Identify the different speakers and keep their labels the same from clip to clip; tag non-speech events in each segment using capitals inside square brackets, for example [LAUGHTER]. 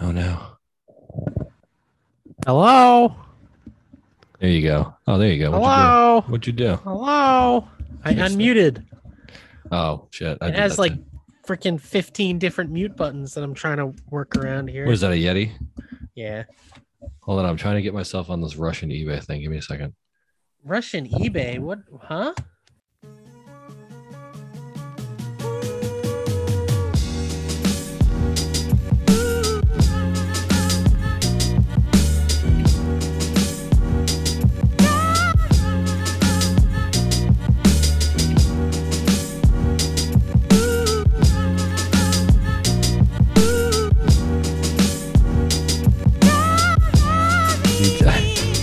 Speaker 1: Oh no.
Speaker 2: Hello.
Speaker 1: There you go. Oh, there you go. What'd
Speaker 2: Hello.
Speaker 1: you do? What'd you do?
Speaker 2: Hello. I
Speaker 1: Yes.
Speaker 2: unmuted.
Speaker 1: Oh shit! I
Speaker 2: It
Speaker 1: did
Speaker 2: has
Speaker 1: that
Speaker 2: like
Speaker 1: too.
Speaker 2: freaking 15 different mute buttons that I'm trying to work around here.
Speaker 1: What is that? A Yeti?
Speaker 2: yeah.
Speaker 1: Hold on, I'm trying to get myself on this Russian eBay thing. Give me a second. [LAUGHS]
Speaker 2: Russian eBay. What? Huh?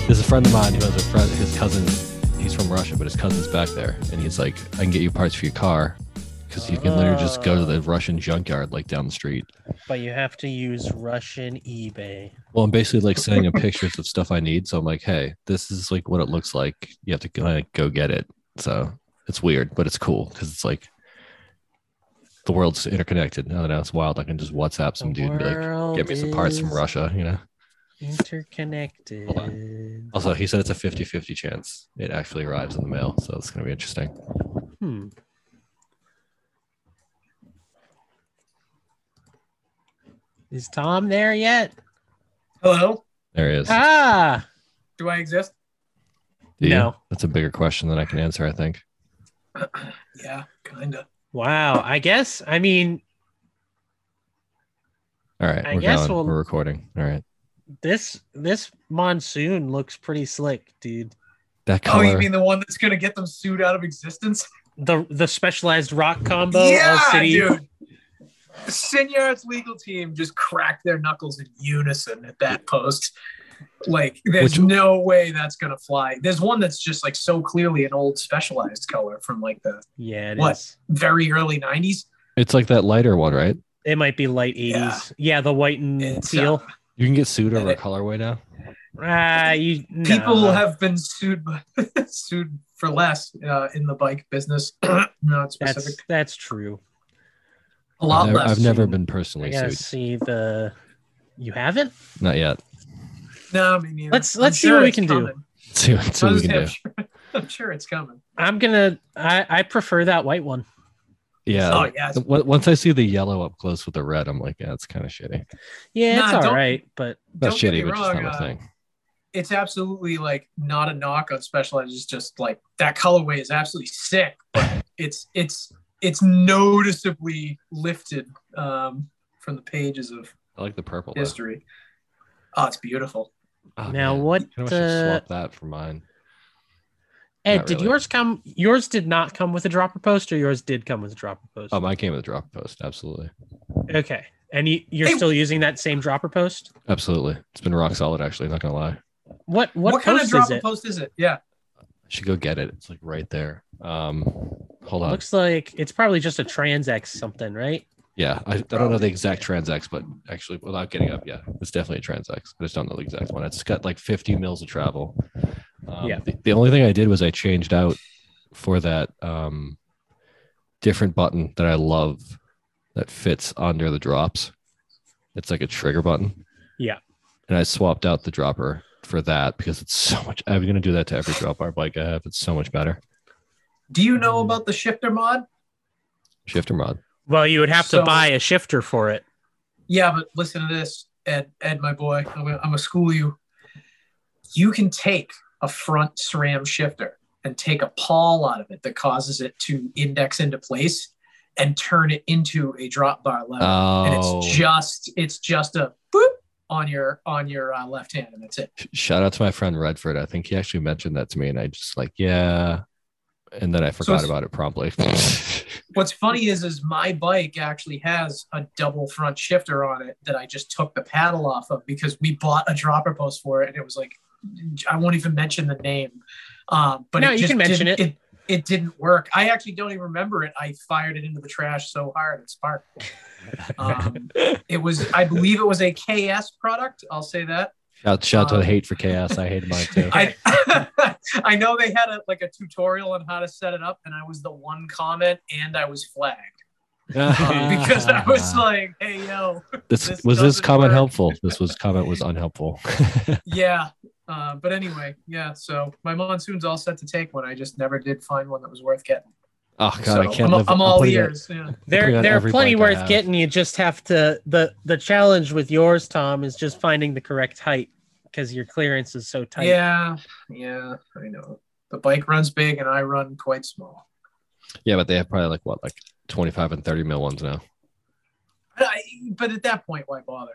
Speaker 1: There's a friend of mine who has a friend. His cousin, he's from Russia, but his cousin's back there, and he's like, "I can get you parts for your car," because you can literally just go to the Russian junkyard like down the street.
Speaker 2: But you have to use Russian eBay.
Speaker 1: Well, I'm basically like sending him pictures of stuff I need, so I'm like, "Hey, this is like what it looks like. You have to like, go get it." So it's weird, but it's cool because it's like the world's interconnected. No, no, it's wild. I can just WhatsApp some dude and be like,
Speaker 2: world
Speaker 1: "Get me some parts from
Speaker 2: is
Speaker 1: Russia," you know. Hold
Speaker 2: Interconnected.
Speaker 1: Also, he said it's a 50 50 chance it actually arrives in the mail. So it's going to be interesting.
Speaker 2: Hmm. Is Tom there yet?
Speaker 3: Hello.
Speaker 1: There he is.
Speaker 2: Ah,
Speaker 3: Do I exist?
Speaker 1: Do you?
Speaker 2: no.
Speaker 1: That's a bigger question than I can answer, I think.
Speaker 3: Yeah, kinda.
Speaker 2: Wow. I guess. I mean,
Speaker 1: All right.
Speaker 2: I
Speaker 1: we're
Speaker 2: guess
Speaker 1: going.
Speaker 2: we'll-
Speaker 1: We're recording. All right.
Speaker 2: this this monsoon looks pretty slick, dude.
Speaker 1: That
Speaker 3: Oh,
Speaker 1: color.
Speaker 3: you mean the one that's gonna get them sued out of existence?
Speaker 2: The the specialized rock combo. L City.
Speaker 3: dude. The Signard's legal team just cracked their knuckles in unison at that post. Like,
Speaker 1: Which-
Speaker 3: there's no way that's gonna fly. There's one that's just like so clearly an old specialized color from like the
Speaker 2: Yeah, it is.
Speaker 3: What? very early '90s.
Speaker 1: it's like that lighter one, right?
Speaker 2: It might be late eighties.
Speaker 3: Yeah.
Speaker 2: Yeah. the white and
Speaker 3: It's, uh,
Speaker 2: teal.
Speaker 1: You can get sued over
Speaker 3: Yeah.
Speaker 1: a colorway now.
Speaker 2: Ah, you
Speaker 3: People
Speaker 2: nah.
Speaker 3: have been sued by, [LAUGHS] sued for less uh, in the bike business. [CLEARS THROAT] Not specific.
Speaker 2: that's that's true.
Speaker 3: a
Speaker 1: I've,
Speaker 3: lot
Speaker 1: never-
Speaker 3: less.
Speaker 1: I've never been
Speaker 2: I
Speaker 1: personally
Speaker 2: gotta
Speaker 1: sued.
Speaker 2: see the. You haven't?
Speaker 1: Not yet. [LAUGHS]
Speaker 3: No, me neither.
Speaker 2: Let's- let's see what we
Speaker 3: it's
Speaker 2: can do.
Speaker 3: coming.
Speaker 1: See, see what we can
Speaker 3: I'm,
Speaker 1: do.
Speaker 3: sure, [LAUGHS] I'm sure it's coming.
Speaker 2: I'm gonna. I I prefer that white one.
Speaker 1: Yeah.
Speaker 3: oh
Speaker 1: like,
Speaker 3: yeah,
Speaker 1: on- Once I see the yellow up close with the red, I'm like, yeah, it's kind of shitty.
Speaker 2: Yeah,
Speaker 3: Nah,
Speaker 2: it's all
Speaker 3: don't-
Speaker 2: right, but
Speaker 1: That's
Speaker 3: Don't get
Speaker 1: shitty,
Speaker 3: me
Speaker 1: but just not
Speaker 3: wrong,
Speaker 1: my
Speaker 3: uh,
Speaker 1: thing.
Speaker 3: it's absolutely like not a knock on Specialized. It's just like that colorway is absolutely sick, but it's it's it's noticeably lifted um, from the pages of
Speaker 1: I like the purple. though.
Speaker 3: history. Oh, it's beautiful.
Speaker 1: Oh,
Speaker 2: Now
Speaker 1: man.
Speaker 2: what,
Speaker 1: I wish I
Speaker 2: uh,
Speaker 1: swap that for mine.
Speaker 2: Ed,
Speaker 1: Not
Speaker 2: did
Speaker 1: really.
Speaker 2: yours come? Yours did not come with a dropper post, or yours did come with a dropper post?
Speaker 1: Oh, mine came with a drop post. Absolutely.
Speaker 2: okay, and you, you're
Speaker 3: Hey.
Speaker 2: still using that same dropper post?
Speaker 1: Absolutely. It's been rock solid, actually. Not going to lie.
Speaker 2: What what,
Speaker 3: What, kind of
Speaker 2: post is
Speaker 3: drop
Speaker 2: it?
Speaker 3: post is it? Yeah,
Speaker 1: I should go get it. It's like right there. Um, hold on.
Speaker 2: Looks like it's probably just a transex something, right?
Speaker 1: yeah, I, I don't know the exact transex, but actually, without getting up, yeah, it's definitely a transex. I just don't know the exact one. It's got like 50 mils of travel. Um,
Speaker 2: Yeah.
Speaker 1: The, the only thing I did was I changed out for that um, different button that I love that fits under the drops. It's like a trigger button.
Speaker 2: Yeah.
Speaker 1: And I swapped out the dropper for that because it's so much. I'm going to do that to every drop bar bike I have. It's so much better.
Speaker 3: do you
Speaker 1: Hmm.
Speaker 3: know about the shifter mod?
Speaker 1: Shifter mod.
Speaker 2: Well, you would have to
Speaker 3: So-
Speaker 2: buy a shifter for it.
Speaker 3: Yeah, but listen to this, Ed. Ed, my boy, I'm gonna, I'm gonna school you. You can take a front SRAM shifter and take a pawl out of it that causes it to index into place and turn it into a drop bar lever, and
Speaker 1: Oh,
Speaker 3: it's just it's just a boop on your on your uh, left hand, and that's it.
Speaker 1: sh- shout out to my friend Redford. I think he actually mentioned that to me, and I just like, yeah. And then I forgot
Speaker 3: it's-
Speaker 1: about it promptly.
Speaker 3: What's funny is is my bike actually has a double front shifter on it that I just took the paddle off of because we bought a dropper post for it and it was like I won't even mention the name. Um, but
Speaker 2: No,
Speaker 3: it
Speaker 2: you
Speaker 3: just
Speaker 2: can mention
Speaker 3: didn't-
Speaker 2: it.
Speaker 3: it. It didn't work. I actually don't even remember it. I fired it into the trash so hard it sparked.
Speaker 2: [LAUGHS]
Speaker 3: Um, it was I believe it was a KS product. I'll say that.
Speaker 1: shout shout to
Speaker 3: Um,
Speaker 1: the hate for chaos. I hated mine too.
Speaker 3: I, I [LAUGHS] know they had a, like a tutorial on how to set it up, and I was the one comment, and I was flagged. [LAUGHS] [LAUGHS] because I
Speaker 2: [LAUGHS]
Speaker 3: was like, hey, yo,
Speaker 1: [LAUGHS] this,
Speaker 3: this
Speaker 1: was this
Speaker 3: doesn't
Speaker 1: comment
Speaker 3: work.
Speaker 1: helpful. This was comment was unhelpful.
Speaker 3: yeah. Uh, but anyway, yeah. So my monsoon's all set to take one. I just never did find one that was worth getting.
Speaker 1: oh god,
Speaker 3: so
Speaker 1: I can't
Speaker 3: I'm,
Speaker 1: live.
Speaker 3: I'm all
Speaker 1: putting it-
Speaker 3: ears. Yeah.
Speaker 1: putting
Speaker 2: There,
Speaker 1: out
Speaker 2: there are
Speaker 1: every
Speaker 2: plenty
Speaker 1: blank I
Speaker 2: worth
Speaker 1: have.
Speaker 2: getting. You just have to the the challenge with yours, Tom, is just finding the correct height because your clearance is so tight.
Speaker 3: Yeah, yeah, I know. The bike runs big and I run quite small.
Speaker 1: Yeah, but they have probably like what, like twenty five and thirty mil ones now. At
Speaker 3: But, I, but at that point, why bother?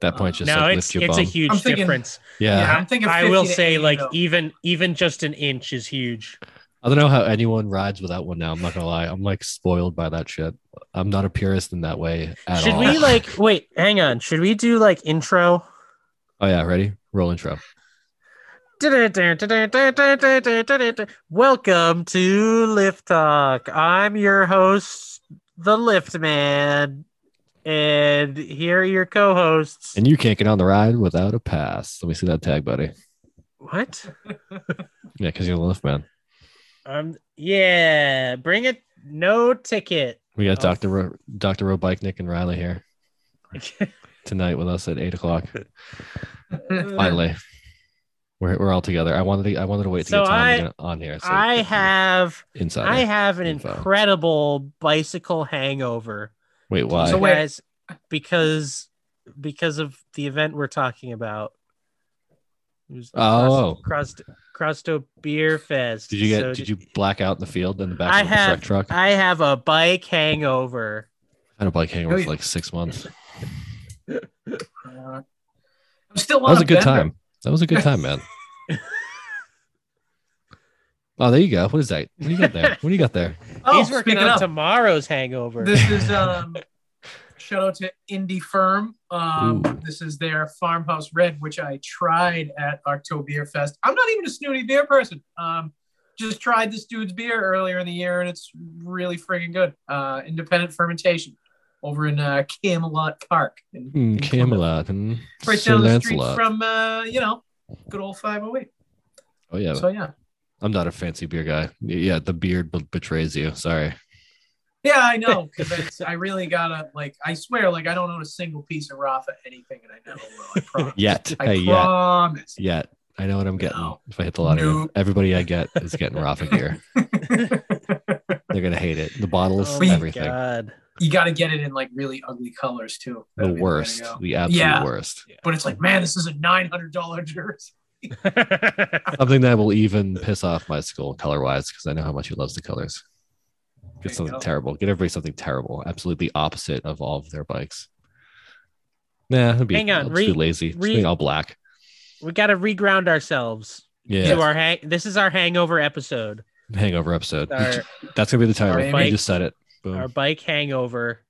Speaker 1: that point, just
Speaker 2: no,
Speaker 1: like lift
Speaker 2: it's
Speaker 1: your
Speaker 2: it's a
Speaker 1: bum.
Speaker 2: huge
Speaker 3: I'm thinking-
Speaker 2: difference.
Speaker 1: yeah.
Speaker 3: Yeah, I'm thinking.
Speaker 2: I will
Speaker 3: 50 to
Speaker 2: say,
Speaker 3: 80,
Speaker 2: like e-
Speaker 3: though.
Speaker 2: even even just an inch is huge.
Speaker 1: I don't know how anyone rides without one now. I'm not gonna lie. I'm like spoiled by that shit. I'm not a purist in that way at
Speaker 2: Should
Speaker 1: all.
Speaker 2: we like wait? Hang on. Should we do like intro?
Speaker 1: Oh yeah, ready? Roll intro.
Speaker 2: Welcome to Lift Talk. I'm your host, the Lift Man, and here are your co-hosts.
Speaker 1: And you can't get on the ride without a pass. Let me see that tag, buddy.
Speaker 2: what?
Speaker 1: Yeah, because you're the lift man.
Speaker 2: Um. Yeah. Bring it. No ticket.
Speaker 1: We got
Speaker 2: Oh.
Speaker 1: Doctor Ro- Doctor Robiknik and Riley here tonight with us at eight
Speaker 2: [LAUGHS]
Speaker 1: o'clock. Finally, we're, we're all together. I wanted to I wanted to wait to
Speaker 2: So
Speaker 1: get Tom
Speaker 2: I-
Speaker 1: to get on here. so
Speaker 2: I
Speaker 1: we could-
Speaker 2: have.
Speaker 1: insider.
Speaker 2: I have an
Speaker 1: info.
Speaker 2: incredible bicycle hangover.
Speaker 1: wait, why?
Speaker 3: So
Speaker 2: you
Speaker 3: wait.
Speaker 2: guys, because because of the event we're talking about. It was the
Speaker 1: Oh.
Speaker 2: Crust Crusto Beer Fest.
Speaker 1: did you get?
Speaker 2: So
Speaker 1: did you black out in the field in the back
Speaker 2: I
Speaker 1: of
Speaker 2: have-
Speaker 1: the truck? I
Speaker 2: I have a bike hangover.
Speaker 1: had a bike hangover
Speaker 3: Oh,
Speaker 1: for
Speaker 3: yeah.
Speaker 1: like six months. That
Speaker 3: Uh, I'm still on
Speaker 1: was a good
Speaker 3: bender.
Speaker 1: time. That was a good time,
Speaker 2: [LAUGHS]
Speaker 1: man. oh, there you go. What is that? What do you got there? What do you got there?
Speaker 3: Oh,
Speaker 2: He's working
Speaker 3: speaking
Speaker 2: on
Speaker 3: of,
Speaker 2: tomorrow's hangover.
Speaker 3: this is um, shout out to Indie Firm. Um,
Speaker 1: Ooh.
Speaker 3: this is their farmhouse red, which I tried at Oktoberfest. Fest. I'm not even a snooty beer person. Um, just tried this dude's beer earlier in the year, and it's really friggin' good. Uh, independent fermentation over in uh, Camelot Park, in,
Speaker 1: Mm,
Speaker 3: in
Speaker 1: Camelot and
Speaker 3: Plymouth. right
Speaker 1: Sir
Speaker 3: down the street
Speaker 1: Lancelot.
Speaker 3: from uh, you know, good old 508.
Speaker 1: oh yeah,
Speaker 3: So yeah,
Speaker 1: I'm not a fancy beer guy. Yeah, the beard be- betrays you. Sorry.
Speaker 3: yeah, I know. 'cause it's- I really gotta like, I swear, like I don't own a single piece of Rafa anything, and I never will. I promise.
Speaker 1: Yet.
Speaker 3: I
Speaker 1: hey, yet.
Speaker 3: promise.
Speaker 1: Yet. I know what I'm getting.
Speaker 3: No.
Speaker 1: If I hit the lottery,
Speaker 3: Nope.
Speaker 1: everybody I get is getting Rafa gear. [LAUGHS] They're gonna hate it. The bottles,
Speaker 2: oh
Speaker 3: my
Speaker 1: everything.
Speaker 3: [LAUGHS]
Speaker 2: God.
Speaker 3: You got to get it in like really ugly colors too.
Speaker 1: The
Speaker 3: That'd be way to
Speaker 1: worst.
Speaker 3: go.
Speaker 1: The absolute
Speaker 3: Yeah.
Speaker 1: worst.
Speaker 3: But it's like, man, this is a nine hundred dollar jersey.
Speaker 1: Something that will even piss off my school color wise because I know how much he loves the colors.
Speaker 3: There
Speaker 1: Get
Speaker 3: you
Speaker 1: something
Speaker 3: go.
Speaker 1: terrible. Get everybody something terrible. Absolutely opposite of all of their bikes. Nah, it'd be,
Speaker 2: Hang on,
Speaker 1: I'll just
Speaker 2: re-
Speaker 1: be lazy. Just
Speaker 2: re-
Speaker 1: be all black.
Speaker 2: we got to reground ourselves
Speaker 1: Yeah,
Speaker 2: to our hang. This is our hangover episode.
Speaker 1: hangover episode.
Speaker 2: Our
Speaker 1: [LAUGHS] That's gonna be the title.
Speaker 3: Our
Speaker 1: You
Speaker 2: bike-
Speaker 1: just said it. Boom.
Speaker 2: our bike hangover.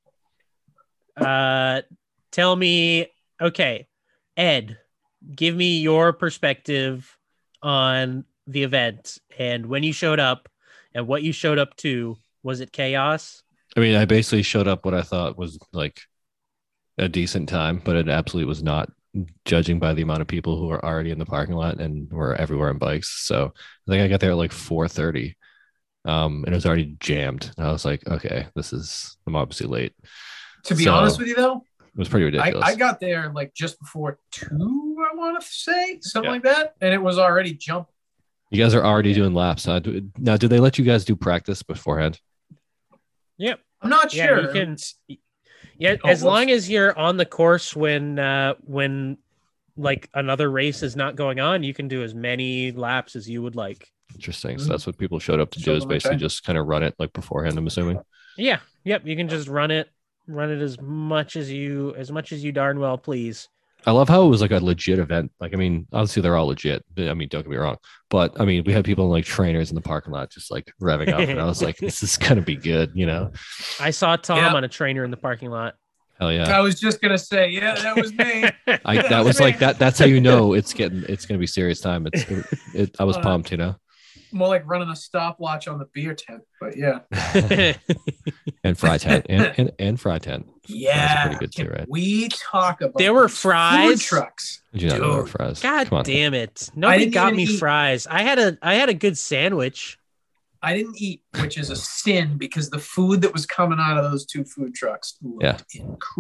Speaker 2: Uh, tell me, okay, Ed, give me your perspective on the event and when you showed up and what you showed up to. Was it chaos?
Speaker 1: I mean, I basically showed up what I thought was like a decent time, but it absolutely was not judging by the amount of people who were already in the parking lot and were everywhere on bikes. So I think I got there at like 4:30. Um, and it was already jammed. And I was like, okay, this is I'm obviously late.
Speaker 3: To be
Speaker 1: So-
Speaker 3: honest with you, though,
Speaker 1: It was pretty
Speaker 3: I,
Speaker 1: ridiculous.
Speaker 3: I got there like just before two. I want to say something
Speaker 1: Yeah.
Speaker 3: like that, and it was already jump.
Speaker 1: you guys are already doing laps. Now, do- now, did they let you guys do practice beforehand?
Speaker 2: Yep.
Speaker 3: I'm not
Speaker 2: Yeah,
Speaker 3: sure.
Speaker 2: you can. Yeah,
Speaker 3: Oh,
Speaker 2: as
Speaker 3: whoops.
Speaker 2: long as you're on the course when uh, when like another race is not going on, you can do as many laps as you would like.
Speaker 1: Interesting.
Speaker 3: Mhm.
Speaker 1: So that's what people showed up to
Speaker 3: Showed
Speaker 1: do is
Speaker 3: them, okay.
Speaker 1: basically just kind of run it like beforehand, I'm assuming.
Speaker 2: Yeah. Yep. You can just run it, run it as much as you as much as you darn well please.
Speaker 1: I love how it was like a legit event. Like, I mean, obviously they're all legit. but- I mean, don't get me wrong, but I mean, we had people in like trainers in the parking lot just like revving up, and I was like, "This is gonna be good," you know?
Speaker 2: I saw Tom
Speaker 3: Yeah.
Speaker 2: on a trainer in the parking lot. [LAUGHS]
Speaker 1: Hell yeah!
Speaker 3: I was just gonna say, yeah, that was me. [LAUGHS]
Speaker 2: [LAUGHS]
Speaker 1: I, that was like that. That's how you know it's getting it's gonna be serious time. It's it, it, I was
Speaker 3: Uh,
Speaker 1: pumped, you know.
Speaker 3: More like running a stopwatch on the beer tent, but yeah,
Speaker 1: and fry tent and and, and fry tent.
Speaker 3: yeah.
Speaker 1: pretty good too,
Speaker 3: Can
Speaker 1: right?
Speaker 3: We talk about
Speaker 2: There were
Speaker 3: these
Speaker 2: fries?
Speaker 3: food trucks.
Speaker 1: Did you not know
Speaker 3: Dude,
Speaker 1: fries?
Speaker 2: God
Speaker 1: Come on.
Speaker 2: damn it! Nobody
Speaker 3: didn't
Speaker 2: got
Speaker 3: even
Speaker 2: me
Speaker 3: eat-
Speaker 2: fries. I had a I had a good sandwich.
Speaker 3: I didn't eat, which is a sin because the food that was coming out of those two food trucks looked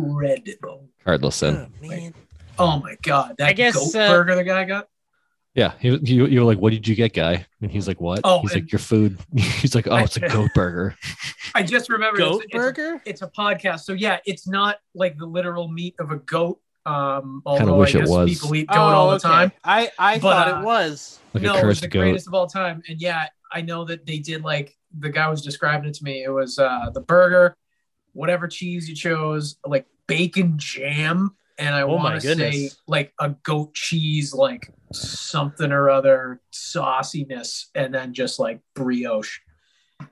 Speaker 3: incredible.
Speaker 1: Cardless sin.
Speaker 4: man.
Speaker 3: Oh my god, that
Speaker 2: I guess,
Speaker 3: goat
Speaker 2: uh,
Speaker 3: burger the guy got.
Speaker 1: Yeah, he, you, you were like, "What did you get, guy?" And he's like, "What?"
Speaker 3: Oh,
Speaker 1: he's
Speaker 3: and-
Speaker 1: like, "Your food." [LAUGHS] He's like, "Oh, it's
Speaker 3: [LAUGHS]
Speaker 1: a goat burger."
Speaker 3: I just remembered it's-
Speaker 2: Goat
Speaker 3: it's, a,
Speaker 2: burger?
Speaker 3: it's a podcast, so yeah, it's not like the literal meat of a goat. Um, although
Speaker 1: wish
Speaker 3: I
Speaker 1: it
Speaker 3: guess
Speaker 1: was.
Speaker 3: people eat goat
Speaker 2: Oh,
Speaker 3: all the
Speaker 4: Oh, okay.
Speaker 3: time.
Speaker 4: I, I
Speaker 3: But,
Speaker 4: thought
Speaker 3: uh,
Speaker 4: it was.
Speaker 1: Like a
Speaker 3: no, it was
Speaker 1: cursed
Speaker 3: the
Speaker 1: goat.
Speaker 3: greatest of all time. And yeah, I know that they did like the guy was describing it to me. It was uh the burger, whatever cheese you chose, like bacon jam, and I
Speaker 2: Oh my
Speaker 3: want to say
Speaker 2: goodness.
Speaker 3: like a goat cheese, like something or other sauciness, and then just like brioche.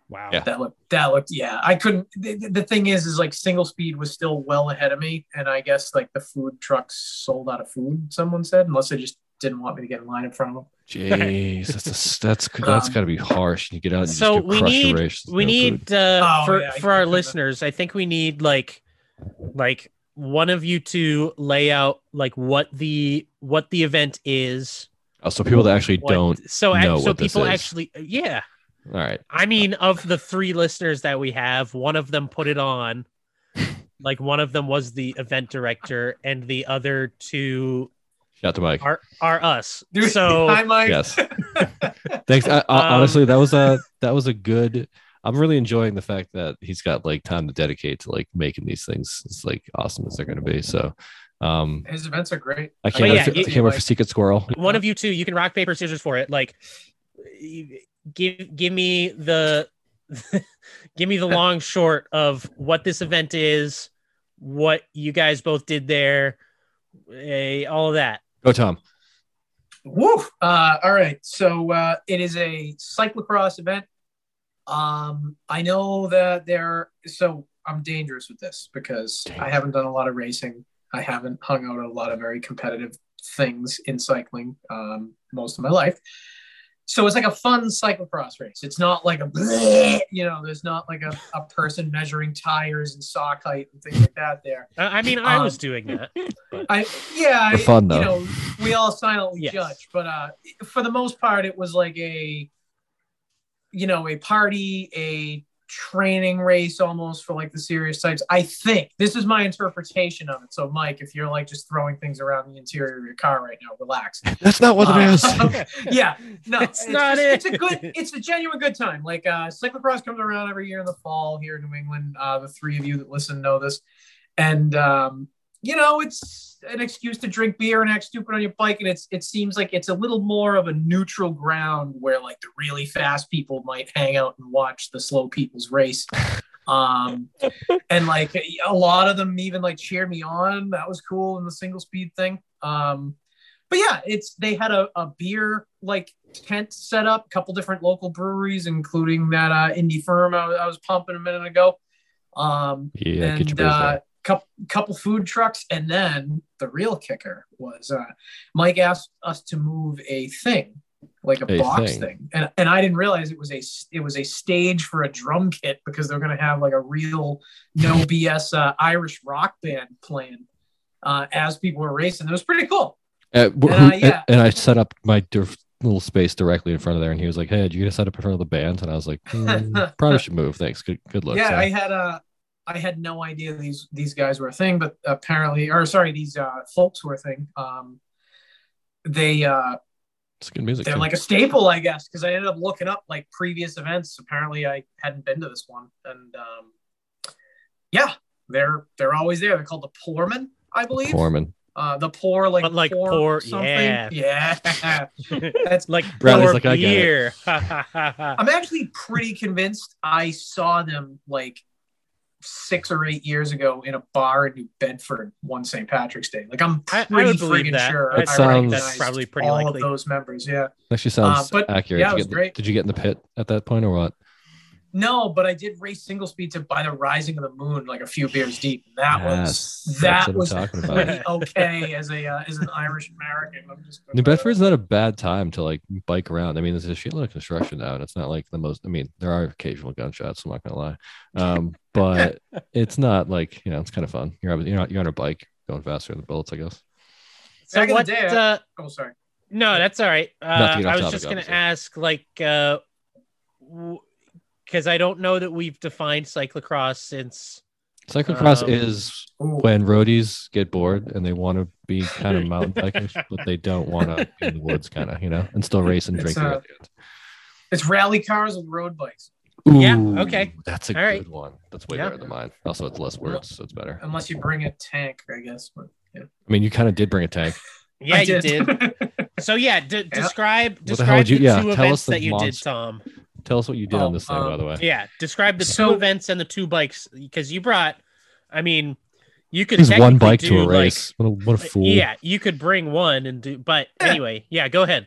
Speaker 4: Wow.
Speaker 1: Yeah.
Speaker 3: That looked that looked yeah. I couldn't. The, the thing is, is like single speed was still well ahead of me, and I guess like the food trucks sold out of food. Someone said, unless they just didn't want me to get in line in front of them.
Speaker 1: Jeez, that's a, that's that's
Speaker 3: Um,
Speaker 1: got to be harsh. You get out and you
Speaker 2: so
Speaker 1: just get
Speaker 2: we
Speaker 1: crushed to
Speaker 2: need-
Speaker 1: rations,
Speaker 2: we
Speaker 1: no food.
Speaker 2: need uh,
Speaker 3: Oh,
Speaker 2: for
Speaker 3: yeah, I
Speaker 2: for our
Speaker 3: can do that.
Speaker 2: listeners. I think we need like like one of you to lay out like what the what the event is.
Speaker 1: Oh, so people that actually
Speaker 2: what-
Speaker 1: don't.
Speaker 2: so act-
Speaker 1: know
Speaker 2: so
Speaker 1: what this
Speaker 2: people
Speaker 1: is.
Speaker 2: actually yeah.
Speaker 1: All right.
Speaker 2: I mean, of the three listeners that we have, one of them put
Speaker 1: [LAUGHS]
Speaker 2: it on. Like one of them was the event director, and the other two
Speaker 1: Shout to Mike.
Speaker 2: are are us.
Speaker 3: Dude,
Speaker 2: so
Speaker 3: hi, Mike.
Speaker 1: Oh, Yes. Thanks. I, I,
Speaker 2: Um,
Speaker 1: honestly, that was a that was a good. I'm really enjoying the fact that he's got like time to dedicate to like making these things. It's like awesome as they're going to be. So, um,
Speaker 3: [LAUGHS] His events are great.
Speaker 1: I can't
Speaker 2: But
Speaker 1: wait
Speaker 2: Oh, yeah,
Speaker 1: for,
Speaker 2: you-
Speaker 1: I can't wait for Secret Squirrel.
Speaker 2: one of you two you can rock paper scissors for it like you- give give me the [LAUGHS] give me the long short of what this event is what you guys both did there eh, all of that
Speaker 1: Go, Tom.
Speaker 3: Woo! Uh, all right, so uh, it is a cyclocross event. Um, I know that there. So I'm dangerous with this because I haven't done a lot of racing. I haven't hung out at a lot of very competitive things in cycling um, most of my life. So it's like a fun cyclocross race. It's not like a, bleh, you know, there's not like a, a person measuring tires and sock height and things like that. There,
Speaker 2: i, I mean i
Speaker 3: Um,
Speaker 2: was doing
Speaker 3: [LAUGHS]
Speaker 2: that
Speaker 3: I yeah,
Speaker 1: For
Speaker 3: I-
Speaker 1: fun though.
Speaker 3: you know, we all silently
Speaker 2: Yes.
Speaker 3: judge, but uh, for the most part, it was like a, you know, a party, a training race almost for like the serious types. I think this is my interpretation of it. So, Mike, if you're like just throwing things around the interior of your car right now, relax.
Speaker 1: that's not what it
Speaker 3: Uh,
Speaker 2: [LAUGHS]
Speaker 1: is.
Speaker 2: um,
Speaker 3: [LAUGHS] yeah, no,
Speaker 2: That's not
Speaker 3: just-
Speaker 2: it.
Speaker 3: It's a good, it's a genuine good time. Like uh, cyclocross comes around every year in the fall here in New England. Uh, the three of you that listen know this, and um, you know it's an excuse to drink beer and act stupid on your bike. And it's it seems like it's a little more of a neutral ground where like the really fast people might hang out and watch the slow people's race. Um, and like a lot of them even like cheered me on. That was cool in the single speed thing. Um, but yeah, it's they had a, a beer like tent set up, a couple different local breweries, including that uh, indie firm I, was- I was pumping a minute ago. Um,
Speaker 1: yeah, get your
Speaker 3: and
Speaker 1: beers
Speaker 3: uh,
Speaker 1: out.
Speaker 3: couple couple food trucks, and then the real kicker was uh, Mike asked us to move a thing, like a,
Speaker 1: A
Speaker 3: box
Speaker 1: thing.
Speaker 3: thing, And, and I didn't realize it was a s- it was a stage for a drum kit because they're gonna have like a real no
Speaker 1: [LAUGHS]
Speaker 3: BS uh, Irish rock band playing uh, as people were racing. It was pretty cool.
Speaker 1: Uh, wh-
Speaker 3: and, uh,
Speaker 1: who-
Speaker 3: yeah.
Speaker 1: and I set up my dir- little space directly in front of there, and he was like, "Hey, did you gonna set up in front of the band?" And I was like,
Speaker 3: [LAUGHS]
Speaker 1: "Hmm, "Probably should move. Thanks. Good, good luck."
Speaker 3: yeah,
Speaker 1: So-
Speaker 3: I had uh, I had no idea these these guys were a thing, but apparently, or sorry, these uh, folks were a thing. Um, they uh,
Speaker 1: it's good music.
Speaker 3: they're
Speaker 1: too.
Speaker 3: like a staple, I guess, because I ended up looking up like previous events. Apparently, I hadn't been to this one, and um, yeah, they're they're always there. They're called the Poormen, I believe.
Speaker 1: Foreman.
Speaker 3: Uh, the poor, like
Speaker 2: But, like,
Speaker 3: poor,
Speaker 2: poor-
Speaker 3: something.
Speaker 2: yeah.
Speaker 3: [LAUGHS]
Speaker 2: [LAUGHS]
Speaker 3: yeah. That's
Speaker 2: like
Speaker 1: Bradley's
Speaker 2: for
Speaker 1: like, I get it.
Speaker 2: [LAUGHS] beer i
Speaker 3: I'm actually pretty convinced I saw them like six or eight years ago in a bar in New Bedford one St. Patrick's Day. Like I'm
Speaker 2: I
Speaker 3: pretty
Speaker 2: would believe
Speaker 3: freaking
Speaker 2: that.
Speaker 3: sure
Speaker 2: I
Speaker 1: That
Speaker 3: I
Speaker 1: sounds-
Speaker 2: that's
Speaker 3: recognized
Speaker 2: probably pretty
Speaker 3: all
Speaker 2: likely.
Speaker 3: of those members. Yeah.
Speaker 1: Actually, sounds
Speaker 3: Uh, but,
Speaker 1: accurate.
Speaker 3: yeah,
Speaker 1: did, you
Speaker 3: it was
Speaker 1: get, in the-
Speaker 3: great.
Speaker 1: did you get in the pit at that point or what?
Speaker 3: No, but I did race single speed to by the rising of the moon, like a few beers deep. And that
Speaker 1: Yes,
Speaker 3: was
Speaker 1: that's
Speaker 3: that
Speaker 1: what I'm
Speaker 3: was
Speaker 1: talking about.
Speaker 3: [LAUGHS] pretty okay as a uh, as an Irish American. I'm just
Speaker 1: New Bedford's not a bad time to like bike around. I mean, there's a shitload of construction now, and it's not like the most. I mean, there are occasional gunshots. I'm not gonna lie, um,
Speaker 3: [LAUGHS]
Speaker 1: but it's not like you know, it's kind of fun. You're on- you're not you're on a bike going faster than the bullets, I guess.
Speaker 2: so
Speaker 3: Back in the
Speaker 2: what
Speaker 3: day, I-
Speaker 2: uh,
Speaker 3: Oh, sorry.
Speaker 2: No, that's all right. Uh,
Speaker 1: Not to get off
Speaker 2: I was
Speaker 1: topic,
Speaker 2: just going to
Speaker 1: obviously.
Speaker 2: ask, like, uh, w- because I don't know that we've defined cyclocross since
Speaker 1: Cyclocross
Speaker 2: Um,
Speaker 1: is
Speaker 3: Ooh,
Speaker 1: when roadies get bored and they want to be
Speaker 2: [LAUGHS]
Speaker 1: kind of mountain bikers, but they don't want to be in the woods, kind of, you know, and still race and
Speaker 3: It's,
Speaker 1: drink.
Speaker 3: uh, it's rally cars with road bikes,
Speaker 2: yeah, okay.
Speaker 1: That's a
Speaker 2: All
Speaker 1: good
Speaker 2: right.
Speaker 1: one. That's way
Speaker 2: Yeah. Oh.
Speaker 1: better than mine. Also, it's less words, so it's better.
Speaker 3: unless you bring a tank, I guess. But yeah,
Speaker 1: I mean, you kind of did bring a tank.
Speaker 2: Yeah,
Speaker 3: I
Speaker 2: you did. [LAUGHS]
Speaker 3: [LAUGHS]
Speaker 2: So yeah, d- describe
Speaker 1: What the hell
Speaker 2: describe
Speaker 1: would
Speaker 2: the,
Speaker 1: you- yeah,
Speaker 2: two
Speaker 1: tell
Speaker 2: events
Speaker 1: us the
Speaker 2: that you did,
Speaker 1: monster-
Speaker 2: Tom.
Speaker 1: Tell us what you did
Speaker 3: Oh,
Speaker 1: on this thing, by
Speaker 3: um,
Speaker 1: the way.
Speaker 2: Yeah, describe the
Speaker 3: So-
Speaker 2: two events and the two bikes because you brought. I mean, you could
Speaker 1: Just one
Speaker 2: technically
Speaker 1: bike to a
Speaker 2: do, like-
Speaker 1: race. what, a, what a fool.
Speaker 2: Yeah, you could bring one and do. But
Speaker 3: Yeah.
Speaker 2: anyway, yeah, go ahead.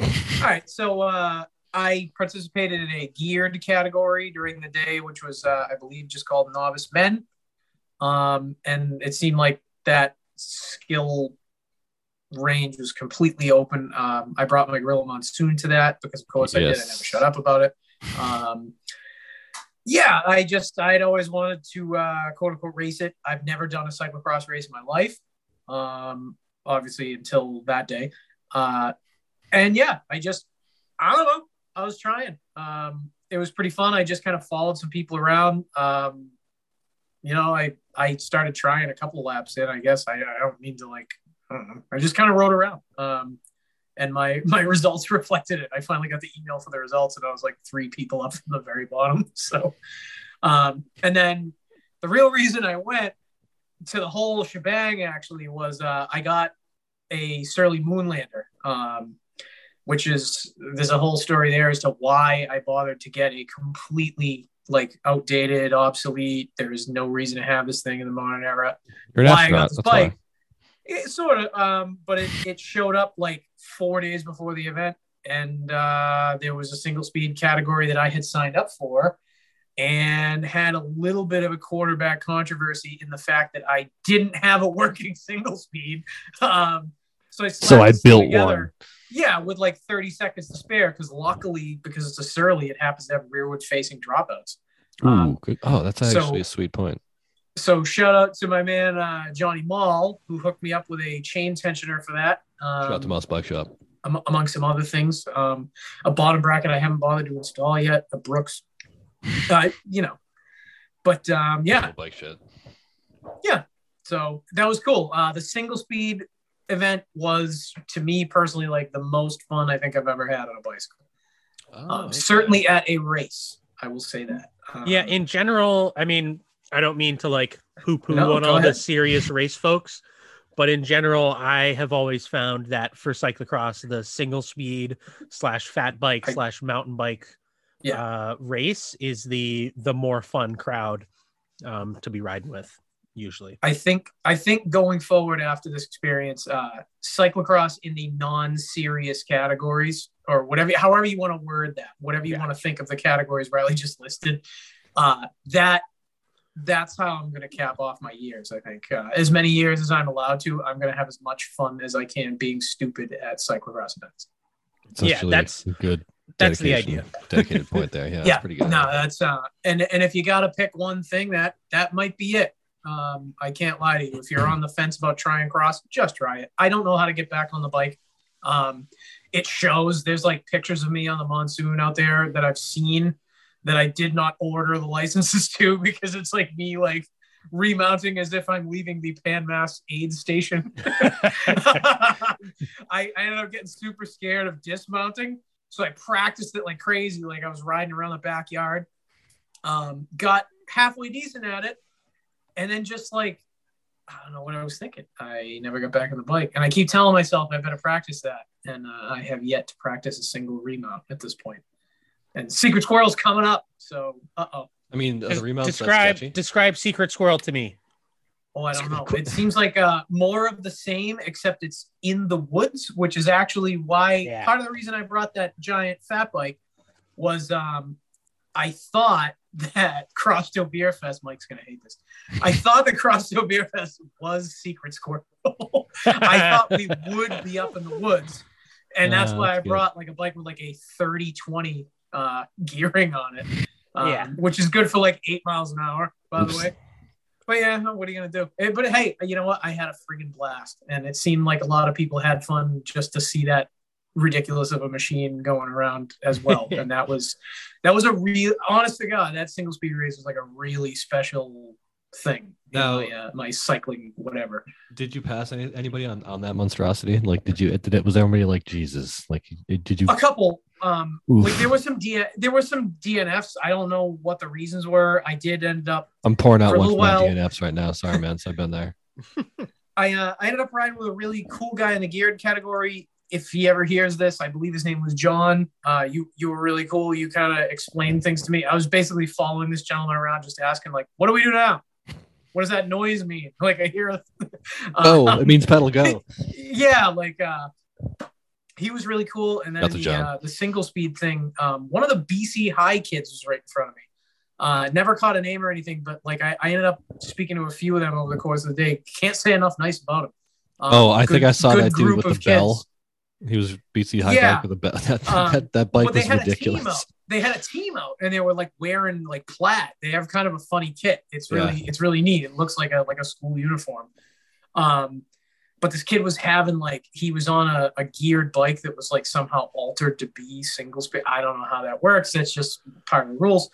Speaker 3: All right, so uh, I participated in a geared category during the day, which was, uh, I believe, just called novice men. Um, and it seemed like that skill range was completely open. Um, I brought my Gorilla Monsoon to that because, of course, I did. I
Speaker 1: Yes.
Speaker 3: never shut up about it. Um, yeah, I just, I'd always wanted to uh, quote unquote race it. I've never done a cyclocross race in my life, um, obviously, until that day. Uh, and yeah, I just, I don't know. I was trying. Um, it was pretty fun. I just kind of followed some people around. Um, you know, I I started trying a couple laps in. I guess I, I don't mean to like. I don't know. I just kind of rode around, um, and my [LAUGHS] my results reflected it. I finally got the email for the results, and I was like three people up from the very bottom. [LAUGHS] So, um, and then the real reason I went to the whole shebang actually was uh, I got a Surly Moonlander. Um, which is there's a whole story there as to why I bothered to get a completely like outdated, obsolete. There's no reason to have this thing in the modern era.
Speaker 1: You're an
Speaker 3: why I
Speaker 1: astronaut.
Speaker 3: got this
Speaker 1: That's why.
Speaker 3: bike. It sort of, um, but it, it showed up like four days before the event, and uh, there was a single speed category that I had signed up for, and had a little bit of a quarterback controversy in the fact that I didn't have a working [LAUGHS] single speed. Um, so I,
Speaker 1: So
Speaker 3: slapped
Speaker 1: I
Speaker 3: this thing
Speaker 1: built
Speaker 3: together.
Speaker 1: one.
Speaker 3: Yeah, with like 30 seconds to spare, because luckily, because it's a surly, it happens to have rearward facing dropouts. Um,
Speaker 1: Ooh, good. Oh, that's
Speaker 3: so-
Speaker 1: actually a sweet point.
Speaker 3: so shout out to my man uh, Johnny Mall, who hooked me up with a chain tensioner for that. Um,
Speaker 1: Shout out to Mouse Bike Shop.
Speaker 3: am- among some other things. Um, a bottom bracket I haven't bothered to install yet. A Brooks, uh, you know. But um, yeah,
Speaker 1: Cool Bike shit.
Speaker 3: so that was cool. Uh, the single speed event was to me personally like the most fun I think I've ever had on a bicycle.
Speaker 2: Uh,
Speaker 1: Oh,
Speaker 3: Um,
Speaker 1: okay.
Speaker 3: Certainly at a race, I will say that. Um,
Speaker 2: Yeah, in general, I mean, I don't mean to like poo poo
Speaker 3: No,
Speaker 2: on
Speaker 3: go
Speaker 2: all the
Speaker 3: ahead.
Speaker 2: serious race folks, but in general, I have always found that for cyclocross, the single speed slash fat bike
Speaker 3: I-
Speaker 2: slash mountain bike
Speaker 3: Yeah.
Speaker 2: uh, race is the the more fun crowd um, to be riding with usually.
Speaker 3: I think I think going forward after this experience, uh, cyclocross in the non-serious categories or whatever, however you want to word that, whatever you
Speaker 2: Yeah.
Speaker 3: want to think of the categories Riley just listed, uh, that that's how I'm going to cap off my years. I think uh, as many years as I'm allowed to, I'm going to have as much fun as I can being stupid at cyclocross events.
Speaker 1: It's
Speaker 2: Yeah,
Speaker 1: actually
Speaker 2: that's-
Speaker 1: a good.
Speaker 2: That's the
Speaker 1: dedication-
Speaker 2: idea.
Speaker 1: Dedicated point there.
Speaker 2: [LAUGHS]
Speaker 1: Yeah,
Speaker 3: Yeah,
Speaker 1: That's pretty good.
Speaker 3: No, that's uh, and and if you got to pick one thing, that that might be it. Um, I can't lie to you. If you're on the fence about trying cross, just try it. I don't know how to get back on the bike. Um, it shows there's like pictures of me on the monsoon out there that I've seen that I did not order the licenses [LAUGHS] to because it's like me like remounting as if I'm leaving the Pan Mass aid station. [LAUGHS] I, I ended up getting super scared of dismounting. So I practiced it like crazy. Like I was riding around the backyard. Um, got halfway decent at it. And then just like, I don't know what I was thinking. I never got back on the bike. And I keep telling myself I better practice that. And uh, I have yet to practice a single remount at this point. And Secret Squirrel's coming up. So, uh oh.
Speaker 1: I mean, the
Speaker 2: Des-
Speaker 1: remount
Speaker 2: describe describe Secret Squirrel to me.
Speaker 3: Oh, I don't know. It seems like uh, more of the same, except it's in the woods, which is actually why
Speaker 2: Yeah.
Speaker 3: part of the reason I brought that giant fat bike was um, I thought [LAUGHS] that Crossdale Beer Fest, Mike's going to hate this. I thought that Crossdale Beer Fest was Secret Squirrel. [LAUGHS] I thought we would be up in the woods. And that's
Speaker 1: Ah,
Speaker 3: why
Speaker 1: that's
Speaker 3: I
Speaker 1: good.
Speaker 3: brought like a bike with like a 30 20 uh, gearing on it, um,
Speaker 2: Yeah.
Speaker 3: which is good for like eight miles an hour, by
Speaker 1: Oops.
Speaker 3: the way. But yeah, what are you going to do? Eh, But hey, you know what? I had a friggin' blast. And it seemed like a lot of people had fun just to see that ridiculous of a machine going around as
Speaker 1: [LAUGHS]
Speaker 3: well. and that was that was a real honest to God, that single speed race was like a really special thing. in
Speaker 1: Now-
Speaker 3: my, uh, my cycling whatever.
Speaker 1: Did you pass any, anybody on, on that monstrosity? Like, did you? Did it was everybody like Jesus? Like, did you?
Speaker 3: A couple. Um
Speaker 1: Oof.
Speaker 3: like there was some D there were some DNFs. I don't know what the reasons were. I did end up
Speaker 1: I'm pouring out
Speaker 3: for a
Speaker 1: one for
Speaker 3: little
Speaker 1: my
Speaker 3: while-
Speaker 1: DNFs right now. Sorry, man. So I've been
Speaker 3: [LAUGHS]
Speaker 1: there.
Speaker 3: I uh, I ended up riding with a really cool guy in the geared category. If he ever hears this, I believe his name was John. Uh, you you were really cool. You kind of explained things to me. I was basically following this gentleman around, just asking like, "What do we do now? What does that noise mean?" [LAUGHS] Like I hear. uh, A
Speaker 1: Oh, it means pedal
Speaker 3: [LAUGHS]
Speaker 1: go.
Speaker 3: yeah, like uh, he was really cool. And then
Speaker 1: That's a
Speaker 3: the,
Speaker 1: job.
Speaker 3: uh, the single speed thing, um, one of the BC High kids was right in front of me. Uh, never caught a name or anything, but like I, I ended up speaking to a few of them over the course of the day. Can't say enough nice about him. Um,
Speaker 1: Oh, I think I saw that dude
Speaker 3: group
Speaker 1: with the
Speaker 3: of
Speaker 1: bell.
Speaker 3: kids.
Speaker 1: He was BC high
Speaker 3: Yeah.
Speaker 1: bike with a bell. [LAUGHS] That,
Speaker 3: Um,
Speaker 1: that, that bike
Speaker 3: but they
Speaker 1: was
Speaker 3: had a team
Speaker 1: ridiculous.
Speaker 3: They had a team out and they were like wearing like plaid. They have kind of a funny kit. It's really it's really neat. It looks like a like a school uniform. Um, but this kid was having like he was on a, a geared bike that was like somehow altered to be single speed. I don't know how that works. That's just part of the rules.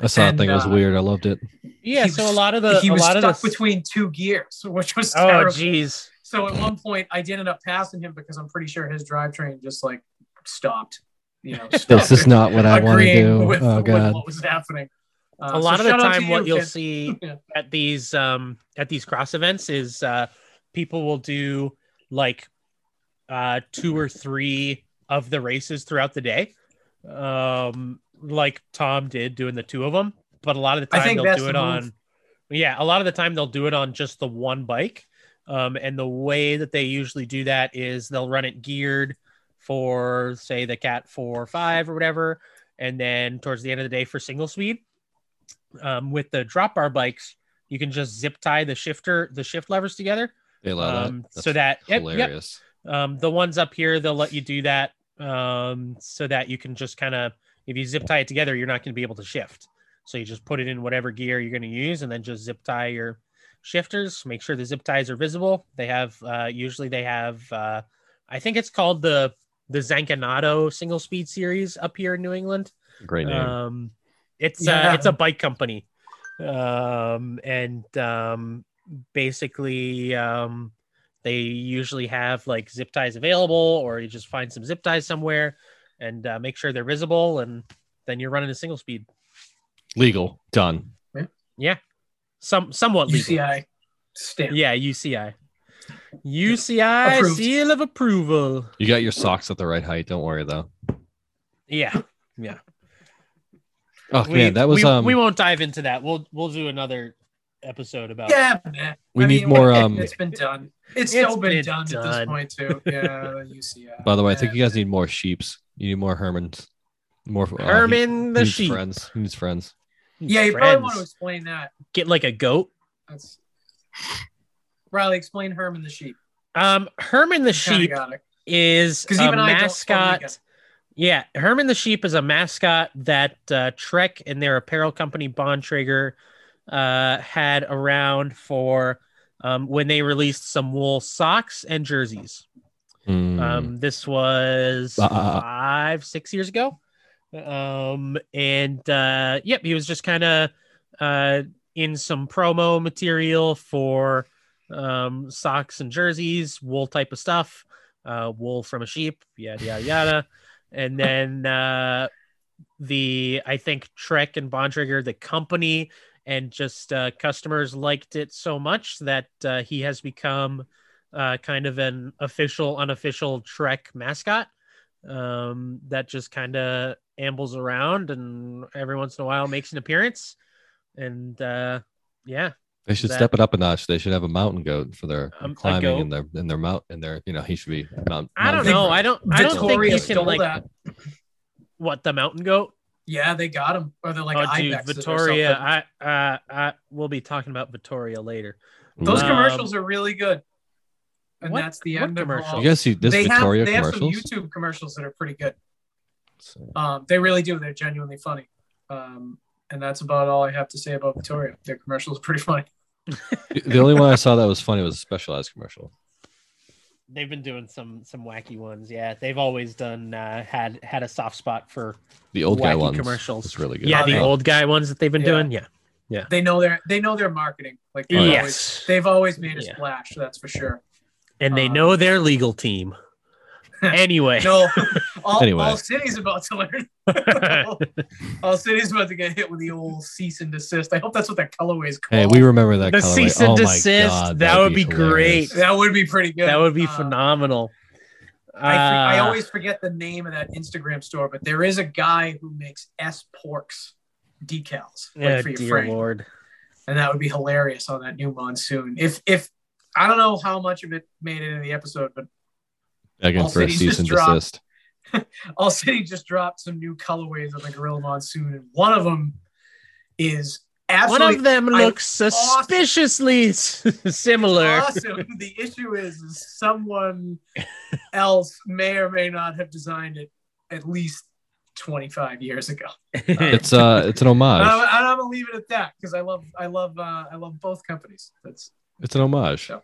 Speaker 1: I saw that
Speaker 3: and,
Speaker 1: thing. It was
Speaker 3: uh,
Speaker 1: weird. I loved
Speaker 3: [LAUGHS]
Speaker 1: it.
Speaker 2: Yeah,
Speaker 3: He
Speaker 2: so a
Speaker 3: was-
Speaker 2: lot of the
Speaker 3: he
Speaker 2: a
Speaker 3: was
Speaker 2: lot
Speaker 3: stuck
Speaker 2: of the
Speaker 3: between two gears, [LAUGHS] which was
Speaker 2: oh
Speaker 3: terrible.
Speaker 2: jeez.
Speaker 3: So at one point, I did end up passing him because I'm pretty sure his drivetrain just like stopped. You know,
Speaker 1: [LAUGHS] This is not what I want to
Speaker 3: agreeing
Speaker 1: do.
Speaker 3: With,
Speaker 1: oh
Speaker 3: with
Speaker 1: god.
Speaker 3: what was happening? Uh,
Speaker 2: a lot
Speaker 3: so
Speaker 2: of the
Speaker 3: shout out
Speaker 2: time
Speaker 3: to
Speaker 2: what
Speaker 3: you,
Speaker 2: you'll
Speaker 3: kid. [LAUGHS]
Speaker 2: see
Speaker 3: Yeah.
Speaker 2: at these um at these cross events is uh people will do like uh two or three of the races throughout the day um like tom did doing the two of them but a lot of the
Speaker 3: I
Speaker 2: time
Speaker 3: think
Speaker 2: they'll
Speaker 3: that's
Speaker 2: do
Speaker 3: the
Speaker 2: it
Speaker 3: move.
Speaker 2: on yeah a lot of the time they'll do it on just the one bike um and the way that they usually do that is they'll run it geared for say the cat four or five or whatever and then towards the end of the day for single speed um, with the drop bar bikes you can just zip tie the shifter the shift levers together
Speaker 1: They allow
Speaker 2: um,
Speaker 1: that.
Speaker 2: so that yep, yep.
Speaker 1: hilarious.
Speaker 2: um, the ones up here they'll let you do that um, so that you can just kind of if you zip tie it together you're not going to be able to shift so you just put it in whatever gear you're going to use and then just zip tie your shifters make sure the zip ties are visible they have uh, usually they have uh, i think it's called the the zancanado single speed series up here in new england
Speaker 1: Great
Speaker 3: Uh,
Speaker 1: name.
Speaker 2: um, it's uh,
Speaker 3: Yeah.
Speaker 2: it's a bike company, um, and um, basically um, they usually have like zip ties available, or you just find some zip ties somewhere and uh, make sure they're visible, and then you're running a single speed.
Speaker 1: Legal. Done.
Speaker 2: Some somewhat legal.
Speaker 3: UCI E stamp.
Speaker 2: Yeah, UCI. UCI
Speaker 3: Approved.
Speaker 2: seal of approval.
Speaker 1: You got your socks at the right height. Don't worry though.
Speaker 2: Yeah.
Speaker 1: Oh
Speaker 2: We-
Speaker 1: man, that was
Speaker 2: we,
Speaker 1: um.
Speaker 2: we won't dive into that. We'll we'll do another episode about
Speaker 3: Yeah, man.
Speaker 1: We
Speaker 3: I
Speaker 1: need
Speaker 3: mean,
Speaker 1: more,
Speaker 3: it-
Speaker 1: um,
Speaker 3: it's been done. It's,
Speaker 2: It's
Speaker 3: still been,
Speaker 2: been
Speaker 3: done, at
Speaker 2: done.
Speaker 3: this point
Speaker 2: [LAUGHS]
Speaker 3: too. Yeah, the UCI.
Speaker 1: By the way, I think
Speaker 3: man.
Speaker 1: you guys need more sheeps. You need more Hermans. More uh, he-
Speaker 2: Herman
Speaker 1: he
Speaker 2: the
Speaker 1: needs
Speaker 2: sheep.
Speaker 1: Friends. He needs friends.
Speaker 3: Yeah, you
Speaker 2: Friends.
Speaker 3: probably want to explain that.
Speaker 2: get like a goat.
Speaker 3: That's Riley. Explain Herman the sheep.
Speaker 2: Um, Herman the
Speaker 3: You kinda
Speaker 2: sheep
Speaker 3: got it.
Speaker 2: is
Speaker 3: 'Cause
Speaker 2: a
Speaker 3: even I don't totally get
Speaker 2: mascot.
Speaker 3: it.
Speaker 2: Yeah, Herman the sheep is a mascot that uh, Trek and their apparel company Bontrager uh, had around for um, when they released some wool socks and jerseys.
Speaker 1: Mm.
Speaker 2: Um, this was
Speaker 1: Uh, uh, uh.
Speaker 2: five, six years ago. Um, and uh, yep, he was just kind of uh, in some promo material for um, socks and jerseys, wool type of stuff, uh, wool from a sheep, yada, yada, yada. And then uh, the, I think Trek and Bontrager, the company, and just uh, customers liked it so much that uh, he has become uh, kind of an official, unofficial Trek mascot um, that just kind of ambles around and every once in a while makes an appearance. And uh, yeah,
Speaker 1: they should
Speaker 2: that-
Speaker 1: step it up a notch. They should have a mountain goat for their
Speaker 2: Um, a
Speaker 1: climbing
Speaker 2: goat.
Speaker 1: in their in their mount in their. You know, he should be mount.
Speaker 2: I don't
Speaker 1: mount-
Speaker 2: know. I don't. I don't think
Speaker 3: Victoria
Speaker 2: you
Speaker 3: stole
Speaker 2: can like
Speaker 3: that.
Speaker 2: what the mountain goat.
Speaker 3: Yeah, they got him. Or they're like
Speaker 2: oh, dude,
Speaker 3: Ibexes or
Speaker 2: Vittoria.
Speaker 3: something.
Speaker 2: I, uh, I, we'll be talking about Vittoria later.
Speaker 3: Those
Speaker 2: Um,
Speaker 3: commercials are really good. And
Speaker 2: what-
Speaker 3: that's the
Speaker 2: what
Speaker 3: end of
Speaker 2: commercial?
Speaker 3: all-
Speaker 1: you guys see this
Speaker 3: they
Speaker 1: Victoria
Speaker 3: have, they
Speaker 1: commercials?
Speaker 3: have some YouTube commercials that are pretty good.
Speaker 1: So-
Speaker 3: Um, they really do. They're genuinely funny. Um, and that's about all I have to say about Victoria. Their commercials are pretty [LAUGHS] funny.
Speaker 1: the only one I saw that was funny was a specialized commercial.
Speaker 2: they've been doing some some wacky ones. Yeah, they've always done uh, had had a soft spot for
Speaker 1: The old guy
Speaker 2: Wacky
Speaker 1: ones.
Speaker 2: commercials.
Speaker 1: It's really good.
Speaker 2: yeah the
Speaker 3: Oh.
Speaker 2: old guy ones that they've been
Speaker 3: Yeah.
Speaker 2: doing. Yeah.
Speaker 3: They know their they know their marketing. Like they've always
Speaker 2: Yes,
Speaker 3: they've always made a
Speaker 2: Yeah.
Speaker 3: splash. That's
Speaker 2: [LAUGHS]
Speaker 3: for sure.
Speaker 2: and they
Speaker 3: um,
Speaker 2: know their legal team. [LAUGHS] Anyway,
Speaker 3: No, all,
Speaker 1: Anyway.
Speaker 3: all cities about
Speaker 2: [LAUGHS]
Speaker 3: to learn. all, all cities about to get hit with the old cease and desist. I hope that's what that colorway is
Speaker 1: Hey,
Speaker 3: called.
Speaker 1: we remember that.
Speaker 2: The
Speaker 1: colorway.
Speaker 2: cease and
Speaker 1: Oh my
Speaker 2: desist,
Speaker 1: God,
Speaker 2: that
Speaker 1: that'd
Speaker 2: would be
Speaker 1: hilarious.
Speaker 2: great.
Speaker 3: that would be pretty good.
Speaker 2: that would be
Speaker 3: Uh,
Speaker 2: phenomenal.
Speaker 3: I, for- I
Speaker 2: Uh,
Speaker 3: always forget the name of that Instagram store, but there is a guy who makes S porks decals like
Speaker 2: yeah,
Speaker 3: for your
Speaker 2: dear
Speaker 3: frame.
Speaker 2: lord.
Speaker 3: and that would be hilarious on that new monsoon. If if I don't know how much of it made it in the episode, but
Speaker 1: Again,
Speaker 3: All
Speaker 1: for a
Speaker 3: cities
Speaker 1: cease
Speaker 3: just
Speaker 1: and
Speaker 3: dropped.
Speaker 1: desist.
Speaker 3: All City just dropped some new colorways on the Gorilla Monsoon, and one of them is
Speaker 2: One
Speaker 3: absolutely
Speaker 2: of them
Speaker 3: I-
Speaker 2: looks suspiciously s- [LAUGHS] similar.
Speaker 3: awesome. [LAUGHS] the issue is, is
Speaker 2: [LAUGHS]
Speaker 3: someone else may or may not have designed it at least 25 years ago.
Speaker 1: It's uh, it's an homage.
Speaker 2: [LAUGHS]
Speaker 3: And I'm, and I'm gonna leave it at that because I love I love uh, I love both companies. That's
Speaker 1: It's an
Speaker 2: [LAUGHS]
Speaker 1: homage.
Speaker 3: Yeah.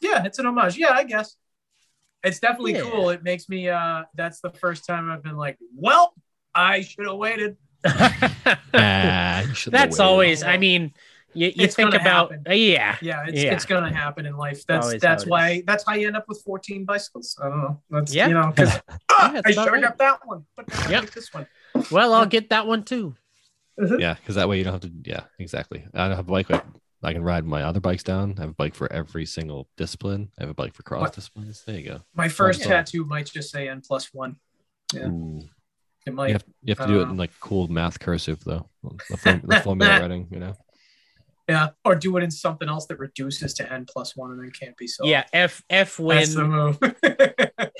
Speaker 3: yeah, it's an homage. Yeah, I guess. It's definitely
Speaker 2: Yeah.
Speaker 3: cool. It makes me uh that's the first time I've been like, well, I should have waited.
Speaker 1: Ah, you should've
Speaker 2: [LAUGHS] That's
Speaker 1: waited.
Speaker 2: always. I mean, you, you
Speaker 3: It's
Speaker 2: think
Speaker 3: gonna
Speaker 2: about
Speaker 3: happen.
Speaker 2: uh, yeah.
Speaker 3: Yeah, it's,
Speaker 2: Yeah.
Speaker 3: it's gonna happen in life. That's
Speaker 2: Always
Speaker 3: that's
Speaker 2: how it
Speaker 3: why that's how you end up with 14 bicycles. I don't know. That's
Speaker 2: [LAUGHS] Yeah.
Speaker 3: you know, because
Speaker 2: that's
Speaker 3: I
Speaker 2: about
Speaker 3: should have
Speaker 2: right.
Speaker 3: got that one, but now I
Speaker 2: Yep.
Speaker 3: like this one.
Speaker 2: Well, I'll get that one too.
Speaker 1: Yeah, because that way you don't have to. Yeah, exactly. I don't have a bike. But I can ride my other bikes down. I have a bike for every single discipline. I have a bike for cross
Speaker 3: What?
Speaker 1: disciplines. There you go.
Speaker 3: My first
Speaker 1: Yeah.
Speaker 3: tattoo might just say N plus one.
Speaker 1: Ooh.
Speaker 3: Yeah. It
Speaker 1: Mm. You
Speaker 3: might
Speaker 1: have, you have to do it
Speaker 3: Uh,
Speaker 1: in like cool math cursive though. The, form, the formula
Speaker 2: [LAUGHS]
Speaker 1: writing, you know.
Speaker 3: yeah, or do it in something else that reduces to N plus one and then can't be sold.
Speaker 2: Yeah, f f
Speaker 3: That's the
Speaker 2: when
Speaker 3: move. [LAUGHS]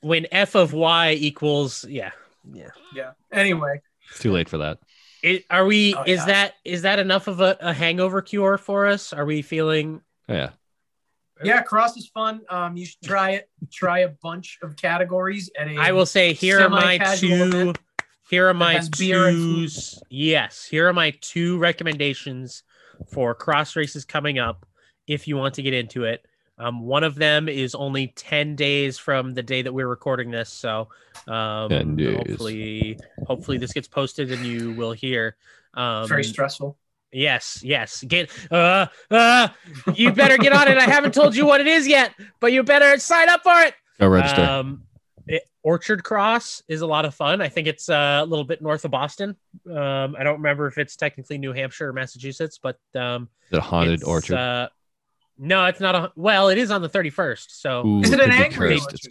Speaker 2: when f of y equals yeah yeah.
Speaker 3: yeah. Anyway,
Speaker 1: It's too late for that.
Speaker 2: It, are we?
Speaker 3: Oh,
Speaker 2: is
Speaker 3: yeah.
Speaker 2: that is that enough of a, a hangover cure for us? Are we feeling?
Speaker 1: Oh, yeah.
Speaker 3: yeah, cross is fun. Um, you should try it. Try a bunch of categories at a
Speaker 2: I will say here are my
Speaker 3: Semi-casual
Speaker 2: two.
Speaker 3: event
Speaker 2: Here are my
Speaker 3: has beer and
Speaker 2: two. Yes, here are my two recommendations for cross races coming up. If you want to get into it, um, one of them is only ten days from the day that we're recording this, so um,
Speaker 1: 10 days.
Speaker 2: hopefully, hopefully this gets posted and you will hear. Um,
Speaker 3: very stressful.
Speaker 2: Yes, yes. Get uh uh you better get on it. I haven't told you what it is yet, but you better sign up for it.
Speaker 1: Go register.
Speaker 2: Um it- Orchard Cross is a lot of fun. I think it's uh, a little bit north of Boston. Um I don't remember if it's technically New Hampshire or Massachusetts, but um
Speaker 1: the haunted
Speaker 2: it's,
Speaker 1: Oh, orchard.
Speaker 2: Uh, no, it's not a well, it is on the 31st. So
Speaker 1: Ooh,
Speaker 3: Is it an
Speaker 1: could be
Speaker 3: angry
Speaker 1: cursed.
Speaker 3: orchard?
Speaker 1: It's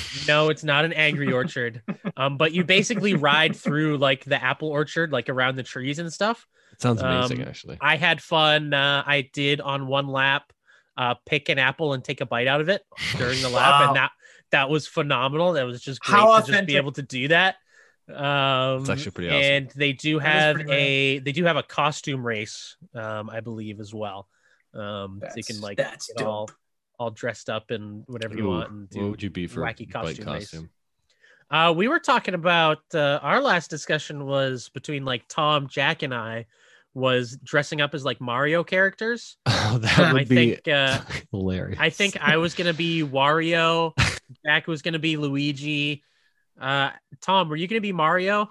Speaker 1: cursed.
Speaker 2: no, it's not an angry orchard. Um, but you basically ride through like the apple orchard, like around the trees and stuff.
Speaker 1: [LAUGHS] it sounds amazing,
Speaker 2: Um,
Speaker 1: actually.
Speaker 2: I had fun. Uh, I did on one lap uh, pick an apple and take a bite out of it during the lap,
Speaker 3: Wow.
Speaker 2: and that that was phenomenal. That was just great
Speaker 3: How
Speaker 2: to just
Speaker 3: authentic.
Speaker 2: be able to do that. Um,
Speaker 1: It's actually pretty awesome.
Speaker 2: And they do
Speaker 3: That is
Speaker 2: have
Speaker 3: pretty rad.
Speaker 2: a they do have a costume race, um, I believe, as well. Um, so you
Speaker 3: That's-
Speaker 2: can like
Speaker 3: that's
Speaker 2: get all all dressed up and whatever you
Speaker 1: Ooh,
Speaker 2: want and
Speaker 1: what
Speaker 2: do.
Speaker 1: would you be for bike
Speaker 2: wacky costume race.
Speaker 1: costume? [LAUGHS]
Speaker 2: Uh, we were talking about uh, our last discussion was between like Tom, Jack, and I was dressing up as like Mario characters.
Speaker 1: Oh, that would
Speaker 2: [LAUGHS] I
Speaker 1: be [LAUGHS]
Speaker 2: think uh,
Speaker 1: hilarious.
Speaker 2: I think I was gonna be Wario. Jack was gonna be Luigi. Uh, Tom, were you gonna be Mario?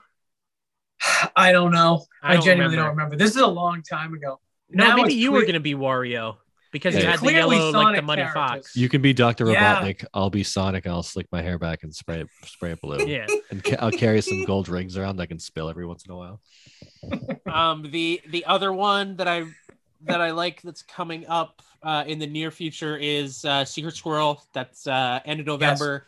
Speaker 3: I don't know.
Speaker 2: I
Speaker 3: I,
Speaker 2: don't
Speaker 3: genuinely
Speaker 2: remember.
Speaker 3: don't remember. This is a long time ago.
Speaker 2: No,
Speaker 3: Now
Speaker 2: maybe
Speaker 3: it's
Speaker 2: you were
Speaker 3: cle-
Speaker 2: gonna be Wario because you
Speaker 1: It's
Speaker 2: had the
Speaker 3: clearly
Speaker 2: yellow like the
Speaker 3: Sonic
Speaker 2: Muddy
Speaker 3: characters.
Speaker 2: Fox.
Speaker 1: you can be Doctor
Speaker 3: Yeah.
Speaker 1: Robotnik. I'll be Sonic, and I'll slick my hair back and spray it- spray it blue,
Speaker 3: [LAUGHS]
Speaker 2: yeah.
Speaker 1: and ca- I'll carry some gold rings around that I can spill every once in a while.
Speaker 2: um the the other one that i that i like that's coming up uh in the near future is uh secret squirrel that's uh end of november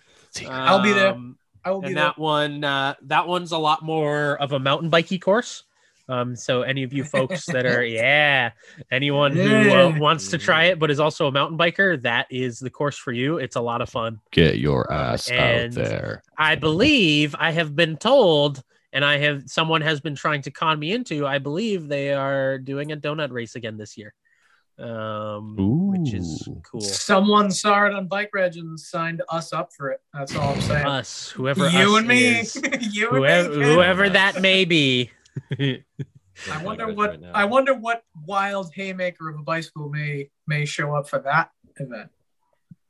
Speaker 3: I'll be there.
Speaker 2: Um,
Speaker 3: I will be
Speaker 2: and
Speaker 3: there.
Speaker 2: that one uh that one's a lot more of a mountain bikey course um so any of you folks that
Speaker 3: [LAUGHS]
Speaker 2: are yeah anyone who uh,
Speaker 3: Yeah.
Speaker 2: wants to try it but is also a mountain biker that is the course for you it's a lot of fun
Speaker 1: Get your
Speaker 2: Uh,
Speaker 1: ass
Speaker 2: and-
Speaker 1: out there.
Speaker 2: I believe I have been told, and I have someone has been trying to con me into. I believe they are doing a donut race again this year, um, which is
Speaker 1: Ooh.
Speaker 2: cool.
Speaker 3: Someone saw it on Bike Reg and signed us up for it. That's all I'm saying.
Speaker 2: Us, Uh, whoever
Speaker 3: you
Speaker 2: us
Speaker 3: and me.
Speaker 2: is,
Speaker 3: [LAUGHS] you
Speaker 2: whoever,
Speaker 3: and me. Ken.
Speaker 2: whoever that may
Speaker 3: [LAUGHS]
Speaker 2: be.
Speaker 3: I wonder what
Speaker 1: Right now.
Speaker 3: I wonder what wild haymaker of a bicycle may may show up for that event.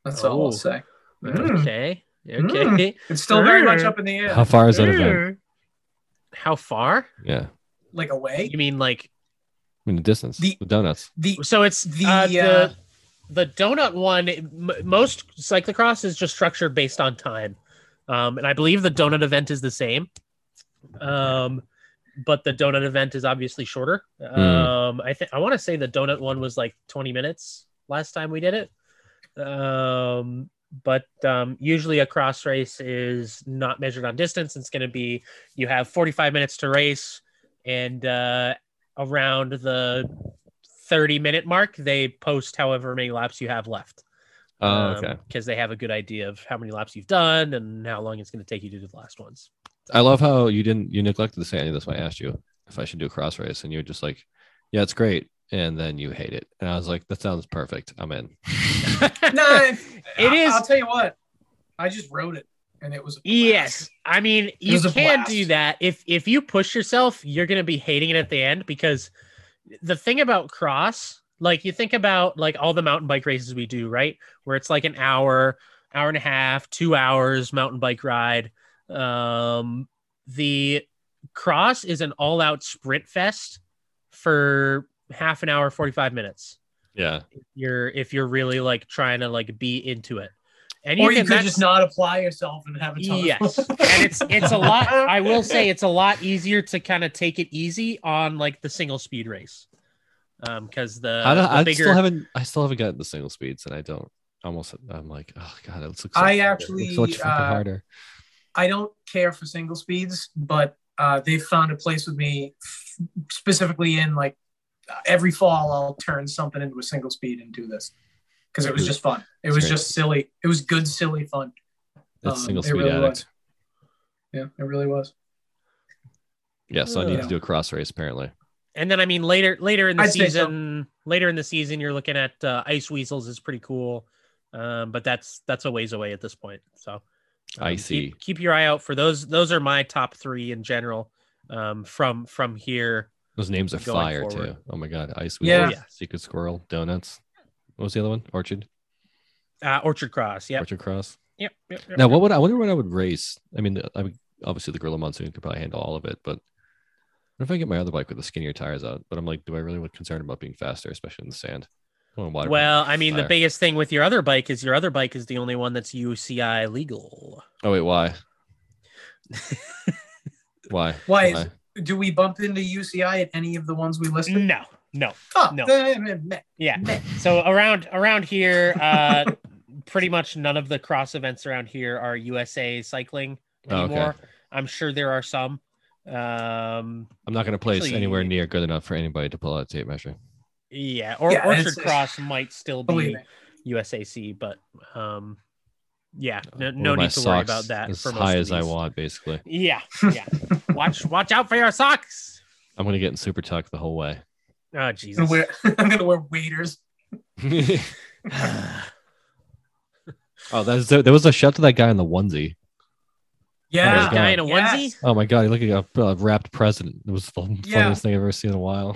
Speaker 3: That's all
Speaker 2: Oh.
Speaker 3: I'll say. Mm.
Speaker 2: Okay. Okay.
Speaker 3: It's still very much up in the air.
Speaker 1: How far is that event?
Speaker 2: How far?
Speaker 1: Yeah, I
Speaker 3: Like away.
Speaker 2: You mean like
Speaker 1: mean the distance, the,
Speaker 3: The-
Speaker 1: donuts.
Speaker 3: [LAUGHS] The
Speaker 2: so? It's the
Speaker 3: The,
Speaker 2: uh, the,
Speaker 3: uh,
Speaker 2: the donut one. m- most cyclocross is just structured based on time, um, and I believe the donut event is the same. Um, but the donut event is obviously shorter.
Speaker 1: Hmm.
Speaker 2: Um, I think I want to say the donut one was like 20 minutes last time we did it. Um, but um, usually a cross race is not measured on distance. It's going to be you have 45 minutes to race, and uh, around the 30 minute mark, they post however many laps you have left.
Speaker 3: Um,
Speaker 1: Oh, okay.
Speaker 2: Because they have a good idea of how many laps you've done and how long it's going to take you to do the last ones.
Speaker 1: I love how you didn't you neglected to say any of this when I asked you if I should do a cross race, and you're just like, yeah, it's great, and then you hate it, and I was like, that sounds perfect. I'm in.
Speaker 3: no, it
Speaker 2: [LAUGHS] It is-
Speaker 3: I'll tell you what. I just wrote it, and it was a blast.
Speaker 2: Yes, I mean you
Speaker 3: was a
Speaker 2: can
Speaker 3: blast.
Speaker 2: do that if if you push yourself, you're gonna be hating it at the end because the thing about cross, like you think about like all the mountain bike races we do, right? Where it's like an hour, hour and a half, two hours mountain bike ride. Um, the cross is an all out sprint fest for half an hour, forty five minutes.
Speaker 1: Yeah,
Speaker 2: You're if you're really like trying to like be into it, and
Speaker 3: Or you
Speaker 2: even
Speaker 3: could
Speaker 2: that's-
Speaker 3: just not apply yourself and have a ton. of-
Speaker 2: yes and it's it's a lot i will say
Speaker 3: [LAUGHS]
Speaker 2: it's a lot easier to kind of take it easy on like the single speed race um because the,
Speaker 1: I, don't,
Speaker 2: the
Speaker 1: I
Speaker 2: bigger
Speaker 1: still haven't I still haven't gotten the single speeds, and I don't almost I'm like, oh god, it looks. So
Speaker 3: I
Speaker 1: it looks
Speaker 3: actually,
Speaker 1: so much fucking
Speaker 3: uh,
Speaker 1: harder.
Speaker 3: [LAUGHS] I don't care for single speeds, but uh, they've found a place with me f- specifically in like uh, every fall. I'll turn something into a single speed and do this because it was just fun. It was
Speaker 1: Great.
Speaker 3: just silly. It was good, silly fun.
Speaker 1: It's
Speaker 3: um,
Speaker 1: single
Speaker 3: it
Speaker 1: speed
Speaker 3: really
Speaker 1: addict.
Speaker 3: was. Yeah, it really was.
Speaker 1: Yeah, so I need
Speaker 3: Yeah.
Speaker 1: to do a cross race
Speaker 2: Um,
Speaker 1: apparently.
Speaker 2: and then i mean later later in the
Speaker 3: I'd say so.
Speaker 2: season later in the season you're looking at uh, ice weasels is pretty cool um but that's that's a ways away at this point so um,
Speaker 1: I
Speaker 2: keep-
Speaker 1: see.
Speaker 2: keep, your eye out for those those are my top three in general um from from here
Speaker 1: Those names are
Speaker 2: Going
Speaker 1: fire
Speaker 2: forward.
Speaker 1: too. Oh my god, ice
Speaker 3: Yeah.
Speaker 1: Weasel, secret squirrel, donuts. What was the other one? Orchard,
Speaker 2: uh orchard cross yep
Speaker 1: Orchard Cross.
Speaker 2: yep, yep, yep
Speaker 1: Now, what would I wonder? What I would race? I mean, I would, obviously the Gorilla Monsoon could probably handle all of it, but what if I get my other bike with the skinnier tires out? But I'm like, do I really want concern about being faster, especially in the sand? I want wider-
Speaker 2: Well, I mean, the
Speaker 1: Fire.
Speaker 2: biggest thing with your other bike is your other bike is the only one that's UCI legal.
Speaker 1: Oh wait, why? why?
Speaker 3: Why is- Do we bump into UCI at any of the ones we listed?
Speaker 2: No, no,
Speaker 3: Oh,
Speaker 2: Mm, no.
Speaker 3: eh, meh, meh,
Speaker 2: yeah.
Speaker 3: meh.
Speaker 2: So around around here,
Speaker 1: [LAUGHS]
Speaker 2: uh, pretty much none of the cross events around here are USA cycling
Speaker 1: Oh, okay.
Speaker 2: anymore. I'm sure there are some. Um,
Speaker 1: I'm not going to place
Speaker 2: Actually-
Speaker 1: anywhere near good enough for anybody to pull out a tape measure.
Speaker 2: yeah, or
Speaker 3: Yeah,
Speaker 2: Orchard
Speaker 3: it's-
Speaker 2: Cross might still
Speaker 3: Believe
Speaker 2: be
Speaker 3: me.
Speaker 2: USAC, but um, yeah, no,
Speaker 1: Wear
Speaker 2: no
Speaker 1: Uh, my
Speaker 2: need to worry
Speaker 1: socks
Speaker 2: about that.
Speaker 1: As
Speaker 2: for most
Speaker 1: high
Speaker 2: of
Speaker 1: as I
Speaker 2: these.
Speaker 1: want, basically.
Speaker 2: Yeah,
Speaker 1: [LAUGHS]
Speaker 2: yeah. watch watch out for your socks.
Speaker 1: I'm going to get in super tuck the whole way. [LAUGHS]
Speaker 2: Oh
Speaker 3: I'm
Speaker 2: Jesus.
Speaker 3: gonna wear, [LAUGHS] I'm gonna wear waders.
Speaker 2: [SIGHS]
Speaker 3: [SIGHS]
Speaker 1: [LAUGHS] oh, that's there was a shout to that guy in the onesie.
Speaker 3: Yeah,
Speaker 1: God.
Speaker 2: guy in a
Speaker 3: Yes.
Speaker 2: onesie.
Speaker 1: Oh my god, he looked like a uh, wrapped president. It was the
Speaker 3: Yeah.
Speaker 1: funniest thing I've ever seen in a while.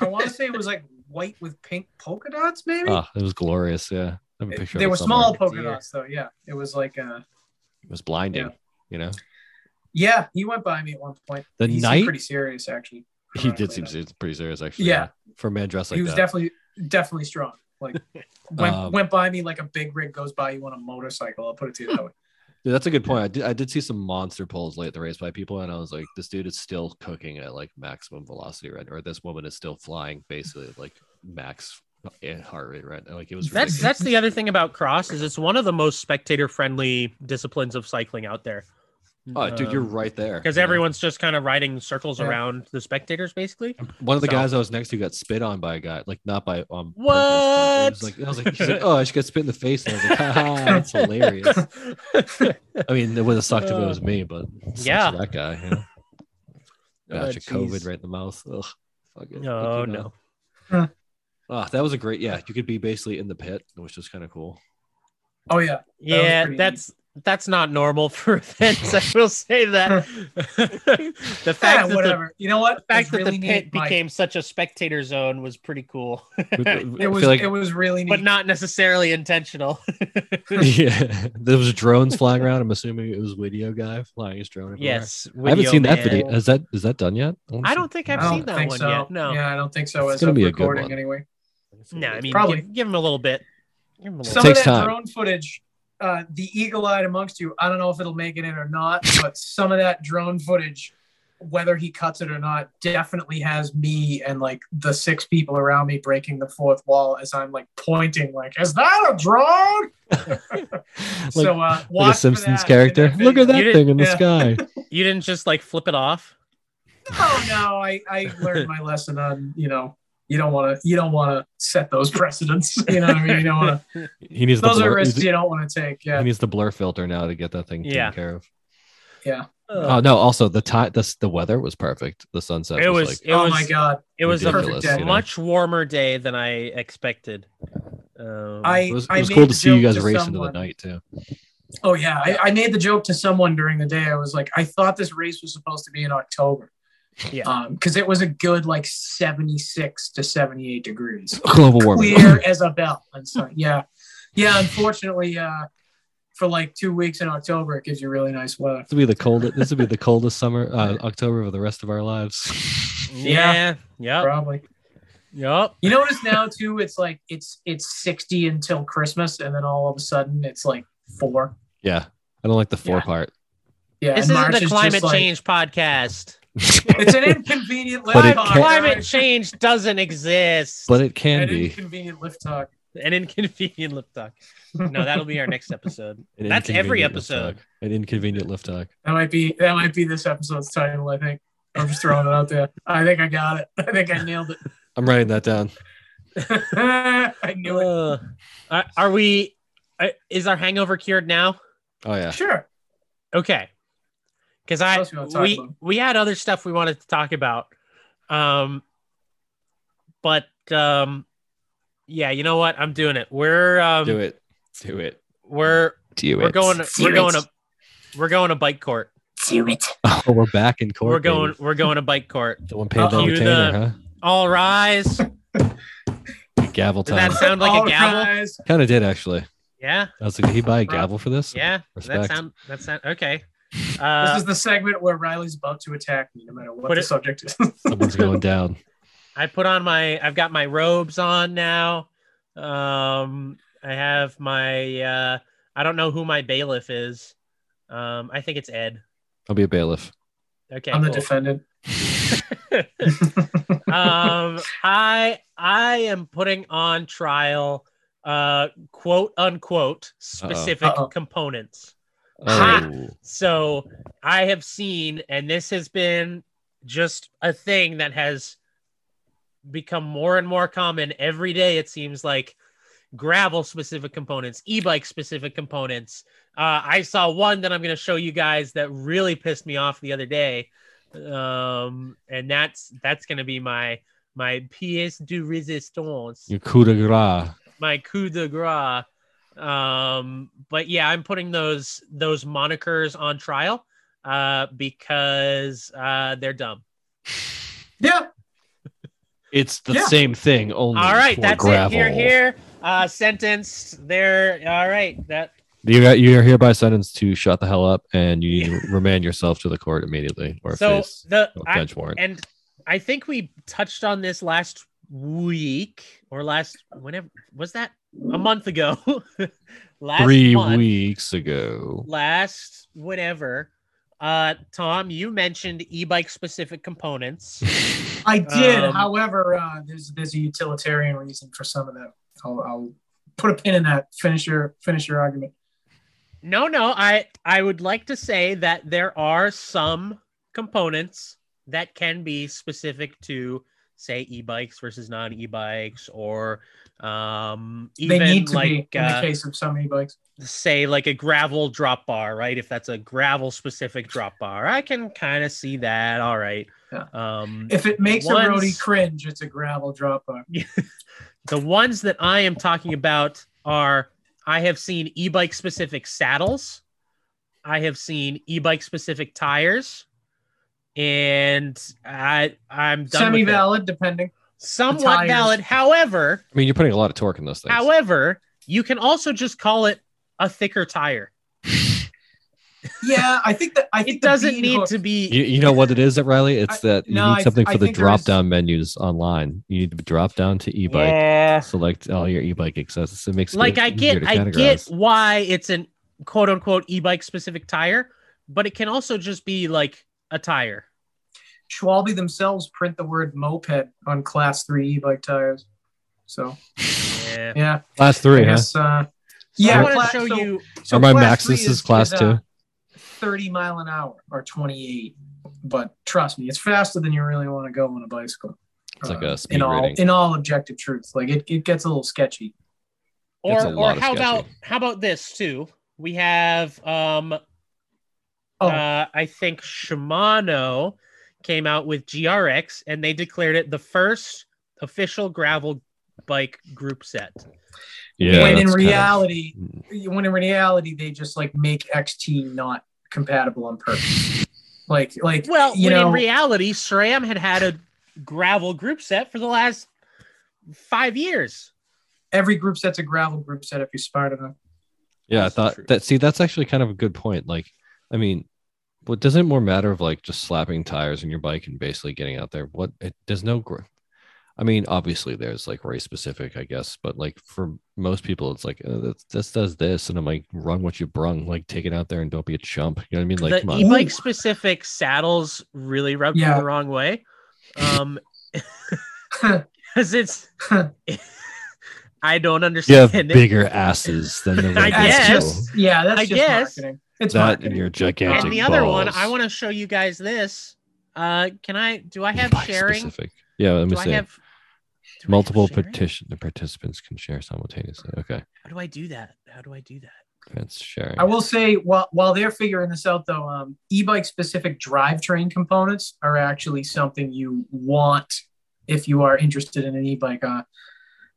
Speaker 3: I want to say it was like white with pink polka dots,
Speaker 1: [LAUGHS]
Speaker 3: maybe.
Speaker 1: Ah, it was glorious. Yeah, I have a picture.
Speaker 3: they
Speaker 1: of it
Speaker 3: were
Speaker 1: somewhere.
Speaker 3: small polka
Speaker 2: Dear.
Speaker 3: dots, though. Yeah, it was like uh,
Speaker 1: It was blinding.
Speaker 3: Yeah.
Speaker 1: You know,
Speaker 3: Yeah, he went by me at one point.
Speaker 1: The
Speaker 3: he seemed
Speaker 1: night-
Speaker 3: pretty serious, actually.
Speaker 1: he did
Speaker 3: Ironically
Speaker 1: seem
Speaker 3: enough.
Speaker 1: se- pretty serious actually.
Speaker 3: Yeah.
Speaker 1: for a man dressed like
Speaker 3: he was
Speaker 1: that.
Speaker 3: definitely definitely strong.
Speaker 1: [LAUGHS]
Speaker 3: Like went,
Speaker 1: Um,
Speaker 3: went by me like a big rig goes by you on a motorcycle. I'll put it to you
Speaker 1: [LAUGHS]
Speaker 3: that way.
Speaker 1: Dude, that's a good point. I did, I did see some monster pulls late at the race by people, and I was like, this dude is still cooking at like maximum velocity, right? Or this woman is still flying basically at, like max eh, heart rate, right? Like it was.
Speaker 2: That's
Speaker 1: ridiculous.
Speaker 2: that's the other thing about cross is it's one of the most spectator friendly disciplines of cycling out there.
Speaker 1: Oh, dude, you're
Speaker 2: um,
Speaker 1: right there.
Speaker 2: Because
Speaker 1: you know?
Speaker 2: everyone's just kind of riding circles
Speaker 3: Yeah.
Speaker 2: around the spectators,
Speaker 3: [LAUGHS]
Speaker 2: basically. Oh,
Speaker 1: One of the
Speaker 2: So-
Speaker 1: guys I was next to got spit on by a guy, like not by on purpose,
Speaker 2: What?
Speaker 1: but it was like I was like, he's like, oh, I just got spit in the face, and I was like, ha,
Speaker 2: [LAUGHS]
Speaker 1: ha, that's hilarious. I mean, it would have sucked if it was me, but it sucks
Speaker 2: Uh, Yeah.
Speaker 1: for that guy, you know,
Speaker 2: [LAUGHS] Oh,
Speaker 1: gotcha, COVID
Speaker 2: jeez.
Speaker 1: right in the mouth. Ugh, fuck it. Fuck
Speaker 2: Oh
Speaker 1: you,
Speaker 2: no.
Speaker 1: Ah, that was
Speaker 2: [LAUGHS]
Speaker 1: a great. Yeah, you could be basically in the pit, which was kind of cool.
Speaker 3: Oh yeah, was
Speaker 2: Yeah,
Speaker 3: pretty
Speaker 2: that's that's not normal for [LAUGHS] events. I will say
Speaker 3: [LAUGHS]
Speaker 2: that the fact
Speaker 3: Ah,
Speaker 2: that the
Speaker 3: whatever. you know what?
Speaker 2: The fact
Speaker 3: It's really
Speaker 2: that the
Speaker 3: neat,
Speaker 2: pit
Speaker 3: Mike.
Speaker 2: became such a spectator zone was pretty
Speaker 3: [LAUGHS]
Speaker 2: cool,
Speaker 3: it was
Speaker 1: like, [LAUGHS]
Speaker 3: it was really neat.
Speaker 2: but not necessarily intentional.
Speaker 1: yeah, there was drones flying around. I'm assuming it was video guy flying his drone. everywhere.
Speaker 2: yes,
Speaker 1: I haven't
Speaker 2: Video
Speaker 1: seen that
Speaker 2: Man.
Speaker 1: video. Is that is that done yet? wanna
Speaker 2: I
Speaker 1: see-
Speaker 2: don't think
Speaker 3: I
Speaker 2: I've
Speaker 3: don't
Speaker 2: seen that
Speaker 3: think
Speaker 2: one
Speaker 3: so.
Speaker 2: yet. No,
Speaker 3: Yeah, I don't think so.
Speaker 1: It's
Speaker 3: as
Speaker 1: gonna
Speaker 3: of
Speaker 1: be a good
Speaker 3: recording
Speaker 1: one.
Speaker 3: anyway.
Speaker 2: no. I mean,
Speaker 3: Probably.
Speaker 2: give, give him a little bit. Give him a little
Speaker 3: Some
Speaker 1: Take-
Speaker 2: bit.
Speaker 1: takes
Speaker 3: of that
Speaker 1: time.
Speaker 3: drone footage, uh, the eagle-eyed amongst you. I don't know if it'll make it in or not, but some of that drone footage, whether he cuts it or not, definitely has me and like the six people around me breaking the fourth wall as I'm like pointing, like, "Is that a drone?"
Speaker 1: [LAUGHS] like,
Speaker 3: so uh,
Speaker 1: like a
Speaker 3: watch for
Speaker 1: Simpsons
Speaker 3: that in
Speaker 1: character.
Speaker 3: video.
Speaker 1: Look at
Speaker 2: You
Speaker 1: that
Speaker 2: did-
Speaker 1: thing in the
Speaker 3: yeah.
Speaker 1: sky.
Speaker 2: You didn't just like flip it off.
Speaker 3: Oh no, I I learned my lesson on you know. You don't want to. You don't want to set those [LAUGHS] precedents. You know what I mean. You don't want to.
Speaker 1: [LAUGHS] He needs
Speaker 3: Those
Speaker 1: the
Speaker 3: are
Speaker 1: blur.
Speaker 3: risks
Speaker 1: He
Speaker 3: you don't want to take. Yeah.
Speaker 1: needs the blur filter now to get that thing
Speaker 2: Yeah.
Speaker 1: taken care of. Oh
Speaker 2: Ugh.
Speaker 1: no! Also, the time, the the weather was perfect. The sunset.
Speaker 2: it
Speaker 1: was,
Speaker 2: was.
Speaker 1: like,
Speaker 2: It
Speaker 3: oh
Speaker 2: was.
Speaker 3: my god.
Speaker 2: It was a
Speaker 1: ridiculous,
Speaker 3: you know?
Speaker 2: much warmer day than I expected. Um,
Speaker 3: I
Speaker 1: it was,
Speaker 3: I
Speaker 1: it was
Speaker 3: made
Speaker 1: cool to
Speaker 3: the
Speaker 1: see you
Speaker 3: joke
Speaker 1: guys
Speaker 3: to
Speaker 1: race into
Speaker 3: someone-
Speaker 1: the night too. [LAUGHS]
Speaker 3: Oh yeah, I, I made the joke to someone during the day. I was like, I thought this race was supposed to be in October,
Speaker 2: yeah.
Speaker 3: because it was a good like seventy six to seventy eight degrees,
Speaker 1: Global warming.
Speaker 3: clear as a bell. And so yeah, yeah. Unfortunately, uh, for like two weeks in October, it gives you really nice weather.
Speaker 1: This would be the coldest. This would
Speaker 2: [LAUGHS]
Speaker 1: be the coldest summer, uh, October of the rest of our lives. [LAUGHS]
Speaker 2: yeah. Yep.
Speaker 3: Probably.
Speaker 2: Yep.
Speaker 3: You notice now too, it's like it's it's sixty until Christmas, and then all of a sudden it's like four.
Speaker 1: Yeah, I don't like the four
Speaker 3: Yeah.
Speaker 1: part.
Speaker 3: Yeah,
Speaker 2: This
Speaker 3: and
Speaker 2: isn't
Speaker 3: March
Speaker 2: the
Speaker 3: is just,
Speaker 2: climate
Speaker 3: like-
Speaker 2: change podcast.
Speaker 3: It's an inconvenient lift
Speaker 1: But it
Speaker 3: talk.
Speaker 1: can't-
Speaker 2: climate
Speaker 3: right?
Speaker 2: change doesn't exist.
Speaker 1: But it can
Speaker 3: An
Speaker 1: be
Speaker 3: inconvenient lift uh, talk.
Speaker 2: an inconvenient lip talk. No, that'll be our next
Speaker 3: [LAUGHS]
Speaker 2: episode.
Speaker 1: an
Speaker 2: That's every
Speaker 1: inconvenient lift
Speaker 2: episode.
Speaker 1: talk. An inconvenient lift talk.
Speaker 3: That might be that might be this episode's title. I think I'm just throwing it out there. I think I got it. I think I nailed it.
Speaker 1: I'm writing that down.
Speaker 3: [LAUGHS] I knew it.
Speaker 2: Ugh. Uh, are, are we? uh, Is our hangover cured now?
Speaker 1: Oh yeah.
Speaker 3: Sure.
Speaker 2: Okay, because
Speaker 3: What
Speaker 2: I
Speaker 3: else we wanna talk
Speaker 2: we
Speaker 3: about?
Speaker 2: we had other stuff we wanted to talk about, um, but um, yeah, you know what? I'm doing it. We're um,
Speaker 1: Do it. Do it.
Speaker 2: we're
Speaker 1: Do
Speaker 2: we're going
Speaker 3: Do
Speaker 2: we're
Speaker 3: it.
Speaker 2: going to we're going to bike court.
Speaker 3: Do it.
Speaker 1: [LAUGHS] Oh, we're back in court.
Speaker 2: We're going
Speaker 1: baby.
Speaker 2: we're going to bike court.
Speaker 1: Someone paid that
Speaker 3: Uh-oh.
Speaker 1: retainer,
Speaker 2: All rise. Did
Speaker 1: huh? Gavel time.
Speaker 2: that sound like a gavel?
Speaker 1: Kind of did actually.
Speaker 2: Yeah,
Speaker 1: I was like, did he buy a
Speaker 3: Bro.
Speaker 1: gavel for this?
Speaker 2: yeah. That
Speaker 1: Respect.
Speaker 2: sound that sound okay. Uh,
Speaker 3: this is the segment where Riley's about to attack me, no matter what
Speaker 2: Put
Speaker 3: the
Speaker 2: it-
Speaker 3: subject is. [LAUGHS]
Speaker 1: Someone's going down.
Speaker 2: I put on my I've got my robes on now. Um I have my uh I don't know who my bailiff is. Um I think it's Ed.
Speaker 1: I'll be a bailiff.
Speaker 2: Okay.
Speaker 3: I'm the
Speaker 2: cool.
Speaker 3: defendant.
Speaker 2: um I I am putting on trial uh quote unquote specific
Speaker 3: Uh-oh.
Speaker 2: components. Ha!
Speaker 1: Oh,
Speaker 2: So I have seen, and this has been just a thing that has become more and more common every day. It seems like gravel specific components, e bike specific components. Uh, I saw one that I'm going to show you guys that really pissed me off the other day, um, and that's that's going to be my my pièce de résistance
Speaker 1: you coup de grace.
Speaker 2: my coup de grace. Um, but yeah, I'm putting those those monikers on trial uh, because uh, they're dumb.
Speaker 3: Yeah.
Speaker 1: It's the
Speaker 3: Yeah.
Speaker 1: same thing. Only
Speaker 2: all right,
Speaker 1: for
Speaker 2: that's
Speaker 1: gravel.
Speaker 2: it. Here, here. Uh, sentence. There. All right. That.
Speaker 1: You are, you are hereby sentenced to shut the hell up, and you need to [LAUGHS] remand yourself to the court immediately, or
Speaker 2: so
Speaker 1: face
Speaker 2: the
Speaker 1: a
Speaker 2: I,
Speaker 1: bench warrant.
Speaker 2: and I think we touched on this last week or last whenever was that a month ago? [LAUGHS] last
Speaker 1: Three
Speaker 2: month.
Speaker 1: weeks ago, [LAUGHS]
Speaker 2: last whatever uh tom you mentioned e-bike specific components
Speaker 3: I did.
Speaker 2: Um,
Speaker 3: However, uh, there's there's a utilitarian reason for some of that. I'll, I'll put a pin in that. Finish your finish your argument.
Speaker 2: no no i i would like to say that there are some components that can be specific to say e-bikes versus non-e-bikes or um even
Speaker 3: they need to
Speaker 2: like
Speaker 3: be in
Speaker 2: uh,
Speaker 3: the case of some e-bikes.
Speaker 2: say like a gravel drop bar, right? If that's a gravel specific drop bar, I can kind of see that. All right.
Speaker 3: Yeah.
Speaker 2: Um,
Speaker 3: If it makes a
Speaker 2: Once-
Speaker 3: roadie cringe, it's a gravel drop bar.
Speaker 2: The ones that I am talking about are I have seen e-bike specific saddles. I have seen e-bike specific tires, and I I'm done
Speaker 3: Semi
Speaker 2: with it.
Speaker 3: valid, depending.
Speaker 2: somewhat
Speaker 3: tires.
Speaker 2: valid. However,
Speaker 1: I mean, you're putting a lot of torque in those things.
Speaker 2: however, you can also just call it a thicker tire.
Speaker 3: Yeah, I think that I think
Speaker 2: It
Speaker 3: the
Speaker 2: doesn't
Speaker 3: bean
Speaker 2: need
Speaker 3: hook-
Speaker 2: to be.
Speaker 1: you, you know what it is, that Riley? It's that you
Speaker 3: no, I
Speaker 1: need
Speaker 3: th-
Speaker 1: something
Speaker 3: I
Speaker 1: for the
Speaker 3: think there is-
Speaker 1: drop down menus online. You need to drop down to e-bike,
Speaker 2: Yeah.
Speaker 1: select all your e-bike accessories. It makes it
Speaker 2: like I
Speaker 1: easier
Speaker 2: get
Speaker 1: to
Speaker 2: I get
Speaker 1: categorize.
Speaker 2: why it's an quote unquote e-bike specific tire, but it can also just be like a tire.
Speaker 3: Schwalbe themselves print the word moped on class three e-bike tires. So
Speaker 2: Yeah.
Speaker 3: yeah,
Speaker 1: class
Speaker 3: I
Speaker 1: three, huh?
Speaker 3: guess, uh,
Speaker 2: I
Speaker 3: yeah.
Speaker 2: want to
Speaker 3: class-
Speaker 2: show
Speaker 3: so-
Speaker 2: you
Speaker 3: so
Speaker 1: Are my
Speaker 3: class
Speaker 1: max
Speaker 3: three
Speaker 1: this is class
Speaker 3: uh,
Speaker 1: two?
Speaker 3: Thirty mile an hour or twenty-eight, but trust me, it's faster than you really want to go on a bicycle. Uh,
Speaker 1: It's like a speed
Speaker 3: in all
Speaker 1: rating.
Speaker 3: in all objective truth, like it, it gets a little sketchy.
Speaker 1: It's a
Speaker 2: or or
Speaker 1: lot
Speaker 2: how
Speaker 1: of
Speaker 2: about
Speaker 1: sketching.
Speaker 2: how about this too? We have um
Speaker 3: Oh,
Speaker 2: uh, I think Shimano came out with GRX and they declared it the first official gravel bike group set.
Speaker 1: Yeah, that's Mm.
Speaker 3: when in
Speaker 1: kind of-
Speaker 3: reality, when in reality they just like make XT not compatible on purpose. Like like
Speaker 2: Well,
Speaker 3: you
Speaker 2: when
Speaker 3: know
Speaker 2: in reality, SRAM had had a gravel group set for the last five years.
Speaker 3: every group set's a gravel group set if you're smart enough.
Speaker 1: Yeah, I
Speaker 2: That's
Speaker 1: thought
Speaker 2: true.
Speaker 1: that. See, that's actually kind of a good point. Like, I mean, what doesn't it more matter of like just slapping tires on your bike and basically getting out there? What it, there's no. gr- I mean, obviously there's like race specific, I guess, but like for most people, it's like uh, this, this does this, and I'm like run what you brung, like take it out there and don't be a chump. You know what I mean? Like, come
Speaker 2: the
Speaker 1: on.
Speaker 2: e bike
Speaker 3: Ooh.
Speaker 2: specific saddles really rubbed me
Speaker 3: Yeah.
Speaker 2: the wrong way. Um, [LAUGHS]
Speaker 3: [LAUGHS]
Speaker 2: because it's, I
Speaker 1: you
Speaker 2: don't
Speaker 1: have
Speaker 2: understand it.
Speaker 1: bigger asses
Speaker 2: [LAUGHS]
Speaker 1: than the. regular
Speaker 2: guess.
Speaker 1: people.
Speaker 3: That's just yeah, that's
Speaker 2: I
Speaker 3: just
Speaker 2: guess.
Speaker 3: marketing. It's
Speaker 1: that
Speaker 3: marketing.
Speaker 1: and your gigantic.
Speaker 2: And the other one,
Speaker 1: balls.
Speaker 2: I want to show you guys this. Uh, can I do I have
Speaker 1: Bike
Speaker 2: sharing?
Speaker 1: specific. Yeah, let me
Speaker 2: do I
Speaker 1: see.
Speaker 2: have do I have
Speaker 1: Multiple
Speaker 2: sharing?
Speaker 1: petition the participants can share simultaneously. Okay.
Speaker 2: How do I do that? How do I do that?
Speaker 1: That's sharing.
Speaker 3: I will say while while they're figuring this out though, um, e-bike specific drivetrain components are actually something you want if you are interested in an e-bike. Uh,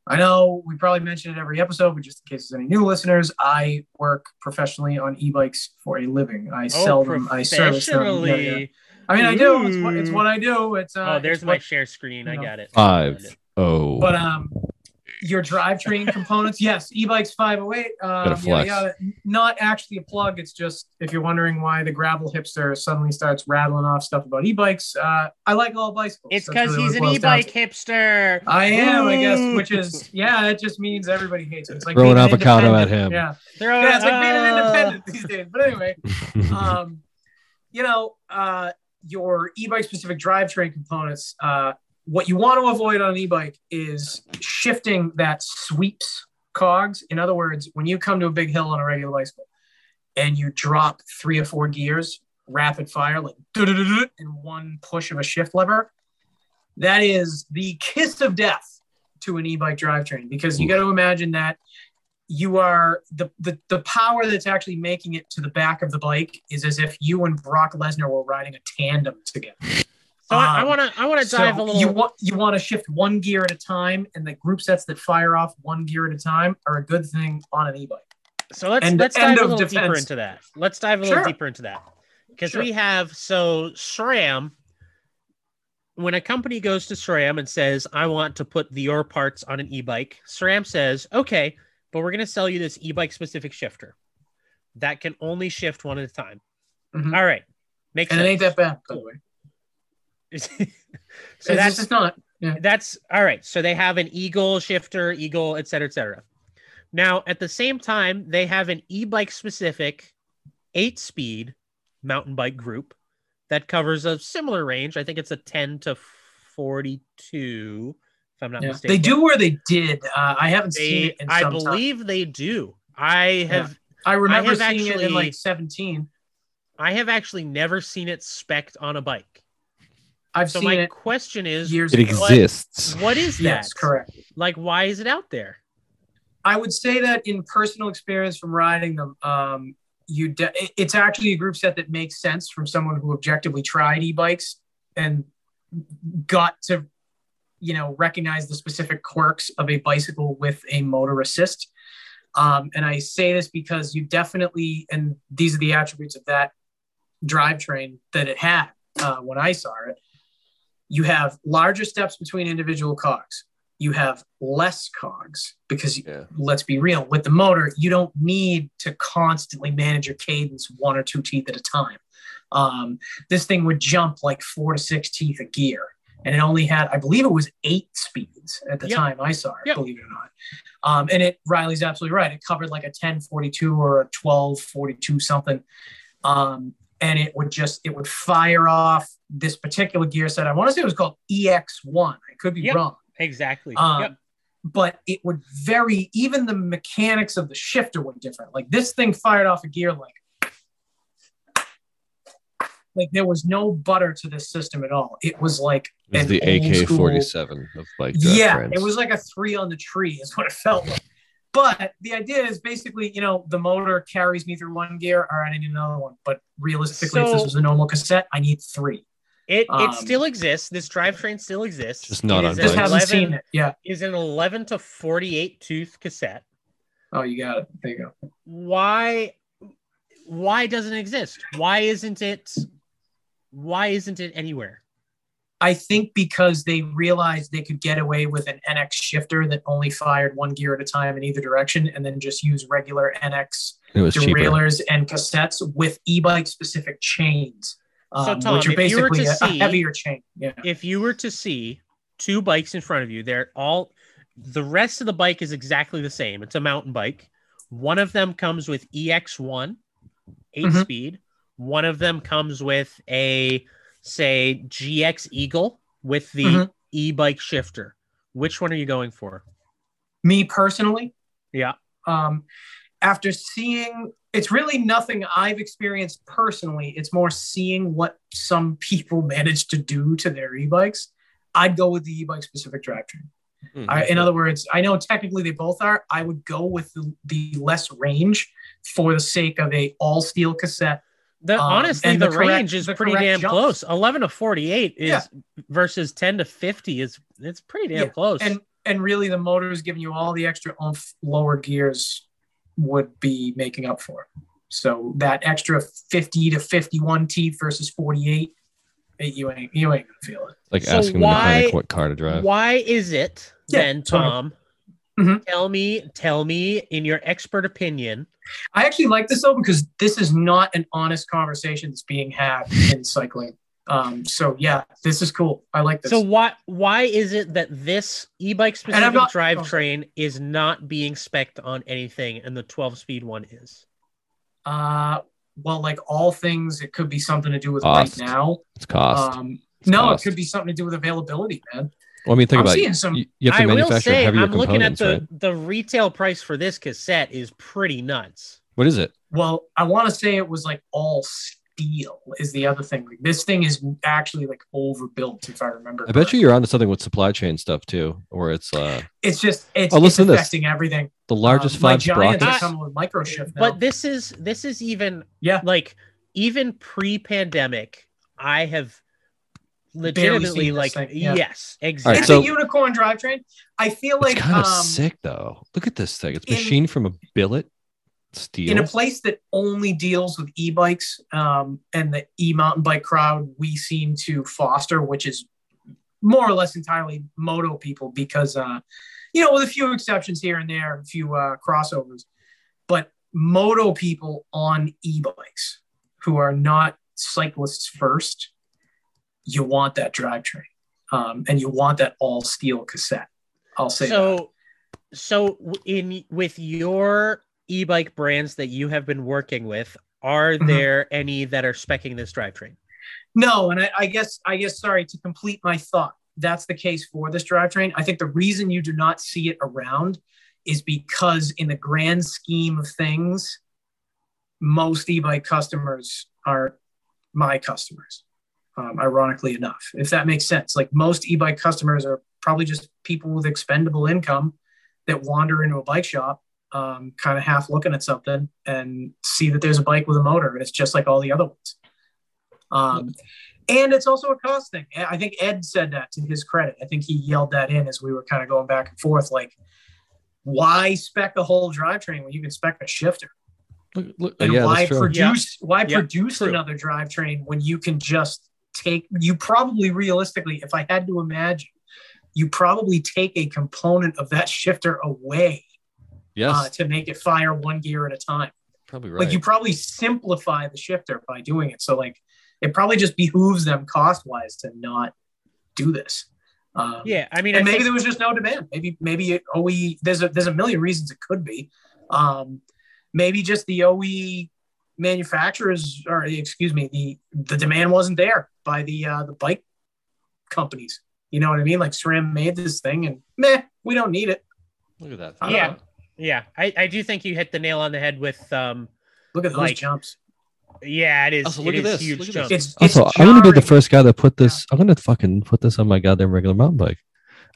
Speaker 3: I know we probably mention it every episode, but just in case there's any new listeners, I work professionally on e-bikes for a living. I sell them. I service them. Yeah, yeah.
Speaker 2: Oh, professionally.
Speaker 3: I mean, I do. It's what, it's
Speaker 2: Ooh.
Speaker 3: what I do. It's uh,
Speaker 2: Oh, there's
Speaker 3: it's
Speaker 2: my
Speaker 3: what-
Speaker 2: share screen. I
Speaker 3: you know.
Speaker 2: got it.
Speaker 1: Five. Oh,
Speaker 3: But um, your drivetrain components, yes, e-bikes 508. Um, yeah,
Speaker 1: flex.
Speaker 3: yeah, not actually a plug. It's just if you're wondering why the gravel hipster suddenly starts rattling off stuff about e-bikes, uh, I like all bicycles.
Speaker 2: It's
Speaker 3: That's
Speaker 2: because
Speaker 3: really
Speaker 2: he's
Speaker 3: what
Speaker 2: an
Speaker 3: it boils down
Speaker 2: e-bike
Speaker 3: to.
Speaker 2: hipster.
Speaker 3: I am, I
Speaker 2: Ooh.
Speaker 3: guess, which is yeah, that just means everybody hates it. It's like
Speaker 1: Throw an
Speaker 3: being an
Speaker 1: avocado at him.
Speaker 3: independent. Yeah,
Speaker 2: Throw
Speaker 3: yeah, it's like being
Speaker 2: uh,
Speaker 3: an independent these days. But anyway,
Speaker 1: [LAUGHS]
Speaker 3: um, you know, uh, your e-bike specific drivetrain components. Uh, what you want to avoid on an e-bike is shifting that sweeps cogs. In other words, when you come to a big hill on a regular bicycle and you drop three or four gears rapid fire, like [LAUGHS] "Du-du-du-du-du," in one push of a shift lever, that is the kiss of death to an e-bike drivetrain because you got to imagine that you are the, the the power that's actually making it to the back of the bike is as if you and Brock Lesnar were riding a tandem together.
Speaker 2: So I
Speaker 3: um,
Speaker 2: want to. I want to dive
Speaker 3: So
Speaker 2: a little.
Speaker 3: You want you want to shift one gear at a time, and the group sets that fire off one gear at a time are a good thing on an e-bike.
Speaker 2: so let's
Speaker 3: and
Speaker 2: let's dive
Speaker 3: end
Speaker 2: a
Speaker 3: of
Speaker 2: little deeper
Speaker 3: defense.
Speaker 2: into that. Let's dive a little
Speaker 3: Sure.
Speaker 2: deeper into that because
Speaker 3: Sure.
Speaker 2: we have so SRAM. When a company goes to SRAM and says, "I want to put the your parts on an e-bike," SRAM says, "Okay, but we're going to sell you this e-bike specific shifter that can only shift one at a time."
Speaker 3: Mhm.
Speaker 2: All right, makes
Speaker 3: And it
Speaker 2: sense.
Speaker 3: ain't
Speaker 2: [LAUGHS]
Speaker 3: that bad, by the way.
Speaker 2: so
Speaker 3: it's
Speaker 2: that's
Speaker 3: just not.
Speaker 2: that's all right. So they have an Eagle shifter, Eagle, et cetera, et cetera. Now, at the same time, they have an e bike specific eight speed mountain bike group that covers a similar range. I think it's a 10 to 42, if I'm not
Speaker 3: yeah.
Speaker 2: mistaken.
Speaker 3: They do where they did. Uh, I haven't seen
Speaker 2: They,
Speaker 3: it in
Speaker 2: I
Speaker 3: some time.
Speaker 2: believe they do. I have
Speaker 3: I remember
Speaker 2: have
Speaker 3: seeing it
Speaker 2: actually-
Speaker 3: in like 17.
Speaker 2: I have actually never seen it specced on a bike.
Speaker 3: I've
Speaker 2: So
Speaker 3: seen
Speaker 2: my
Speaker 3: it
Speaker 2: question is
Speaker 3: years
Speaker 1: it
Speaker 3: ago.
Speaker 1: exists.
Speaker 2: what is that?
Speaker 3: Yes, correct.
Speaker 2: Like why is it out there?
Speaker 3: I would say that in personal experience from riding them, um, you de- it- it's actually a group set that makes sense from someone who objectively tried e-bikes and got to, you know, recognize the specific quirks of a bicycle with a motor assist. Um, and I say this because you definitely, and these are the attributes of that drivetrain that it had uh, when I saw it. You have larger steps between individual cogs. You have less cogs because
Speaker 1: Yeah.
Speaker 3: let's be real, with the motor, you don't need to constantly manage your cadence one or two teeth at a time. Um, this thing would jump like four to six teeth a gear. And it only had, I believe it was eight speeds at the
Speaker 2: Yeah.
Speaker 3: time I saw it,
Speaker 2: Yeah.
Speaker 3: believe it or not. Um, and it, Riley's absolutely right. It covered like a 1042 or a 1242 something. Um, and it would just, it would fire off this particular gear set. I want to say it was called EX1. I could be
Speaker 2: Yeah.
Speaker 3: wrong
Speaker 2: Exactly.
Speaker 3: um,
Speaker 2: Yep.
Speaker 3: but it would vary even the mechanics of the shifter were different like this thing fired off a gear like like there was no butter to this system at all it was like
Speaker 1: It's
Speaker 3: an
Speaker 1: the
Speaker 3: old
Speaker 1: AK
Speaker 3: school-
Speaker 1: forty seven of bike drive
Speaker 3: yeah
Speaker 1: friends.
Speaker 3: it was like a three on the tree is what it felt like but the idea is basically you know the motor carries me through one gear all right i need another one but realistically if
Speaker 2: So-
Speaker 3: this was a normal cassette i need three
Speaker 2: It
Speaker 3: um,
Speaker 2: it still exists. This drivetrain still exists.
Speaker 1: Just not
Speaker 2: It
Speaker 1: on
Speaker 2: is
Speaker 1: Just
Speaker 2: an
Speaker 3: just
Speaker 1: Right.
Speaker 3: haven't
Speaker 2: 11
Speaker 3: seen it yeah
Speaker 2: Is an eleven to forty eight tooth cassette.
Speaker 3: oh you got it there you go
Speaker 2: Why why doesn't it exist? Why isn't it? Why isn't it anywhere?
Speaker 3: I think because they realized they could get away with an NX shifter that only fired one gear at a time in either direction and then just use regular NX
Speaker 1: it was cheaper.
Speaker 3: derailleurs and cassettes with e bike specific chains,
Speaker 2: So,
Speaker 3: um,
Speaker 2: Tom,
Speaker 3: which are
Speaker 2: if you were
Speaker 3: basically
Speaker 2: to
Speaker 3: a, a
Speaker 2: see-
Speaker 3: heavier chain. Yeah.
Speaker 2: If you were to see two bikes in front of you, they're all the rest of the bike is exactly the same. It's a mountain bike. One of them comes with E EX1, 8
Speaker 3: Mhm.
Speaker 2: speed. One of them comes with a say GX Eagle with the
Speaker 3: Mhm.
Speaker 2: e-bike shifter. Which one are you going for?
Speaker 3: Me personally,
Speaker 2: Yeah.
Speaker 3: um, after seeing it's really nothing I've experienced personally. It's more seeing what some [LAUGHS] people manage to do to their e-bikes. I'd go with the e-bike specific drivetrain.
Speaker 1: Mhm.
Speaker 3: I, in other words, I know technically they both are. I would go with the, the less range for the sake of a all steel cassette.
Speaker 2: The
Speaker 3: Um,
Speaker 2: honestly,
Speaker 3: and
Speaker 2: the,
Speaker 3: the correct-
Speaker 2: range is
Speaker 3: the
Speaker 2: pretty
Speaker 3: correct
Speaker 2: damn
Speaker 3: jumps.
Speaker 2: close. Eleven to forty-eight is
Speaker 3: Yeah.
Speaker 2: versus ten to fifty is it's pretty damn
Speaker 3: Yeah,
Speaker 2: close.
Speaker 3: And and really, the motor is giving you all the extra oomph lower gears would be making up for. it. So that extra fifty to fifty-one teeth versus forty-eight, eh, you ain't you ain't gonna feel it.
Speaker 1: It's like
Speaker 2: So
Speaker 1: asking
Speaker 2: why-
Speaker 1: the mechanic what car to drive.
Speaker 2: Why is it
Speaker 3: Yeah,
Speaker 2: then,
Speaker 3: sorry.
Speaker 2: Tom?
Speaker 3: Mhm.
Speaker 2: Tell me, tell me, in your expert opinion,
Speaker 3: I actually like this though because this is not an honest conversation that's being had in cycling. Um, so yeah, this is cool. I like this.
Speaker 2: So why why is it that this e-bike specific
Speaker 3: not-
Speaker 2: drivetrain is not being specced on anything, and the 12 speed one is?
Speaker 3: Uh, well, like all things, it could be something to do with
Speaker 1: Cost.
Speaker 3: right now.
Speaker 1: It's cost.
Speaker 3: Um, no,
Speaker 1: cost.
Speaker 3: it could be something to do with availability, man.
Speaker 1: well, I mean, think
Speaker 3: I'm
Speaker 1: about
Speaker 3: seeing
Speaker 1: it.
Speaker 3: some.
Speaker 1: You, you have to
Speaker 2: I will
Speaker 1: manufacture
Speaker 2: say,
Speaker 1: heavier
Speaker 2: I'm looking at
Speaker 1: components,
Speaker 2: the
Speaker 1: right?
Speaker 2: the retail price for this cassette is pretty nuts.
Speaker 1: What is it?
Speaker 3: Well, I want to say it was like all steel is the other thing. Like this thing is actually like overbuilt, if I remember.
Speaker 1: I bet you
Speaker 3: correctly.
Speaker 1: you're onto something with supply chain stuff too, or it's uh,
Speaker 3: It's just it's,
Speaker 1: Oh, listen to
Speaker 3: it's
Speaker 1: this.
Speaker 3: affecting everything.
Speaker 1: the largest
Speaker 3: Um,
Speaker 1: five
Speaker 3: my giants
Speaker 1: sprockets.
Speaker 3: are coming with microchip now.
Speaker 2: But this is this is even
Speaker 3: Yeah.
Speaker 2: like even pre-pandemic, I have
Speaker 3: seen
Speaker 2: legitimately
Speaker 3: this
Speaker 2: like
Speaker 3: thing, yeah.
Speaker 2: yes,
Speaker 1: right,
Speaker 2: exactly.
Speaker 3: it's
Speaker 1: so-
Speaker 3: a unicorn drivetrain. I feel
Speaker 1: It's
Speaker 3: like
Speaker 1: kind of
Speaker 3: um,
Speaker 1: sick though. Look at this thing. It's
Speaker 3: in-
Speaker 1: machined from a billet steel.
Speaker 3: in a place that only deals with e-bikes um, and the e-mountain bike crowd we seem to foster which is more or less entirely moto people because uh, you know with a few exceptions here and there a few uh, crossovers but moto people on e-bikes who are not cyclists first you want that drivetrain um, and you want that all steel cassette i'll say that.
Speaker 2: so so w- in with your e-bike brands that you have been working with are
Speaker 3: Mhm.
Speaker 2: there any that are specking this drivetrain
Speaker 3: No, and I, I guess I guess sorry to complete my thought. That's the case for this drivetrain. I think the reason you do not see it around is because in the grand scheme of things, most e-bike customers are my customers. Um, ironically enough, if that makes sense, like most e-bike customers are probably just people with expendable income that wander into a bike shop, um, kind of half looking at something and see that there's a bike with a motor, and it's just like all the other ones. Um, and it's also a cost thing. I I think Ed said that to his credit. I think he yelled that in as we were kind of going back and forth. Like, why spec the whole drivetrain when you can spec a shifter?
Speaker 1: Look, look,
Speaker 3: And
Speaker 1: Uh, yeah,
Speaker 3: why
Speaker 1: that's true.
Speaker 3: produce why
Speaker 2: Yeah,
Speaker 3: produce
Speaker 2: true.
Speaker 3: another drivetrain when you can just take you probably realistically, if I had to imagine, you probably take a component of that shifter away
Speaker 1: yes,
Speaker 3: uh, to make it fire one gear at a time.
Speaker 1: probably right.
Speaker 3: Like you probably simplify the shifter by doing it. So like it probably just behooves them cost wise to not do this. Um,
Speaker 2: Yeah, I mean, I
Speaker 3: and maybe
Speaker 2: think-
Speaker 3: there was just no demand. Maybe maybe it- OE there's a there's a million reasons it could be. Um, maybe just the OE manufacturers or excuse me the the demand wasn't there by the uh, the bike companies. You know what I mean? Like SRAM made this thing and meh, we don't need it.
Speaker 1: look at that.
Speaker 3: I
Speaker 2: don't Yeah. know. yeah, I, I do think you hit the nail on the head with um.
Speaker 3: Look at those
Speaker 2: Like- um,
Speaker 3: jumps.
Speaker 2: Yeah, it is.
Speaker 1: Also,
Speaker 2: it
Speaker 1: look at
Speaker 2: is
Speaker 1: this,
Speaker 2: huge
Speaker 1: look at
Speaker 2: jump.
Speaker 1: this.
Speaker 3: It's, it's
Speaker 1: Also, I'm gonna be the
Speaker 3: jarring.
Speaker 1: first guy that put this. I'm gonna fucking put this on my goddamn regular mountain bike.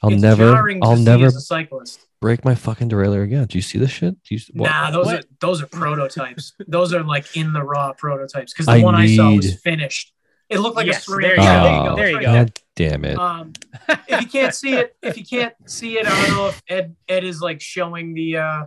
Speaker 1: I'll
Speaker 3: It's
Speaker 1: never,
Speaker 3: jarring to
Speaker 1: I'll
Speaker 3: see
Speaker 1: never
Speaker 3: as a cyclist.
Speaker 1: break my fucking derailleur again. Do you see this shit? Do you, what?
Speaker 3: Nah, those
Speaker 2: What?
Speaker 3: are those are prototypes. those are like in the raw prototypes because the
Speaker 1: I
Speaker 3: one I saw was
Speaker 1: need-
Speaker 3: finished. It looked like
Speaker 2: Yes,
Speaker 3: a ceramic.
Speaker 2: there
Speaker 1: you
Speaker 3: Yeah,
Speaker 1: go.
Speaker 2: There you
Speaker 3: That's
Speaker 2: go.
Speaker 3: right.
Speaker 1: Oh, God damn it!
Speaker 3: Um, if you can't see it, if you can't see it, I don't know if Ed Ed is like showing the uh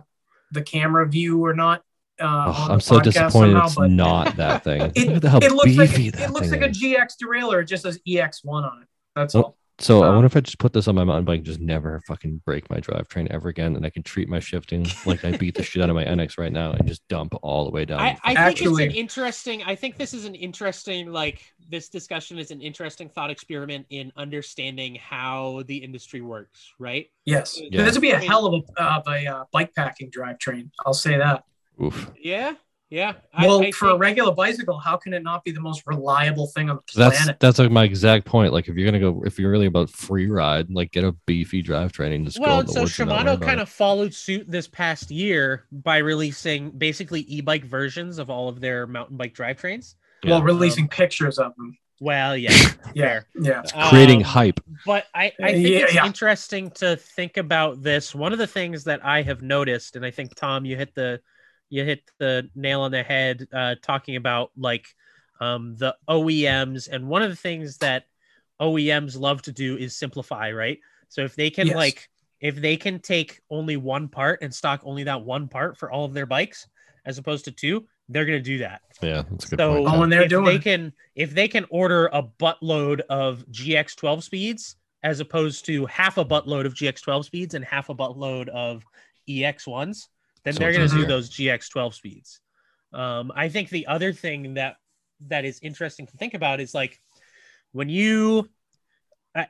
Speaker 3: the camera view or not. Uh,
Speaker 1: Ugh,
Speaker 3: on the
Speaker 1: Oh, I'm so
Speaker 3: podcast
Speaker 1: disappointed
Speaker 3: somehow,
Speaker 1: it's
Speaker 3: but
Speaker 1: not
Speaker 3: [LAUGHS]
Speaker 1: that thing.
Speaker 3: It-
Speaker 1: look at how
Speaker 3: It looks
Speaker 1: beefy
Speaker 3: like
Speaker 1: that
Speaker 3: it looks
Speaker 1: thing
Speaker 3: like a
Speaker 1: is.
Speaker 3: GX derailleur. It just says EX1 on it. That's
Speaker 1: Oh.
Speaker 3: all.
Speaker 1: So I
Speaker 3: Uh,
Speaker 1: wonder if I just put this on my mountain bike, and just never fucking break my drivetrain ever again, and I can treat my
Speaker 3: [LAUGHS]
Speaker 1: shifting like I beat the shit out of my NX right now, and just dump all the way down.
Speaker 4: I, I
Speaker 3: Actually-
Speaker 4: think it's an interesting. I think this is an interesting. Like this discussion is an interesting thought experiment in understanding how the industry works. Right.
Speaker 3: Yes,
Speaker 1: Yeah.
Speaker 3: this would be a
Speaker 4: I mean-
Speaker 3: hell of a, uh, of a uh, bike packing drivetrain. I'll say that.
Speaker 1: Oof.
Speaker 4: Yeah. Yeah.
Speaker 3: Well,
Speaker 4: I, I
Speaker 3: for a
Speaker 4: think-
Speaker 3: regular bicycle, how can it not be the most reliable thing on the
Speaker 1: That's
Speaker 3: planet?
Speaker 1: that's like my exact point. Like if you're gonna go, if you're really about free ride, like get a beefy drivetrain and just go.
Speaker 2: well,
Speaker 1: in the
Speaker 2: so
Speaker 1: woods and not worry
Speaker 2: Shimano
Speaker 1: about
Speaker 2: kind
Speaker 1: it.
Speaker 2: of followed suit this past year by releasing basically e-bike versions of all of their mountain bike drivetrains.
Speaker 1: Yeah.
Speaker 3: Well,
Speaker 4: Um,
Speaker 3: releasing pictures of them.
Speaker 2: Well, yeah,
Speaker 3: Yeah,
Speaker 2: fair.
Speaker 1: [LAUGHS]
Speaker 3: yeah.
Speaker 1: creating
Speaker 2: Um,
Speaker 1: hype.
Speaker 2: but I, I think
Speaker 3: Yeah,
Speaker 2: it's
Speaker 3: yeah.
Speaker 2: interesting to think about this. One of the things that I have noticed, and I think Tom, you hit the you hit the nail on the head uh, talking about like um, the OEMs, and one of the things that OEMs love to do is simplify, right? So if they can
Speaker 3: Yes.
Speaker 2: like if they can take only one part and stock only that one part for all of their bikes as opposed to two, they're gonna do that
Speaker 1: Yeah, that's a good
Speaker 2: so-
Speaker 1: point.
Speaker 3: Oh,
Speaker 1: yeah.
Speaker 3: and they're
Speaker 2: if
Speaker 3: doing
Speaker 2: they
Speaker 3: it.
Speaker 2: can if they can order a buttload of GX 12 speeds as opposed to half a buttload of GX 12 speeds and half a buttload of EX ones, then
Speaker 1: So
Speaker 2: they're
Speaker 1: it's
Speaker 2: going to do
Speaker 1: easier.
Speaker 2: those GX 12 speeds. Um, I think the other thing that that is interesting to think about is like when you, I,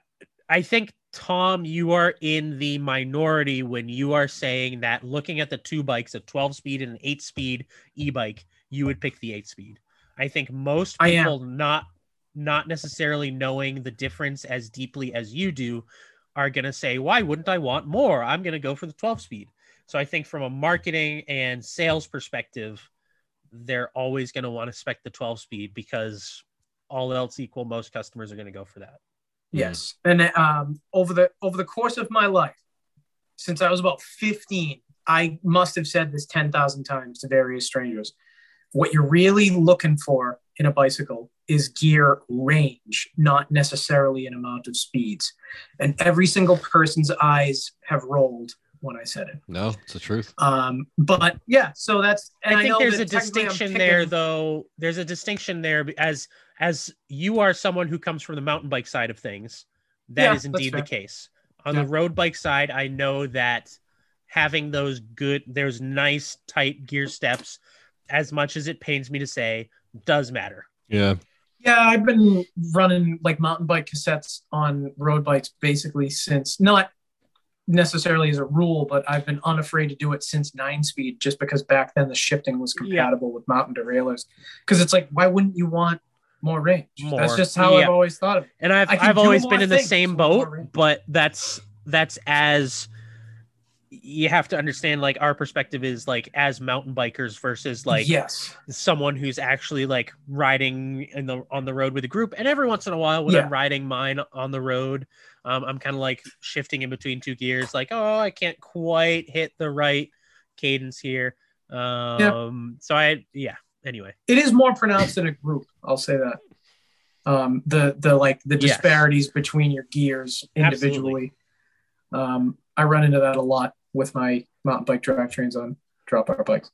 Speaker 2: I think Tom, you are in the minority when you are saying that looking at the two bikes, a 12 speed and an eight speed e bike, you would pick the eight speed. I think most
Speaker 3: I am.
Speaker 2: people not not necessarily knowing the difference as deeply as you do are going to say why wouldn't I want more? I'm going to go for the 12 speed. So I think from a marketing and sales perspective they're always going to want to spec the 12 speed because all else equal most customers are going to go for that.
Speaker 3: Yes, and um, over the over the course of my life, since I was about fifteen, I must have said this ten thousand times to various strangers. What you're really looking for in a bicycle is gear range, not necessarily an amount of speeds. And every single person's eyes have rolled when I said it.
Speaker 1: No, it's the truth.
Speaker 3: Um, but yeah, so that's. And
Speaker 2: I think
Speaker 3: know
Speaker 2: there's
Speaker 3: that
Speaker 2: a
Speaker 3: technically I'm
Speaker 2: distinction
Speaker 3: picking-
Speaker 2: there, though. There's a distinction there be- as as you are someone who comes from the mountain bike side of things.
Speaker 3: Yeah,
Speaker 2: That is
Speaker 3: that's
Speaker 2: indeed the
Speaker 3: fair.
Speaker 2: case. On
Speaker 3: Yeah.
Speaker 2: the road bike side, I know that having those good, there's nice tight gear steps, as much as it pains me to say, does matter.
Speaker 1: Yeah,
Speaker 3: Yeah, I've been running like mountain bike cassettes on road bikes basically since not necessarily as a rule, but I've been unafraid to do it since nine speed just because back then the shifting was
Speaker 2: Yeah.
Speaker 3: compatible with mountain derailleurs. Because it's like, why wouldn't you want more range?
Speaker 2: More,
Speaker 3: That's just how
Speaker 2: yeah.
Speaker 3: I've always thought of it.
Speaker 2: And I've
Speaker 3: I can
Speaker 2: I've
Speaker 3: do
Speaker 2: always
Speaker 3: more
Speaker 2: been in the
Speaker 3: things
Speaker 2: same
Speaker 3: with
Speaker 2: boat,
Speaker 3: more range.
Speaker 2: but that's that's as you have to understand like our perspective is like as mountain bikers versus like
Speaker 3: yes,
Speaker 2: someone who's actually like riding in the on the road with a group and every once in a while when
Speaker 3: Yeah.
Speaker 2: i'm riding mine on the road um, i'm kind of like shifting in between two gears like oh i can't quite hit the right cadence here um so i yeah anyway
Speaker 3: it is more pronounced in a group. I'll say that. Um, the the like the
Speaker 2: Yes.
Speaker 3: disparities between your gears individually. Um, I run into that a lot with my mountain bike drivetrains on drop our bikes.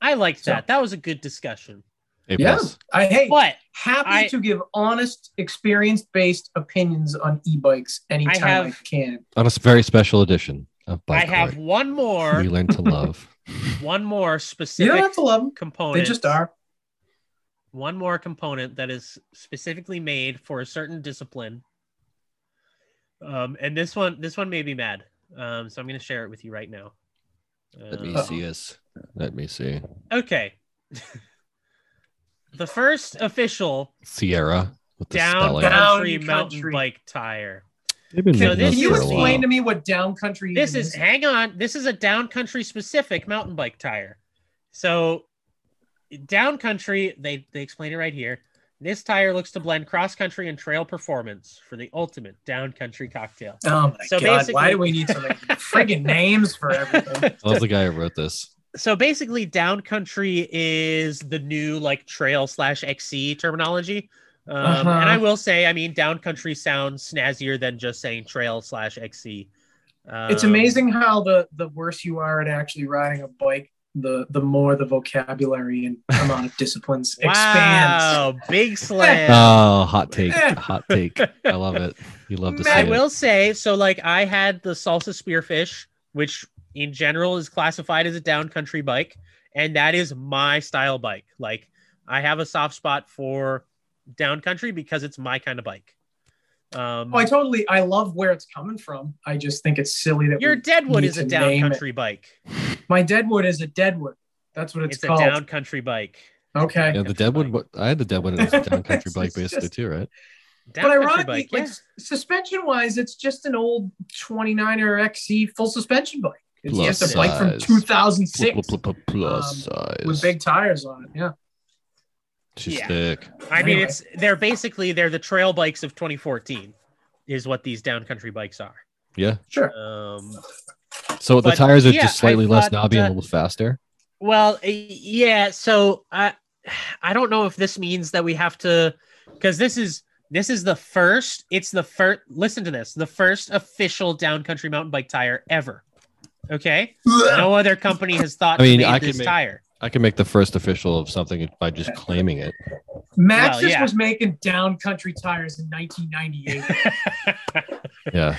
Speaker 2: I liked
Speaker 3: So-
Speaker 2: that. That was a good discussion.
Speaker 1: A
Speaker 3: Yeah.
Speaker 1: plus.
Speaker 3: I hey
Speaker 2: But
Speaker 3: happy
Speaker 2: I-
Speaker 3: to give honest, experience based opinions on e-bikes anytime I,
Speaker 2: have-
Speaker 3: can.
Speaker 1: On a s- very special edition of
Speaker 2: I
Speaker 1: Bike
Speaker 2: have one
Speaker 1: Art,
Speaker 2: more,
Speaker 1: we learn to
Speaker 2: [LAUGHS]
Speaker 1: love.
Speaker 2: one more
Speaker 3: You
Speaker 2: specific
Speaker 3: don't have to love them.
Speaker 2: component.
Speaker 3: They just are.
Speaker 2: one more component that is specifically made for a certain discipline. Um, and this one, this one made me mad. Um, so I'm going to share it with you right now.
Speaker 1: Let me
Speaker 2: Uh,
Speaker 1: see us. Let me see.
Speaker 2: okay. [LAUGHS] the first official
Speaker 1: Sierra with the
Speaker 2: down
Speaker 1: spelling.
Speaker 2: country
Speaker 3: Down
Speaker 2: mountain
Speaker 3: country.
Speaker 2: bike tire.
Speaker 1: They've been
Speaker 2: So
Speaker 1: making
Speaker 2: this-
Speaker 3: Can
Speaker 1: those
Speaker 3: you
Speaker 1: for a
Speaker 3: explain
Speaker 1: while.
Speaker 3: to me what downcountry
Speaker 2: This
Speaker 3: even
Speaker 2: is hang on. This is a downcountry specific mountain bike tire. So downcountry, they they explain it right here. This tire looks to blend cross country and trail performance for the ultimate downcountry cocktail.
Speaker 3: Oh my
Speaker 2: So
Speaker 3: god!
Speaker 2: basically-
Speaker 3: Why do we need so many friggin' names for everything?
Speaker 1: I was the guy who wrote this.
Speaker 2: So basically, downcountry is the new like trail slash XC terminology. Um,
Speaker 3: Uh-huh.
Speaker 2: And I will say, I mean, downcountry sounds snazzier than just saying trail slash XC. Um,
Speaker 3: It's amazing how the the worse you are at actually riding a bike, the the more the vocabulary and
Speaker 2: [LAUGHS]
Speaker 3: amount of disciplines expands.
Speaker 2: Um, Wow,
Speaker 3: [LAUGHS]
Speaker 2: big slam.
Speaker 1: Oh, hot take.
Speaker 3: Eh.
Speaker 1: Hot take. I love it. You love
Speaker 2: [LAUGHS]
Speaker 1: to see
Speaker 2: I
Speaker 1: it.
Speaker 2: will say, so like I had the salsa spearfish, which in general is classified as a downcountry bike, and that is my style bike. Like I have a soft spot for downcountry because it's my kind of bike. Um,
Speaker 3: Oh, I totally. I love where it's coming from. I just think it's silly that
Speaker 2: your
Speaker 3: we-
Speaker 2: Deadwood
Speaker 3: need
Speaker 2: is a
Speaker 3: to name it.
Speaker 2: downcountry bike.
Speaker 3: my Deadwood is a Deadwood. That's what
Speaker 2: It's,
Speaker 3: it's,
Speaker 2: a
Speaker 3: called.
Speaker 2: downcountry bike.
Speaker 3: okay.
Speaker 1: Yeah, the Deadwood. bu- I had the Deadwood
Speaker 2: [LAUGHS]
Speaker 1: as a downcountry
Speaker 3: It's
Speaker 1: bike, basically
Speaker 3: just-
Speaker 1: too, right?
Speaker 3: But
Speaker 2: Downcountry
Speaker 3: ironically,
Speaker 2: bike,
Speaker 3: like
Speaker 2: yeah.
Speaker 3: suspension wise, it's just an old 29er XC full suspension bike. It's
Speaker 1: Plus
Speaker 3: just a bike from
Speaker 1: size.
Speaker 3: 2006
Speaker 1: Pl- pl- pl- Plus
Speaker 3: with
Speaker 1: size.
Speaker 3: big tires on it. Yeah.
Speaker 1: She's
Speaker 2: Yeah.
Speaker 1: thick.
Speaker 2: I mean,
Speaker 3: Anyway.
Speaker 2: it's they're basically they're the trail bikes of 2014, is what these downcountry bikes are.
Speaker 1: Yeah.
Speaker 3: Sure.
Speaker 2: Um,
Speaker 1: So the
Speaker 2: But,
Speaker 1: tires are
Speaker 2: yeah,
Speaker 1: just slightly
Speaker 2: I
Speaker 1: less
Speaker 2: thought
Speaker 1: knobby and
Speaker 2: that-
Speaker 1: a little faster.
Speaker 2: Well, uh, yeah. So I, I don't know if this means that we have to, because this is this is the first. It's the first. Listen to this. The first official downcountry mountain bike tire ever. Okay. No other company has thought.
Speaker 1: I mean,
Speaker 2: to make
Speaker 1: I
Speaker 2: this
Speaker 1: could make-
Speaker 2: tire.
Speaker 1: I can make the first official of something by just claiming it.
Speaker 3: Maxis
Speaker 2: Well, yeah.
Speaker 3: was making downcountry tires in 1998.
Speaker 1: [LAUGHS] Yeah.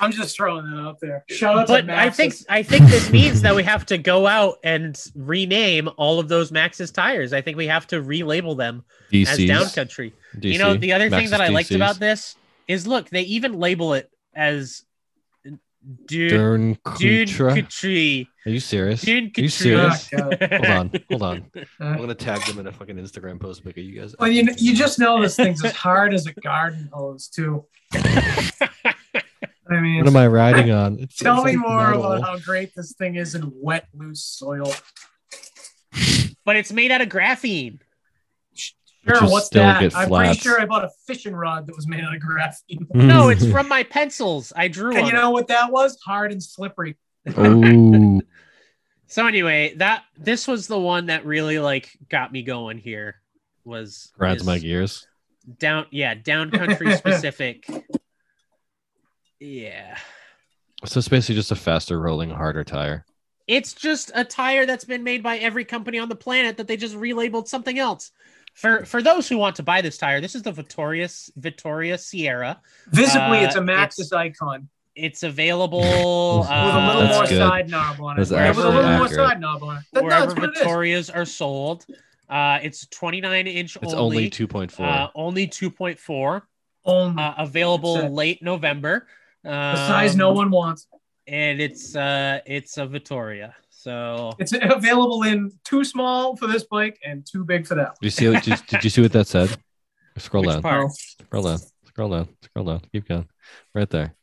Speaker 3: I'm just throwing that out there. Shout out to
Speaker 2: But
Speaker 3: Maxis.
Speaker 2: I think I think this means that we have to go out and rename all of those Maxis tires. I think we have to relabel them as
Speaker 1: DC's.
Speaker 2: downcountry.
Speaker 1: DC.
Speaker 2: you know the other thing
Speaker 1: Maxis
Speaker 2: that i liked
Speaker 1: DCs.
Speaker 2: about this is look they even label it as dude
Speaker 1: Dern
Speaker 2: dude
Speaker 1: Kutra.
Speaker 2: Kutri.
Speaker 1: Are you serious?
Speaker 2: Dune
Speaker 1: Are you
Speaker 2: Kutra. [LAUGHS]
Speaker 1: serious?
Speaker 3: Oh, God.
Speaker 1: Hold on. Hold [LAUGHS] on.
Speaker 3: Uh,
Speaker 1: I'm gonna tag them in a fucking Instagram post. Like, are you guys?
Speaker 3: well, you, you just know this thing's as hard as a garden
Speaker 2: [LAUGHS]
Speaker 3: hose, too. I mean,
Speaker 1: What am I riding [LAUGHS] on? It's-
Speaker 3: tell
Speaker 1: it's
Speaker 3: me
Speaker 1: like
Speaker 3: more
Speaker 1: metal. [LAUGHS]
Speaker 3: about how great this thing is in wet, loose soil.
Speaker 2: but it's made out of graphene
Speaker 1: Which
Speaker 3: Sure,
Speaker 1: is
Speaker 3: what's
Speaker 1: still
Speaker 3: that?
Speaker 1: get
Speaker 3: I'm
Speaker 1: flaps.
Speaker 3: pretty sure I bought a fishing rod that was made out of [LAUGHS] graphene.
Speaker 1: Hmm.
Speaker 2: no it's from my pencils i drew
Speaker 3: and
Speaker 2: on
Speaker 3: you
Speaker 2: it.
Speaker 3: know what that was? Hard and slippery.
Speaker 1: [LAUGHS] oh,
Speaker 2: so anyway that this was the one that really like got me going here was
Speaker 1: grinds
Speaker 2: is
Speaker 1: my gears.
Speaker 2: down yeah down
Speaker 3: [LAUGHS]
Speaker 2: country specific yeah
Speaker 1: So it's basically just a faster rolling, harder tire.
Speaker 2: It's just a tire that's been made by every company on the planet that they just relabeled something else. For for those who want to buy this tire, this is the Vittorious Vittoria Sierra.
Speaker 3: Visibly,
Speaker 2: Uh,
Speaker 3: it's a Maxis
Speaker 2: it's-
Speaker 3: icon
Speaker 2: It's
Speaker 1: [LAUGHS]
Speaker 2: available
Speaker 1: With
Speaker 3: with a
Speaker 2: uh,
Speaker 3: little
Speaker 1: That's
Speaker 3: more
Speaker 1: good.
Speaker 3: side knob on it.
Speaker 1: That's
Speaker 3: Yeah, with a
Speaker 2: actually
Speaker 3: little more
Speaker 1: accurate.
Speaker 3: side knob on it. That- no,
Speaker 2: wherever
Speaker 3: that's what it is.
Speaker 2: Vittorias are sold. Uh, it's 29 inch
Speaker 1: It's
Speaker 2: only,
Speaker 1: only two point four.
Speaker 2: uh, only 2.4.
Speaker 3: Only
Speaker 2: Uh, available
Speaker 3: Mm-hmm. That's it.
Speaker 2: late November. Um,
Speaker 3: the size no one wants.
Speaker 2: And it's uh, it's a Vittoria. So
Speaker 3: It's available in too small for this bike and too big for that.
Speaker 1: did you see? What, did, did you see what that said? Scroll
Speaker 2: which
Speaker 1: down.
Speaker 2: part?
Speaker 1: Scroll down. Scroll down. Scroll down. Keep going. Right there.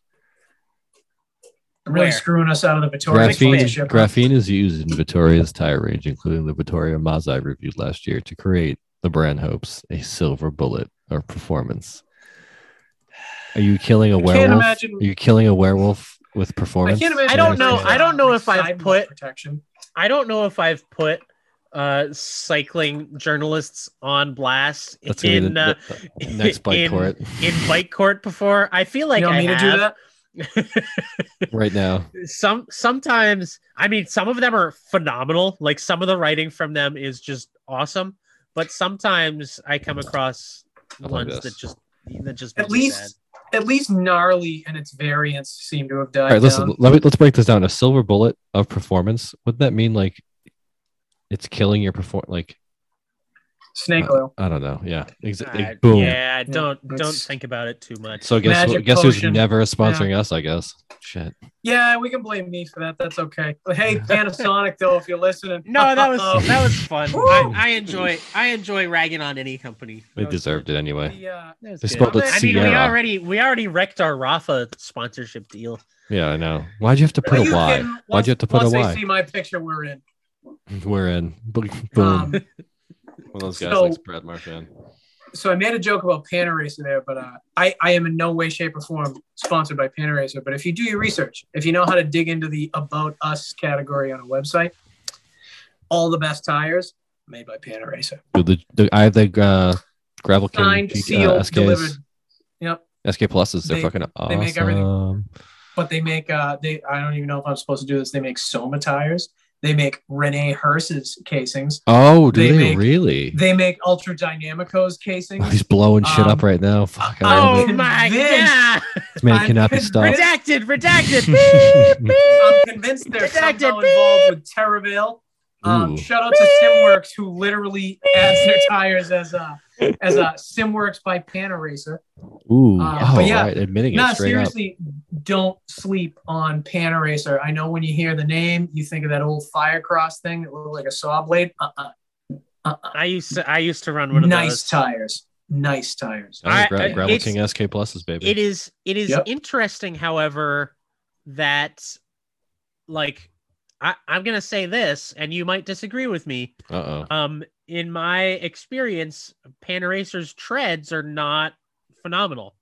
Speaker 3: They're Really
Speaker 2: Where?
Speaker 3: screwing us out of the Vittoria
Speaker 1: Graphene,
Speaker 3: sponsorship.
Speaker 1: graphene is used in Vittoria's tire range, including the Vittoria Mazai reviewed last year, to create the brand hopes a silver bullet of performance. Are you killing a
Speaker 3: can't
Speaker 1: werewolf?
Speaker 3: imagine-
Speaker 1: Are you killing a werewolf with
Speaker 3: I
Speaker 1: performance?
Speaker 3: can't imagine.
Speaker 2: I don't
Speaker 3: it's
Speaker 2: know-
Speaker 3: just,
Speaker 2: I don't know
Speaker 3: like,
Speaker 2: if I've
Speaker 3: sidewall
Speaker 2: put-
Speaker 3: protection.
Speaker 2: I don't know if I've put uh cycling journalists on blast
Speaker 1: That's gonna be
Speaker 2: in
Speaker 1: the,
Speaker 2: uh, [LAUGHS]
Speaker 1: the- the next bike
Speaker 2: in-
Speaker 1: court.
Speaker 2: in bike court before. I feel like
Speaker 3: you want
Speaker 2: I
Speaker 3: me
Speaker 2: have.
Speaker 3: to do that?
Speaker 1: [LAUGHS] right now.
Speaker 2: some sometimes i mean some of them are phenomenal like some of the writing from them is just awesome but sometimes i come across
Speaker 1: I like
Speaker 2: ones
Speaker 1: this.
Speaker 2: that just that just
Speaker 3: At
Speaker 2: make me
Speaker 3: least-
Speaker 2: sad.
Speaker 3: At least gnarly and its variants seem to have died.
Speaker 1: All right, listen.
Speaker 3: down.
Speaker 1: Let me let's break this down. A silver bullet of performance. Wouldn't that mean like it's killing your perform? Like
Speaker 3: Snake oil.
Speaker 1: I don't know. Yeah. Exa-
Speaker 2: Uh,
Speaker 1: like, boom.
Speaker 2: yeah don't don't
Speaker 3: it's-
Speaker 2: think about it too much
Speaker 1: So guess
Speaker 3: Magic
Speaker 1: who, guess who's
Speaker 3: potion.
Speaker 1: never sponsoring us? I guess. Shit.
Speaker 3: Yeah, we can blame me for that. That's okay.
Speaker 1: [LAUGHS]
Speaker 3: But hey, Panasonic, though, if you're listening.
Speaker 4: No, that was
Speaker 3: [LAUGHS] Uh-oh.
Speaker 4: that was fun.
Speaker 2: [LAUGHS]
Speaker 3: Woo!
Speaker 4: I, I enjoy I enjoy ragging on any company.
Speaker 1: They deserved it anyway.
Speaker 3: the, uh,
Speaker 4: That was
Speaker 1: They
Speaker 4: good.
Speaker 1: spelled it
Speaker 2: I mean, we
Speaker 1: Sierra.
Speaker 2: already we already wrecked our Rafa sponsorship
Speaker 1: Um,
Speaker 2: deal.
Speaker 1: Yeah, I know. Why'd you have to put
Speaker 3: are
Speaker 1: a
Speaker 3: you
Speaker 1: Y?
Speaker 3: kidding?
Speaker 1: Why'd you have to put
Speaker 3: once
Speaker 1: a
Speaker 3: they
Speaker 1: Y?
Speaker 3: see my picture, we're in.
Speaker 1: We're in. Boom.
Speaker 3: Um,
Speaker 1: One of those guys
Speaker 3: so-
Speaker 1: likes Brad Marchand.
Speaker 3: so I made a joke about Panaracer there, but uh, I, I am in no way, shape, or form sponsored by Panaracer. But if you do your research, if you know how to dig into the About Us category on a website, all the best tires made by Panaracer.
Speaker 1: Dude, the, the, I have the uh, gravel king
Speaker 3: Signed,
Speaker 1: G- uh,
Speaker 3: sealed,
Speaker 1: SKs.
Speaker 3: delivered. Yep.
Speaker 1: SK pluses. They're
Speaker 3: They-
Speaker 1: fucking awesome.
Speaker 3: they make everything. But they make, uh, they I don't even know if I'm supposed to do this. They make Soma tires. They make Rene Hearse's casings.
Speaker 1: Oh, do
Speaker 3: They
Speaker 1: they,
Speaker 3: make-
Speaker 1: really?
Speaker 3: They make Ultra Dynamico's
Speaker 1: Oh,
Speaker 3: casings.
Speaker 1: he's blowing shit up
Speaker 3: Um,
Speaker 1: right now. Fuck, I
Speaker 3: I'm
Speaker 1: love
Speaker 2: Oh
Speaker 1: it.
Speaker 2: my
Speaker 3: convinced-
Speaker 2: god!
Speaker 1: This man
Speaker 3: I'm
Speaker 1: cannot be
Speaker 3: convinced-
Speaker 1: stopped.
Speaker 2: Redacted,
Speaker 4: [LAUGHS]
Speaker 2: redacted. beep, beep.
Speaker 3: I'm convinced they're
Speaker 2: Redacted,
Speaker 3: somehow
Speaker 2: beep.
Speaker 3: involved with Terraville. Um,
Speaker 1: Ooh.
Speaker 3: shout out to SimWorks who literally adds their tires as a as a SimWorks by Panaracer.
Speaker 1: Ooh,
Speaker 2: Um,
Speaker 3: Uh,
Speaker 1: oh,
Speaker 3: but yeah.
Speaker 1: right, admitting it
Speaker 3: No,
Speaker 1: straight
Speaker 3: seriously, don't sleep on Panaracer. I know when you hear the name, you think of that old Firecross thing that looked like a saw blade. Uh-uh. Uh-uh.
Speaker 2: I used to I used to run one of
Speaker 3: Nice
Speaker 2: those.
Speaker 3: tires. Nice tires.
Speaker 1: up. I,
Speaker 2: I- I-
Speaker 1: Gravel
Speaker 2: it's-
Speaker 1: King SK pluses, baby.
Speaker 2: It is it is
Speaker 3: Yep.
Speaker 2: interesting, however, that like I, I'm gonna say this, and you might disagree with me.
Speaker 1: uh oh.
Speaker 2: Um, in my experience, Panaracer's treads are not phenomenal.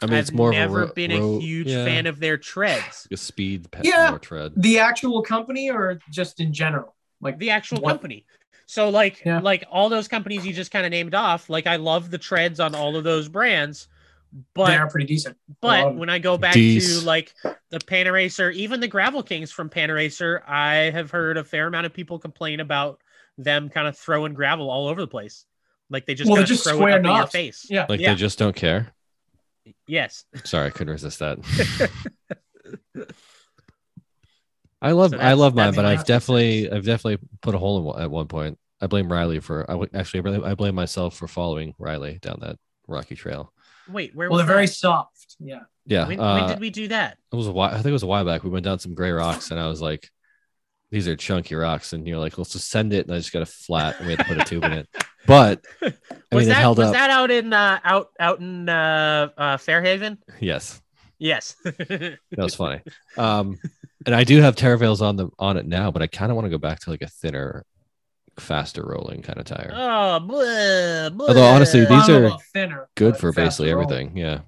Speaker 1: I mean,
Speaker 2: have
Speaker 1: it's more
Speaker 2: never
Speaker 1: of a ro-
Speaker 2: been
Speaker 1: ro-
Speaker 2: a huge
Speaker 1: yeah,
Speaker 2: fan of their treads.
Speaker 1: a speed pet
Speaker 3: Yeah.
Speaker 1: more tread.
Speaker 3: The actual company or just in general? Like
Speaker 2: the actual
Speaker 3: What?
Speaker 2: company. So like
Speaker 3: Yeah.
Speaker 2: like all those companies you just kind of named off, like I love the treads on all of those brands,
Speaker 3: they
Speaker 2: but
Speaker 3: are pretty decent.
Speaker 2: but
Speaker 3: love
Speaker 2: when I go back
Speaker 1: Dees.
Speaker 2: to like the Panaracer, even the Gravel Kings from Panaracer, I have heard a fair amount of people complain about them kind of throwing gravel all over the place. Like they just
Speaker 3: Well, they're
Speaker 2: kind of
Speaker 3: just
Speaker 2: throw it
Speaker 3: square
Speaker 2: up in your
Speaker 3: knobs.
Speaker 2: face.
Speaker 3: Yeah.
Speaker 1: Like
Speaker 2: Yeah.
Speaker 1: they just don't care.
Speaker 2: Yes.
Speaker 1: Sorry, I couldn't resist
Speaker 2: [LAUGHS]
Speaker 1: that. I love
Speaker 2: So
Speaker 1: I
Speaker 2: that's-
Speaker 1: love mine,
Speaker 2: that's
Speaker 1: but
Speaker 2: my
Speaker 1: I've
Speaker 2: two
Speaker 1: definitely I've definitely put a hole in one at one point. I blame Riley for I would actually I blame- I blame myself for following Riley down that rocky trail.
Speaker 2: Wait, where
Speaker 3: Well,
Speaker 2: was
Speaker 3: they're very
Speaker 2: that?
Speaker 3: soft. Yeah.
Speaker 1: Yeah,
Speaker 2: when,
Speaker 1: uh,
Speaker 2: when did we do that?
Speaker 1: it was a while. I think it was a while back. We went down some gray rocks, and I was like, "These are chunky rocks," and you're like, "Let's just send it." And I just got a flat, and we had to put a tube in it.
Speaker 2: [LAUGHS]
Speaker 1: But I
Speaker 2: Was
Speaker 1: mean, it
Speaker 2: that
Speaker 1: held
Speaker 2: was
Speaker 1: up.
Speaker 2: that out in uh out out in uh uh Fairhaven?
Speaker 1: Yes,
Speaker 2: Yes. [LAUGHS] Oh,
Speaker 1: that was funny. Um, and I do have Terravales on the on it now, but I kind of want to go back to like a thinner, faster rolling kind of tire.
Speaker 2: Oh, bleh, bleh.
Speaker 1: Although, honestly, these
Speaker 3: Well, I don't
Speaker 1: are
Speaker 3: know about thinner,
Speaker 1: Good
Speaker 3: but
Speaker 1: for
Speaker 3: faster
Speaker 1: basically
Speaker 3: roll.
Speaker 1: everything. Yeah.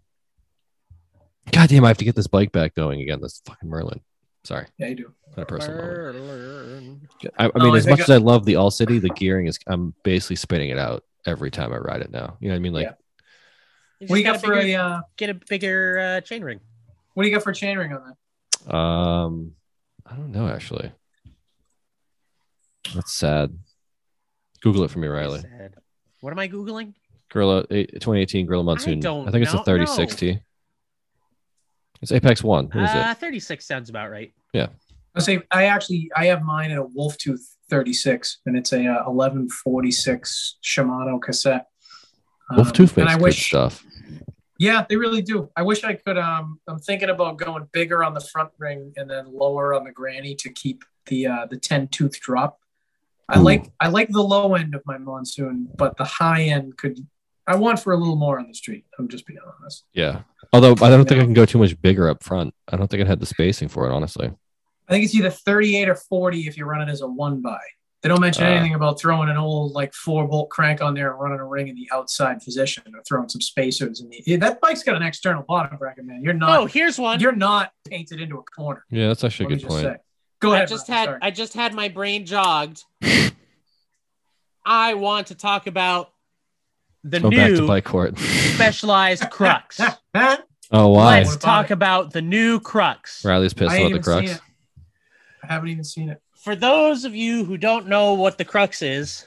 Speaker 1: God damn, I have to get this bike back going again. This fucking Merlin. Sorry,
Speaker 3: Yeah, you do.
Speaker 1: not a personal moment.
Speaker 2: Merlin.
Speaker 1: I, I
Speaker 3: No,
Speaker 1: mean,
Speaker 3: Oh, I
Speaker 1: as
Speaker 3: think
Speaker 1: much as I love the All City, the gearing is. I'm basically spinning it out every time I ride it now. You know what I mean? Like,
Speaker 3: Yeah.
Speaker 2: You
Speaker 3: What do
Speaker 2: just
Speaker 3: you got
Speaker 2: gotta
Speaker 3: for
Speaker 2: figure-
Speaker 3: a uh,
Speaker 2: get a bigger uh, chain ring.
Speaker 3: what do you got for a chain ring on that?
Speaker 1: um, I don't know actually. That's sad. Google it for me, Riley.
Speaker 2: Sad. What am I googling?
Speaker 1: Gorilla eight- 2018 Gorilla Monsoon. I,
Speaker 2: don't
Speaker 1: think it's a
Speaker 2: know-
Speaker 1: 3060. It's Apex One. What is
Speaker 2: Uh, 36 sounds about right.
Speaker 3: I say I actually I have mine at a Wolf Tooth 36, and it's a uh, 1146 Shimano cassette.
Speaker 1: it?
Speaker 3: Um,
Speaker 1: Wolf Tooth
Speaker 3: and
Speaker 1: makes
Speaker 3: I
Speaker 1: good
Speaker 3: wish,
Speaker 1: stuff.
Speaker 3: yeah, they really do. I wish I could. Um, I'm thinking about going bigger on the front ring and then lower on the granny to keep the uh, the 10 tooth drop. I
Speaker 1: Ooh.
Speaker 3: like I like the low end of my monsoon, but the high end could. I want for a little more on the street. I'm just being honest.
Speaker 1: Yeah. Although I don't think
Speaker 3: Yeah.
Speaker 1: I can go too much bigger up front. I don't think it had the spacing for it, honestly.
Speaker 3: I think it's either 38 or 40 if you run it as a one by. They don't mention
Speaker 1: Ah.
Speaker 3: anything about throwing an old like four bolt crank on there and running a ring in the outside position or throwing some spacers in the. Yeah, That bike's got an external bottom bracket, man. You're
Speaker 4: Oh,
Speaker 3: not
Speaker 4: here's one.
Speaker 3: you're not painted into a corner.
Speaker 1: Yeah, that's actually
Speaker 3: Let
Speaker 1: a
Speaker 3: me
Speaker 1: good
Speaker 3: just
Speaker 1: point.
Speaker 3: say. Go
Speaker 4: I
Speaker 3: ahead.
Speaker 4: just
Speaker 3: Brian,
Speaker 4: had
Speaker 3: sorry.
Speaker 4: I just had my brain jogged. I want to talk about
Speaker 2: The
Speaker 1: Go back to
Speaker 2: new
Speaker 1: bike court.
Speaker 3: [LAUGHS]
Speaker 2: specialized crux.
Speaker 3: Huh?
Speaker 1: [LAUGHS] Oh, why?
Speaker 2: Let's
Speaker 3: What about
Speaker 2: talk
Speaker 3: it?
Speaker 2: about the new Crux.
Speaker 1: Riley's pissed
Speaker 3: I ain't
Speaker 1: about the
Speaker 3: even seen
Speaker 1: crux.
Speaker 3: it. I haven't even seen it.
Speaker 2: For those of you who don't know what the Crux is,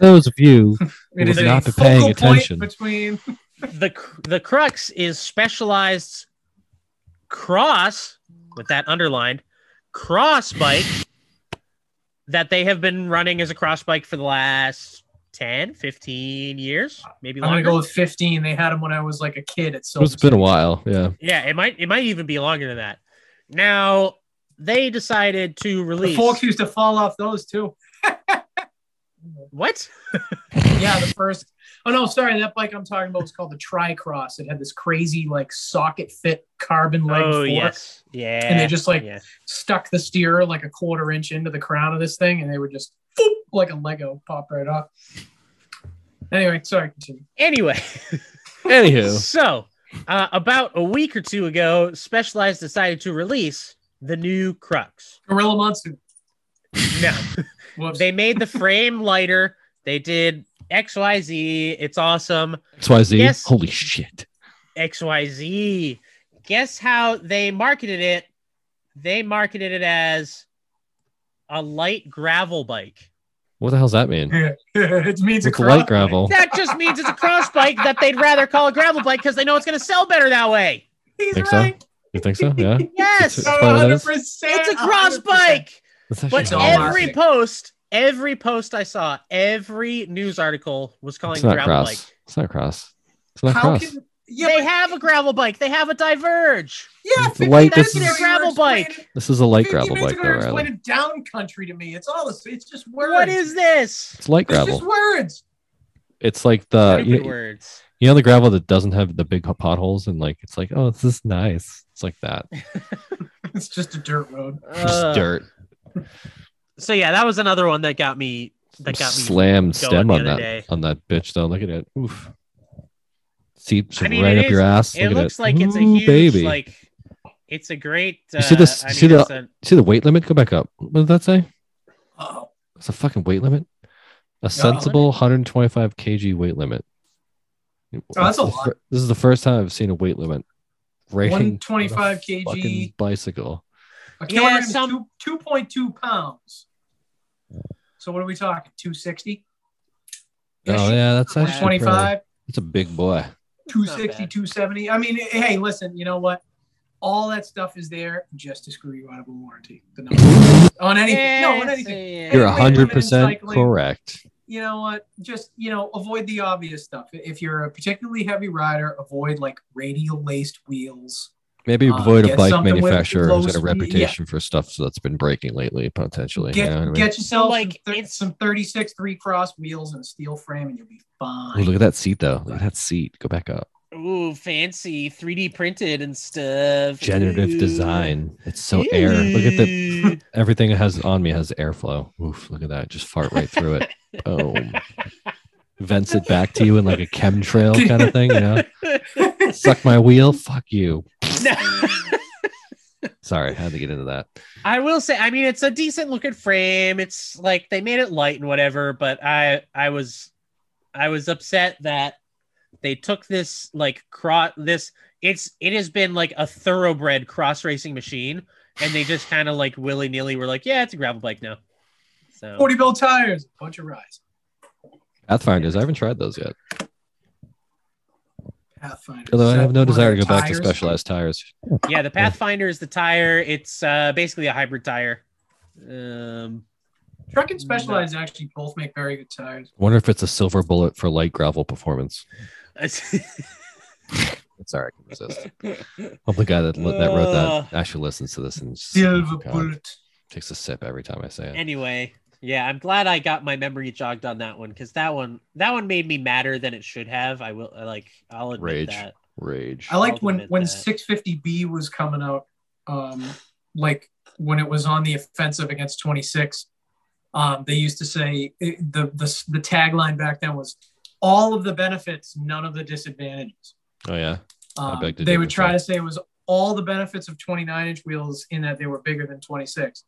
Speaker 1: Those of
Speaker 2: [LAUGHS]
Speaker 1: you
Speaker 3: It
Speaker 1: Who
Speaker 3: is
Speaker 1: would
Speaker 3: a
Speaker 1: not be
Speaker 3: focal
Speaker 1: paying
Speaker 3: point
Speaker 1: attention.
Speaker 3: between
Speaker 2: the cr- the Crux is specialized cross with that underlined cross bike that they have been running as a cross bike for the last 10, 15 years, maybe
Speaker 3: I'm gonna
Speaker 2: longer.
Speaker 3: go with 15. They had them when I was like a kid. At Silver
Speaker 1: it's been a while. Yeah.
Speaker 2: yeah, it might it might even be longer than that. Now, they decided to
Speaker 3: The
Speaker 2: release
Speaker 3: forks used to fall off those too.
Speaker 2: what?
Speaker 3: Yeah, the first. Oh no, sorry. That bike I'm talking about was called the Tricross. It had this crazy like socket fit carbon leg
Speaker 2: Oh
Speaker 3: fork,
Speaker 2: yes. Yeah.
Speaker 3: and they just like
Speaker 2: yeah.
Speaker 3: stuck the steer like a quarter inch into the crown of this thing, and they would just boop, like a Lego pop right off. Anyway, sorry. Continue.
Speaker 2: Anyway,
Speaker 1: Anywho,
Speaker 2: [LAUGHS] so uh, about a week or two ago, Specialized decided to release the new Crux.
Speaker 3: Gorilla Monsoon.
Speaker 2: No,
Speaker 3: Whoops.
Speaker 2: they made the frame [LAUGHS] lighter. They did X Y Z. It's awesome.
Speaker 1: XYZ.
Speaker 2: Yes.
Speaker 1: Holy shit.
Speaker 2: X Y Z. Guess how they marketed it? They marketed it as a light gravel bike.
Speaker 1: What the hell's that mean?
Speaker 3: [LAUGHS] it means a
Speaker 1: It's light
Speaker 2: [LAUGHS]
Speaker 3: cross.
Speaker 1: gravel.
Speaker 2: That just means it's a cross bike that they'd rather call a gravel bike because they know it's going to sell better that way.
Speaker 3: He's
Speaker 1: Think so?
Speaker 3: right.
Speaker 1: You think so? Yeah.
Speaker 2: Yes.
Speaker 1: It's one of those?
Speaker 3: 100%,
Speaker 2: It's a cross
Speaker 3: 100%.
Speaker 2: bike.
Speaker 1: That's actually
Speaker 2: But
Speaker 3: It's
Speaker 1: not
Speaker 3: all
Speaker 1: bad.
Speaker 2: every
Speaker 3: marketing.
Speaker 2: post, every post I saw, every news article was calling
Speaker 1: It's
Speaker 2: it a
Speaker 1: not
Speaker 2: gravel
Speaker 1: cross.
Speaker 2: bike.
Speaker 1: It's not cross. It's not
Speaker 3: How
Speaker 1: cross.
Speaker 3: can? Yeah,
Speaker 2: they
Speaker 3: but-
Speaker 2: have a gravel bike. They have a diverge.
Speaker 3: yeah.
Speaker 1: It's like
Speaker 3: 50
Speaker 1: this
Speaker 3: minutes
Speaker 1: is-
Speaker 3: ago you were
Speaker 2: Gravel bike.
Speaker 3: explaining-
Speaker 1: This is a light
Speaker 3: 50
Speaker 1: gravel
Speaker 3: minutes
Speaker 1: bike,
Speaker 3: ago
Speaker 1: though,
Speaker 3: you were
Speaker 1: Riley.
Speaker 3: explaining down country to me. It's all. It's just words.
Speaker 2: What is this?
Speaker 1: It's light
Speaker 3: It's
Speaker 1: gravel.
Speaker 3: just words. [LAUGHS]
Speaker 1: It's like the
Speaker 2: Stupid
Speaker 1: you,
Speaker 2: words.
Speaker 1: you know the gravel that doesn't have the big potholes and like it's like oh this is nice. It's like
Speaker 2: [LAUGHS]
Speaker 1: that.
Speaker 3: It's just a dirt road.
Speaker 1: Just
Speaker 2: Uh,
Speaker 1: dirt.
Speaker 2: So yeah, that was another one that got me. That got me.
Speaker 1: Slammed
Speaker 2: going
Speaker 1: stem
Speaker 2: the
Speaker 1: on
Speaker 2: other
Speaker 1: that
Speaker 2: day.
Speaker 1: on that bitch though. Look at it. Oof. Seeps
Speaker 2: I mean,
Speaker 1: right
Speaker 2: it
Speaker 1: up your
Speaker 2: is-
Speaker 1: ass.
Speaker 2: it
Speaker 1: Look at
Speaker 2: looks like it's a
Speaker 1: Ooh,
Speaker 2: huge
Speaker 1: baby.
Speaker 2: like. It's a great. Uh,
Speaker 1: You see this-
Speaker 2: I
Speaker 1: you
Speaker 2: mean,
Speaker 1: see the-
Speaker 2: it's a-
Speaker 1: See the weight limit? Go back up. What did that say?
Speaker 3: Oh,
Speaker 1: It's a fucking weight limit. A sensible 125 kg weight limit.
Speaker 3: Oh, that's a
Speaker 1: the
Speaker 3: lot.
Speaker 1: fir- This is the first time I've seen a weight limit. rating on a
Speaker 3: 125 kg.
Speaker 1: fucking bicycle.
Speaker 3: a
Speaker 2: Yeah,
Speaker 3: kilogram is
Speaker 2: some-
Speaker 3: two two point two pounds. So what are we talking? Two sixty.
Speaker 1: Oh yeah, that's actually
Speaker 3: Twenty
Speaker 1: pretty-
Speaker 3: five.
Speaker 1: That's a big boy.
Speaker 2: not
Speaker 3: 260,
Speaker 2: bad.
Speaker 3: 270. I mean, hey, listen, you know what? All that stuff is there just to screw you out of a warranty.
Speaker 1: [LAUGHS]
Speaker 3: The numbers. on anything. No, on
Speaker 2: Yes,
Speaker 3: anything.
Speaker 2: yeah.
Speaker 1: You're
Speaker 3: Anyway,
Speaker 1: hundred percent
Speaker 3: cycling.
Speaker 1: correct.
Speaker 3: You know what? Just, you know, avoid the obvious stuff. If you're a particularly heavy rider, avoid like radial laced wheels.
Speaker 1: Maybe
Speaker 3: Uh,
Speaker 1: avoid a
Speaker 3: get
Speaker 1: bike
Speaker 3: something with
Speaker 1: manufacturer who's got
Speaker 3: low
Speaker 1: a
Speaker 3: speed- yeah.
Speaker 1: reputation for stuff that's been breaking lately, potentially. you
Speaker 3: Get,
Speaker 1: know what I mean?
Speaker 3: get yourself
Speaker 2: like,
Speaker 3: some, thir-
Speaker 2: it's-
Speaker 3: some 36 three cross wheels and a steel frame and you'll be fine.
Speaker 1: Ooh, look at that seat though. Look at that seat. Go back up.
Speaker 2: Ooh, fancy 3D printed and stuff.
Speaker 1: Generative
Speaker 2: Ooh.
Speaker 1: design. It's so air. Look at the
Speaker 2: Ooh.
Speaker 1: everything it has on me has airflow. Oof, look at that. Just fart right through
Speaker 3: [LAUGHS]
Speaker 1: it. Boom. Vents it back to you in like a chemtrail kind of thing, you know?
Speaker 3: [LAUGHS]
Speaker 1: Suck my wheel. Fuck you.
Speaker 2: [LAUGHS] No.
Speaker 1: Sorry, I had to get into that.
Speaker 2: I will say, I mean, it's a decent looking frame. It's like they made it light and whatever, but I, I was, I was upset that they took this like cross. This it's it has been like a thoroughbred cross racing machine, and they just kind of like willy nilly were like, yeah, it's a gravel bike now. So
Speaker 3: 40 bill tires, bunch of rides.
Speaker 1: Pathfinders, I haven't tried those yet.
Speaker 3: Pathfinder.
Speaker 1: Although
Speaker 3: Is
Speaker 1: I
Speaker 3: that
Speaker 1: have no
Speaker 3: one of
Speaker 1: desire to
Speaker 3: their
Speaker 1: go back to
Speaker 3: tires?
Speaker 1: specialized tires.
Speaker 2: yeah, the Pathfinder is the tire. It's uh, basically a hybrid tire. Um, [LAUGHS]
Speaker 3: Truck and Specialized actually both make very good tires.
Speaker 1: Wonder if it's a silver bullet for light gravel performance. Sorry, I can resist. Hope the guy that, li- that wrote
Speaker 2: Uh.
Speaker 1: that actually listens to this and just-
Speaker 3: Silver
Speaker 1: Oh, God,
Speaker 3: bullet.
Speaker 1: takes a sip every time I say it.
Speaker 2: anyway yeah i'm glad i got my memory jogged on that one because that one that one made me madder than it should have i will I, like i'll admit
Speaker 1: Rage.
Speaker 2: that
Speaker 1: Rage.
Speaker 3: I liked
Speaker 2: I'll
Speaker 3: when
Speaker 2: admit
Speaker 3: when
Speaker 2: that.
Speaker 3: 650B was coming out, um, like when it was on the offensive against 26. Um, they used to say it- the the the tagline back then was all of the benefits, none of the disadvantages.
Speaker 1: Oh yeah.
Speaker 3: Um,
Speaker 1: beg to
Speaker 3: they would
Speaker 1: differ,
Speaker 3: try
Speaker 1: sir.
Speaker 3: to say it was all the benefits of 29 inch wheels in that they were bigger than 26,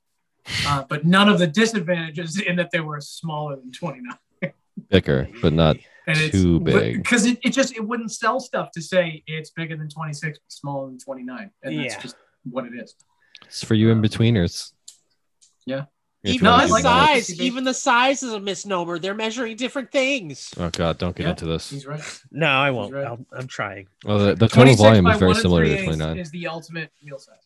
Speaker 3: uh, but none of the disadvantages in that they were smaller than 29.
Speaker 1: Thicker, but not
Speaker 3: And it's
Speaker 1: Too big.
Speaker 3: because it, it just it wouldn't sell stuff to say it's bigger than 26, but smaller than 29, and
Speaker 4: Yeah.
Speaker 3: that's just what it is.
Speaker 1: It's for you in betweeners.
Speaker 3: Yeah.
Speaker 4: Even
Speaker 1: If you
Speaker 3: No,
Speaker 1: wanna
Speaker 4: the
Speaker 3: I
Speaker 1: do
Speaker 3: like
Speaker 1: that.
Speaker 3: that.
Speaker 4: size, even the size is a misnomer. They're measuring different things.
Speaker 1: Oh god, don't get
Speaker 3: Yeah.
Speaker 1: into this.
Speaker 3: He's right.
Speaker 2: No, I won't.
Speaker 3: right.
Speaker 2: I'll, I'm trying.
Speaker 1: Oh, the, the total
Speaker 3: 26
Speaker 1: volume
Speaker 3: by
Speaker 1: is very
Speaker 3: 1 and
Speaker 1: similar to
Speaker 3: 3/8
Speaker 1: twenty
Speaker 3: [LAUGHS]
Speaker 1: nine.
Speaker 3: Is the ultimate meal size.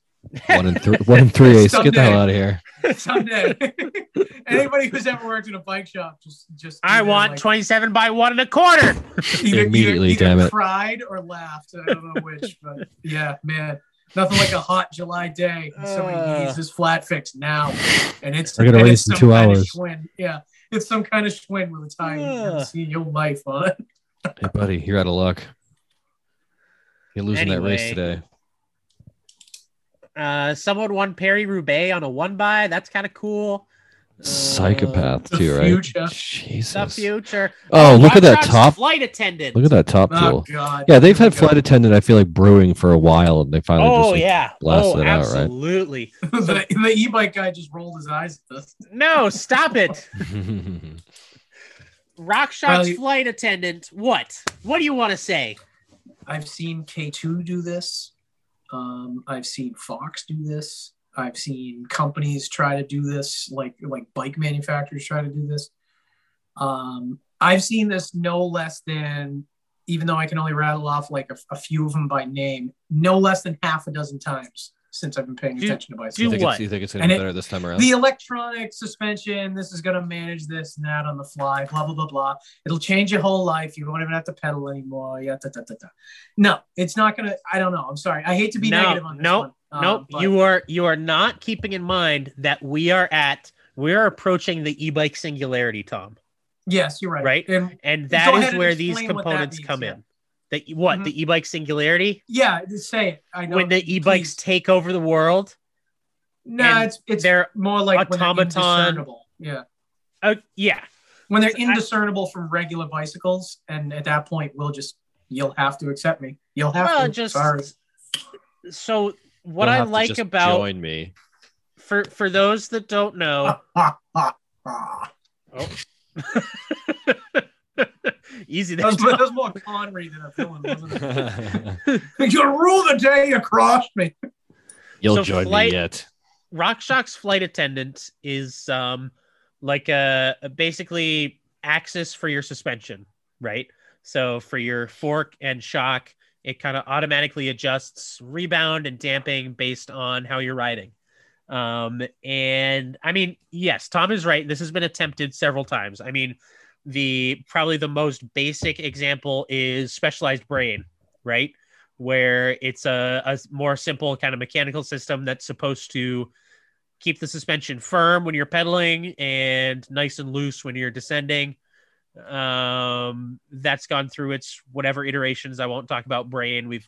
Speaker 1: One and three, one and three eighths. Get the hell
Speaker 3: Someday.
Speaker 1: out of here.
Speaker 2: [LAUGHS]
Speaker 3: Someday, [LAUGHS] anybody who's ever worked in a bike shop, just just
Speaker 2: I
Speaker 3: either,
Speaker 2: want
Speaker 3: like,
Speaker 2: 27 by one and a quarter.
Speaker 3: either,
Speaker 1: Immediately,
Speaker 3: either,
Speaker 1: damn
Speaker 3: either
Speaker 1: it.
Speaker 3: Cried or laughed. I don't
Speaker 1: [LAUGHS]
Speaker 3: know which, but yeah, man, nothing like a hot July day. And somebody
Speaker 4: Uh.
Speaker 3: needs this flat fix now, and it's
Speaker 1: We're gonna
Speaker 3: and
Speaker 1: race
Speaker 3: it's
Speaker 1: in
Speaker 3: some
Speaker 1: two
Speaker 3: kind of
Speaker 1: hours.
Speaker 3: Schwinn. Yeah, it's some kind of Schwinn with a tire you've
Speaker 4: Yeah.
Speaker 3: never seen in your life on. [LAUGHS]
Speaker 1: Hey, buddy, you're out of luck. You're losing that race
Speaker 2: Anyway.
Speaker 1: today.
Speaker 2: Uh, someone won Perry Roubaix on a one by. That's kind of cool.
Speaker 1: Psychopath
Speaker 3: the
Speaker 1: too,
Speaker 3: future.
Speaker 1: right?
Speaker 2: The
Speaker 1: Jesus.
Speaker 2: future.
Speaker 1: Oh, look at that
Speaker 4: Rockrot's
Speaker 1: top.
Speaker 4: flight attendant.
Speaker 1: Look at that top
Speaker 3: Oh
Speaker 1: fuel.
Speaker 3: God.
Speaker 1: Yeah, they've had
Speaker 3: Here
Speaker 1: flight attendant. I feel like brewing for a while, and they finally
Speaker 2: Oh
Speaker 1: just like,
Speaker 2: yeah.
Speaker 1: blast
Speaker 2: oh,
Speaker 1: it out, right?
Speaker 2: absolutely.
Speaker 3: we go. [LAUGHS] the, the e-bike guy just rolled his eyes at this.
Speaker 2: No, stop it.
Speaker 1: [LAUGHS]
Speaker 4: Rock
Speaker 3: Probably-
Speaker 4: flight attendant. What? What do you want to say?
Speaker 3: I've seen K2 do this. Um, I've seen Fox do this. I've seen companies try to do this, like like bike manufacturers try to do this. Um, I've seen this no less than, even though I can only rattle off like a, a few of them by name, no less than half a dozen times since I've been paying
Speaker 2: Do-
Speaker 3: attention to
Speaker 1: you
Speaker 2: do
Speaker 3: bicycles.
Speaker 1: think
Speaker 2: what?
Speaker 1: it's, you think it's gonna
Speaker 3: And
Speaker 1: be
Speaker 3: it-
Speaker 1: better this time around?
Speaker 3: The electronic suspension, this is going to manage this and that on the fly, blah, blah, blah, blah. It'll change your whole life. You won't even have to pedal anymore. Yeah, da, da, da, da. No, it's not going to. I don't know. I'm sorry. I hate to be
Speaker 2: No,
Speaker 3: negative on this
Speaker 2: nope,
Speaker 3: one. Um,
Speaker 2: nope.
Speaker 3: but
Speaker 2: you are you are not keeping in mind that we are at we are approaching the e-bike singularity, Tom,
Speaker 3: Yes, you're right.
Speaker 2: Right?
Speaker 3: And
Speaker 2: and
Speaker 3: Go
Speaker 2: that is
Speaker 3: ahead and
Speaker 2: where these
Speaker 3: explain what that
Speaker 2: components
Speaker 3: means,
Speaker 2: come
Speaker 3: yeah.
Speaker 2: in. That what the e-bike singularity
Speaker 3: yeah, just say it. I know.
Speaker 2: when the e-bikes
Speaker 3: please.
Speaker 2: take over the world.
Speaker 3: no,
Speaker 2: and
Speaker 3: it's it's
Speaker 2: they're
Speaker 3: more like when they're
Speaker 2: automaton-
Speaker 3: indiscernible. Yeah,
Speaker 2: Oh yeah,
Speaker 3: when they're
Speaker 2: So I-
Speaker 3: indiscernible from regular bicycles, and at that point, we'll just you'll have to accept me. You'll have
Speaker 2: well,
Speaker 3: to.
Speaker 2: just [LAUGHS]
Speaker 3: sorry. [LAUGHS]
Speaker 2: so what
Speaker 1: You'll
Speaker 2: I
Speaker 1: have to
Speaker 2: like
Speaker 1: just
Speaker 2: about
Speaker 1: join
Speaker 2: [LAUGHS]
Speaker 1: me.
Speaker 2: for for those that don't know,
Speaker 3: Uh, [LAUGHS]
Speaker 2: easy.
Speaker 3: That was,
Speaker 2: there, Tom.
Speaker 3: that was more Connery than a villain, wasn't it? [LAUGHS] You'll rule the day across me.
Speaker 1: You'll
Speaker 2: So
Speaker 1: join
Speaker 2: flight-
Speaker 1: me yet?
Speaker 2: RockShox flight attendant is um like a, a basically axis for your suspension, right? So for your fork and shock, it kind of automatically adjusts rebound and damping based on how you're riding. Um and I mean, yes, Tom is right. This has been attempted several times. I mean, the probably the most basic example is specialized brain, right? Where it's a, a more simple kind of mechanical system that's supposed to keep the suspension firm when you're pedaling and nice and loose when you're descending. Um, that's gone through its whatever iterations. I won't talk about brain. We've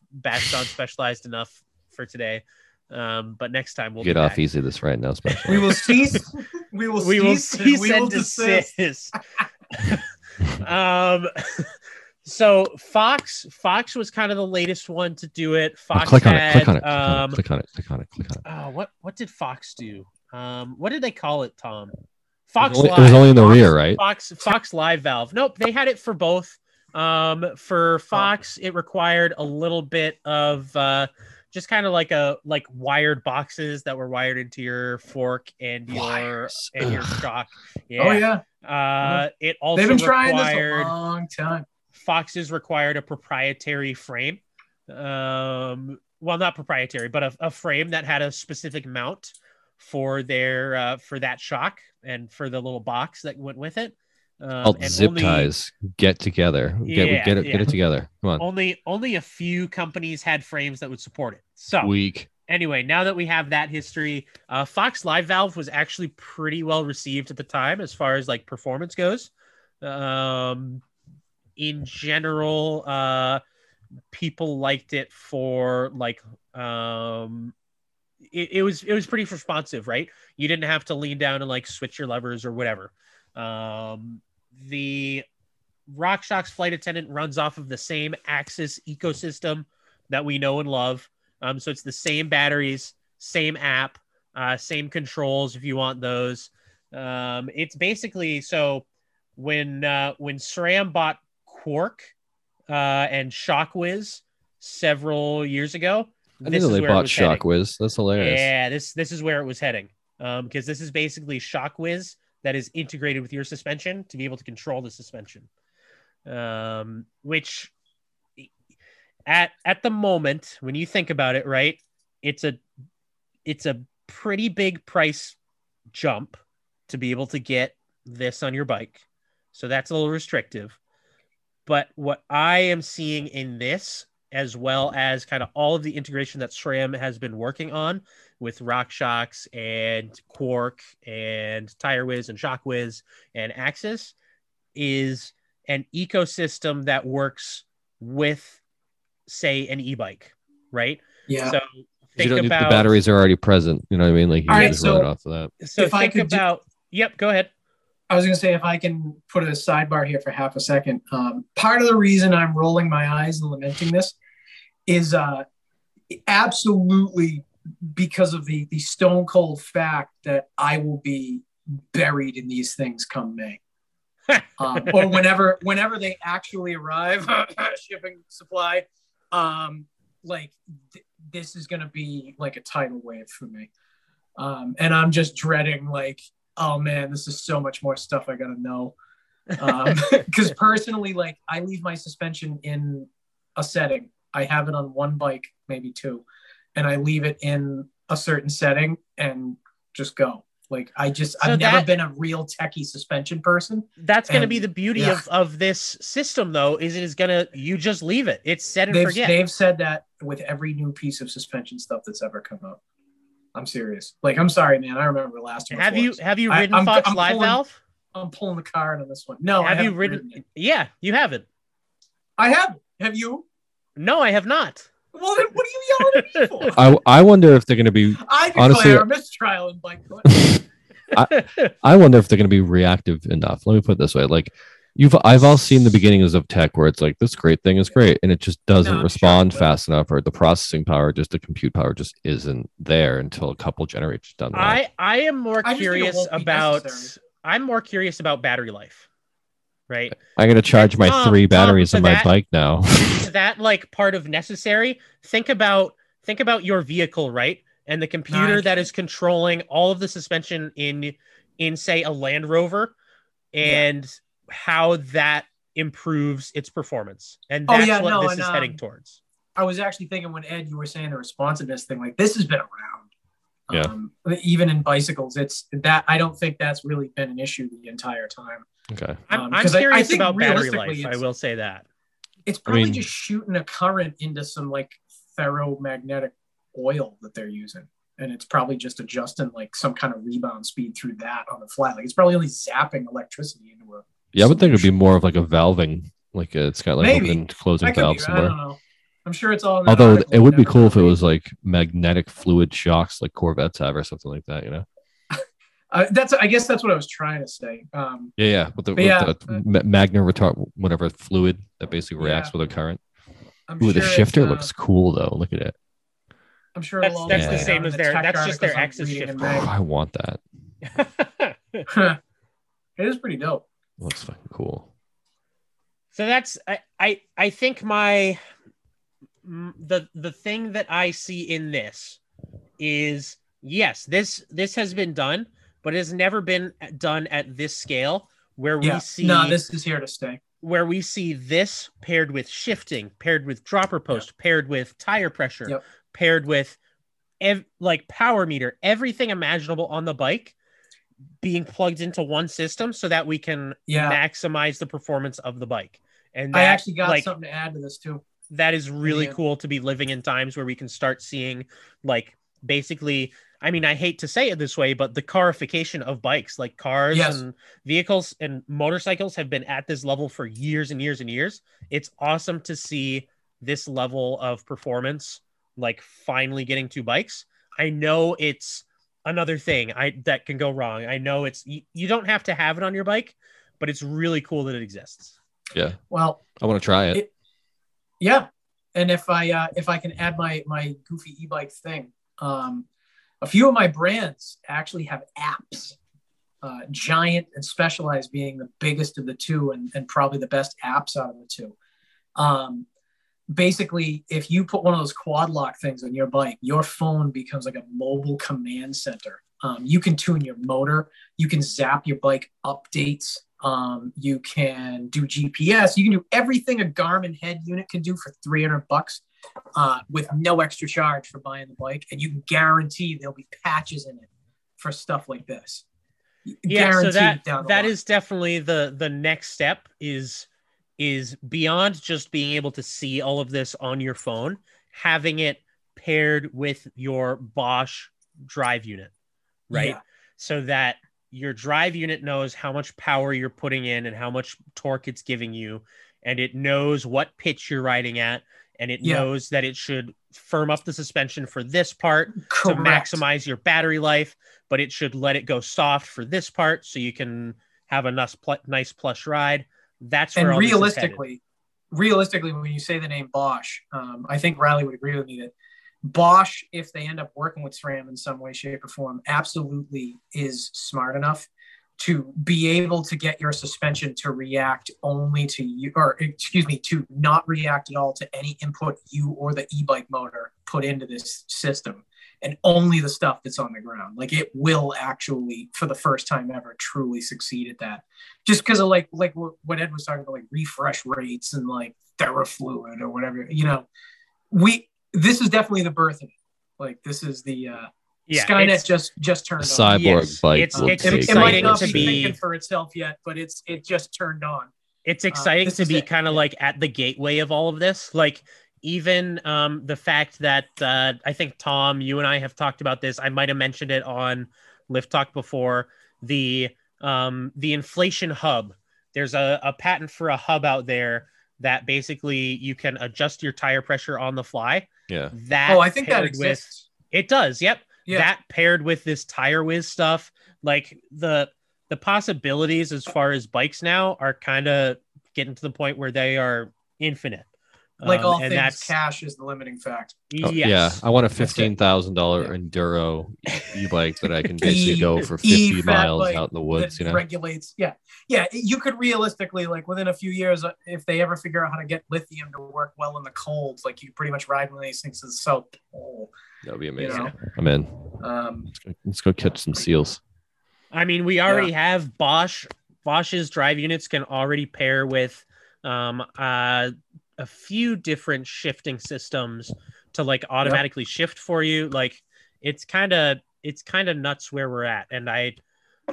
Speaker 1: [LAUGHS]
Speaker 2: bashed on specialized enough for today. Um, but next time we'll
Speaker 1: Get
Speaker 2: be
Speaker 1: off
Speaker 2: back
Speaker 1: easy this right now, special.
Speaker 3: We will cease. We
Speaker 2: [LAUGHS]
Speaker 3: will
Speaker 2: we will
Speaker 3: cease. and
Speaker 2: cease
Speaker 3: we will
Speaker 2: and
Speaker 3: desist.
Speaker 2: desist. [LAUGHS] um, so Fox, Fox was kind of the latest one to do it.
Speaker 1: Oh,
Speaker 2: Fox
Speaker 1: click on it.
Speaker 2: had,
Speaker 1: Click on it. Click on
Speaker 2: um,
Speaker 1: it. Click on it. Click on it. Click on it.
Speaker 2: oh, what what did Fox do? Um, what did they call it, Tom? Fox
Speaker 1: it, was only,
Speaker 2: Live.
Speaker 1: it was only in the
Speaker 2: Fox-
Speaker 1: rear, right?
Speaker 2: Fox Fox Live Valve. Nope, they had it for both. Um,
Speaker 1: Oh.
Speaker 2: for Fox, it required a little bit of uh, just kind of like a like wired boxes that were wired into your fork and your
Speaker 1: Wires.
Speaker 2: and your
Speaker 1: Ugh.
Speaker 2: shock.
Speaker 3: Oh yeah,
Speaker 2: Uh, it also
Speaker 3: they've been trying
Speaker 2: required
Speaker 3: this a long time.
Speaker 2: Foxes required a proprietary frame. Um, well, not proprietary, but a, a frame that had a specific mount for their uh, for that shock and for the little box that went with it. Um,
Speaker 1: Called
Speaker 2: and
Speaker 1: zip
Speaker 2: only-
Speaker 1: ties. Get together. Get,
Speaker 2: Yeah,
Speaker 1: get it.
Speaker 2: yeah. Oh,
Speaker 1: Get it together. Come on.
Speaker 2: Only only a few companies had frames that would support it. So
Speaker 1: Weak.
Speaker 2: anyway, now that we have that history, uh, Fox Live Valve was actually pretty well received at the time as far as like performance goes. Um, in general, uh, people liked it for like um, it, it was it was pretty responsive, right? You didn't have to lean down and like switch your levers or whatever. Um, the RockShox flight attendant runs off of the same Axis ecosystem that we know and love. Um, so it's the same batteries, same app, uh, same controls if you want those. Um, it's basically so when uh, when SRAM bought Quark uh, and Shockwiz several years ago.
Speaker 1: I
Speaker 2: This
Speaker 1: knew
Speaker 2: is
Speaker 1: they
Speaker 2: where it
Speaker 1: bought
Speaker 2: was heading.
Speaker 1: Shockwiz. That's hilarious.
Speaker 2: Yeah, this this is where it was heading. Um, because this is basically Shockwiz that is integrated with your suspension to be able to control the suspension. Um, which at at the moment, when you think about it, right, it's a it's a pretty big price jump to be able to get this on your bike. So that's a little restrictive. But what I am seeing in this, as well as kind of all of the integration that SRAM has been working on with RockShox and Quark and TireWiz and ShockWiz and Axis, is an ecosystem that works with, say, an e bike, right?
Speaker 3: Yeah.
Speaker 2: So
Speaker 1: 'Cause you
Speaker 2: think
Speaker 1: don't need-
Speaker 2: about
Speaker 1: the batteries are already present. You know what I mean? Like you
Speaker 3: All
Speaker 1: can
Speaker 3: right,
Speaker 1: just run it
Speaker 3: so-
Speaker 1: off of that.
Speaker 2: So
Speaker 3: If I
Speaker 2: think
Speaker 3: could do-
Speaker 2: about. Yep, go ahead.
Speaker 3: I was going to say, if I can put a sidebar here for half a second, um, part of the reason I'm rolling my eyes and lamenting this is uh, absolutely because of the the stone cold fact that I will be buried in these things come May,
Speaker 2: [LAUGHS]
Speaker 3: um, or whenever whenever they actually arrive, [LAUGHS] shipping supply. Um, like th- this is going to be like a tidal wave for me, um, and I'm just dreading like oh man, this is so much more stuff I gotta know.
Speaker 2: [LAUGHS]
Speaker 3: [LAUGHS] Because personally, like I leave my suspension in a setting. I have it on one bike, maybe two, and I leave it in a certain setting and just go. Like I just,
Speaker 2: So
Speaker 3: I've never
Speaker 2: that-
Speaker 3: been a real techie suspension person.
Speaker 2: That's going to
Speaker 3: And-
Speaker 2: be the beauty
Speaker 3: Um, yeah.
Speaker 2: of, of this system, though, is it is going to, you just leave it. It's set and
Speaker 3: They've,
Speaker 2: forget.
Speaker 3: they've said that with every new piece of suspension stuff that's ever come out. I'm serious. Like I'm sorry, man. I remember last one.
Speaker 2: have
Speaker 3: for
Speaker 2: you
Speaker 3: us.
Speaker 2: have you
Speaker 3: I-
Speaker 2: ridden
Speaker 3: I'm-
Speaker 2: Fox
Speaker 3: I'm
Speaker 2: Live
Speaker 3: pulling-
Speaker 2: Valve?
Speaker 3: I'm pulling the card on this one. No,
Speaker 2: have
Speaker 3: I
Speaker 2: you
Speaker 3: haven't
Speaker 2: ridden?
Speaker 3: it.
Speaker 2: Yeah, you haven't.
Speaker 3: I have. Have you?
Speaker 2: No, I have not.
Speaker 3: Well, then what are you
Speaker 2: [LAUGHS]
Speaker 3: yelling at me for?
Speaker 1: I, I wonder if they're going to be
Speaker 3: I declare
Speaker 1: Honestly-
Speaker 3: a mistrial in bike court.
Speaker 1: I wonder if they're going to be reactive enough. Let me put it this way: like you've, I've all seen the beginnings of tech where it's like this great thing is great, and it just doesn't
Speaker 3: No, I'm
Speaker 1: respond
Speaker 3: sure it will.
Speaker 1: fast enough, or the processing power, just the compute power, just isn't there until a couple generations down the line.
Speaker 2: I I am more
Speaker 3: I just think it
Speaker 2: curious
Speaker 3: won't be
Speaker 2: about.
Speaker 3: necessary.
Speaker 2: I'm more curious about battery life, right?
Speaker 1: I, am going to charge my
Speaker 2: Tom,
Speaker 1: three
Speaker 2: Tom,
Speaker 1: batteries
Speaker 2: to
Speaker 1: on my
Speaker 2: that-
Speaker 1: bike now. [LAUGHS]
Speaker 2: to that like part of necessary think about think about your vehicle right and the computer
Speaker 3: Nice.
Speaker 2: that is controlling all of the suspension in in say a land rover and how that improves its performance and
Speaker 3: Oh,
Speaker 2: that's
Speaker 3: yeah,
Speaker 2: what
Speaker 3: no,
Speaker 2: this
Speaker 3: and,
Speaker 2: is
Speaker 3: um,
Speaker 2: heading towards
Speaker 3: I was actually thinking when Ed, you were saying the responsiveness thing, like this has been around.
Speaker 1: Yeah.
Speaker 3: Um, even in bicycles, it's that I don't think that's really been an issue the entire time.
Speaker 1: okay,
Speaker 2: i'm,
Speaker 3: um,
Speaker 2: I'm
Speaker 3: 'cause I- I
Speaker 2: curious
Speaker 3: think
Speaker 2: about battery
Speaker 3: realistically
Speaker 2: life i
Speaker 3: it's-
Speaker 2: will say that
Speaker 3: It's probably
Speaker 1: mean-
Speaker 3: just shooting a current into some like ferromagnetic oil that they're using. And it's probably just adjusting like some kind of rebound speed through that on the fly. Like it's probably only zapping electricity into a
Speaker 1: yeah, I would think it would be more of like a valving, like a, it's got like
Speaker 3: Maybe.
Speaker 1: open
Speaker 3: I,
Speaker 1: closing
Speaker 3: could be,
Speaker 1: valve
Speaker 3: I don't
Speaker 1: somewhere.
Speaker 3: know. I'm sure it's all. in that
Speaker 1: Although
Speaker 3: article.
Speaker 1: it would be
Speaker 3: Never
Speaker 1: cool if it
Speaker 3: mind.
Speaker 1: was like magnetic fluid shocks, like Corvettes have, or something like that. You know?
Speaker 3: Uh, that's. I guess that's what I was trying to say. Um,
Speaker 1: Yeah, yeah. With the,
Speaker 3: But
Speaker 1: with
Speaker 3: yeah,
Speaker 1: the
Speaker 3: uh,
Speaker 1: ma- magna retard, whatever fluid that basically reacts
Speaker 3: Yeah.
Speaker 1: with a current.
Speaker 3: I'm
Speaker 1: Ooh, the
Speaker 3: sure it's,
Speaker 1: shifter
Speaker 3: uh,
Speaker 1: looks cool though. Look at it.
Speaker 3: I'm sure
Speaker 2: That's-
Speaker 3: it'll all
Speaker 1: that's
Speaker 3: be
Speaker 1: the
Speaker 3: down
Speaker 2: same
Speaker 3: in
Speaker 2: as
Speaker 3: the
Speaker 2: their-
Speaker 3: tech
Speaker 2: that's just their
Speaker 3: articles
Speaker 2: axis
Speaker 3: I'm reading in
Speaker 2: shift.
Speaker 1: Oh, I want that.
Speaker 3: May.
Speaker 2: [LAUGHS]
Speaker 3: it is pretty dope.
Speaker 1: Looks fucking cool.
Speaker 2: so that's I, I i think my m- the the thing that i see in this is yes this this has been done but it has never been done at this scale where we
Speaker 3: Yeah.
Speaker 2: see
Speaker 3: no, this is here to stay.
Speaker 2: where we see this paired with shifting paired with dropper post paired with tire pressure
Speaker 3: Yep.
Speaker 2: paired with ev- like power meter everything imaginable on the bike being plugged into one system so that we can
Speaker 3: Yeah.
Speaker 2: maximize the performance of the bike and that,
Speaker 3: I actually got
Speaker 2: like,
Speaker 3: something to add to this too.
Speaker 2: that is really
Speaker 3: Yeah.
Speaker 2: cool to be living in times where we can start seeing like basically i mean i hate to say it this way but the carification of bikes like cars
Speaker 3: Yes.
Speaker 2: and vehicles and motorcycles have been at this level for years and years and years it's awesome to see this level of performance like finally getting two bikes i know it's another thing i that can go wrong i know it's you, you don't have to have it on your bike but it's really cool that it exists
Speaker 3: Well,
Speaker 1: I want to try it.
Speaker 3: It- yeah, and if I uh, if I can add my my goofy e-bike thing, um, a few of my brands actually have apps uh, Giant and Specialized being the biggest of the two and, and probably the best apps out of the two. Um, basically, if you put one of those quad lock things on your bike, your phone becomes like a mobile command center. Um, you can tune your motor, you can zap your bike updates, um, you can do GPS, you can do everything a Garmin head unit can do for 300 bucks uh, with no extra charge for buying the bike. And you can guarantee there'll be patches in it for stuff like this.
Speaker 2: yeah so
Speaker 3: Guaranteed
Speaker 2: that
Speaker 3: down the
Speaker 2: that
Speaker 3: line.
Speaker 2: is definitely the the next step is is beyond just being able to see all of this on your phone having it paired with your bosch drive unit right
Speaker 3: Yeah.
Speaker 2: so that your drive unit knows how much power you're putting in and how much torque it's giving you and it knows what pitch you're riding at and it
Speaker 3: Yeah.
Speaker 2: knows that it should firm up the suspension for this part
Speaker 3: Correct.
Speaker 2: to maximize your battery life, but it should let it go soft for this part so you can have a nice, pl- nice plush ride. That's where
Speaker 3: and
Speaker 2: all this is headed.
Speaker 3: realistically, realistically, when you say the name Bosch, um, I think Riley would agree with me that Bosch, if they end up working with SRAM in some way, shape, or form, absolutely is smart enough to be able to get your suspension to react only to you, or excuse me, to not react at all to any input you or the e-bike motor put into this system. And only the stuff that's on the ground. Like it will actually, for the first time ever, truly succeed at that just because of like like what what Ed was talking about, like refresh rates and like Therafluid or whatever. You know, we this is definitely the birth of it. Like this is the uh,
Speaker 2: yeah,
Speaker 3: Skynet
Speaker 2: it's-
Speaker 3: just just turned on. Um,
Speaker 2: Cy-
Speaker 1: cyborg
Speaker 2: yes,
Speaker 1: bike
Speaker 2: it's-
Speaker 1: will
Speaker 2: it's
Speaker 1: take
Speaker 3: it, it might
Speaker 2: exciting
Speaker 1: over.
Speaker 3: not
Speaker 2: to
Speaker 3: be
Speaker 2: be-
Speaker 3: thinking for itself yet, but it's it just turned on.
Speaker 2: it's exciting
Speaker 3: uh, this
Speaker 2: to
Speaker 3: is
Speaker 2: be
Speaker 3: it,
Speaker 2: kind of
Speaker 3: yeah.
Speaker 2: like at the gateway of all of this. Like even um, the fact that uh, I think Tom, you and I have talked about this. I might have mentioned it on Lift Talk before. The um, the inflation hub. There's a, a patent for a hub out there that basically you can adjust your tire pressure on the fly.
Speaker 1: Yeah.
Speaker 2: That
Speaker 3: Oh, I think that
Speaker 2: paired with
Speaker 3: exists.
Speaker 2: it does. Yep.
Speaker 3: Yeah.
Speaker 2: That paired with this tire whiz stuff, like the the possibilities as far as bikes now are kind of getting to the point where they are infinite.
Speaker 3: like
Speaker 2: Um,
Speaker 3: all
Speaker 2: and
Speaker 3: things,
Speaker 2: that's
Speaker 3: cash is the limiting factor.
Speaker 1: Oh,
Speaker 2: yes.
Speaker 1: Yeah, I want a
Speaker 3: That's it.
Speaker 1: fifteen thousand dollar
Speaker 3: Yeah. [LAUGHS]
Speaker 1: enduro e bike that I can basically
Speaker 3: E-
Speaker 1: go for
Speaker 3: E
Speaker 1: fifty
Speaker 3: fat
Speaker 1: miles
Speaker 3: bike
Speaker 1: out in the
Speaker 3: That
Speaker 1: woods. You know,
Speaker 3: regulates. Yeah, yeah. You could realistically, like within a few years, uh, if they ever figure out how to get lithium to work well in the cold, like you could pretty much ride one of these things to the South Pole.
Speaker 1: that'd be
Speaker 3: You
Speaker 1: amazing.
Speaker 3: know,
Speaker 1: I'm in.
Speaker 3: um,
Speaker 1: Let's go catch some seals.
Speaker 2: I mean, we already have Bosch. Bosch's drive units can already pair with um, uh, a few different shifting systems to like automatically shift for you. Like it's kind of it's kind of nuts where we're at, and I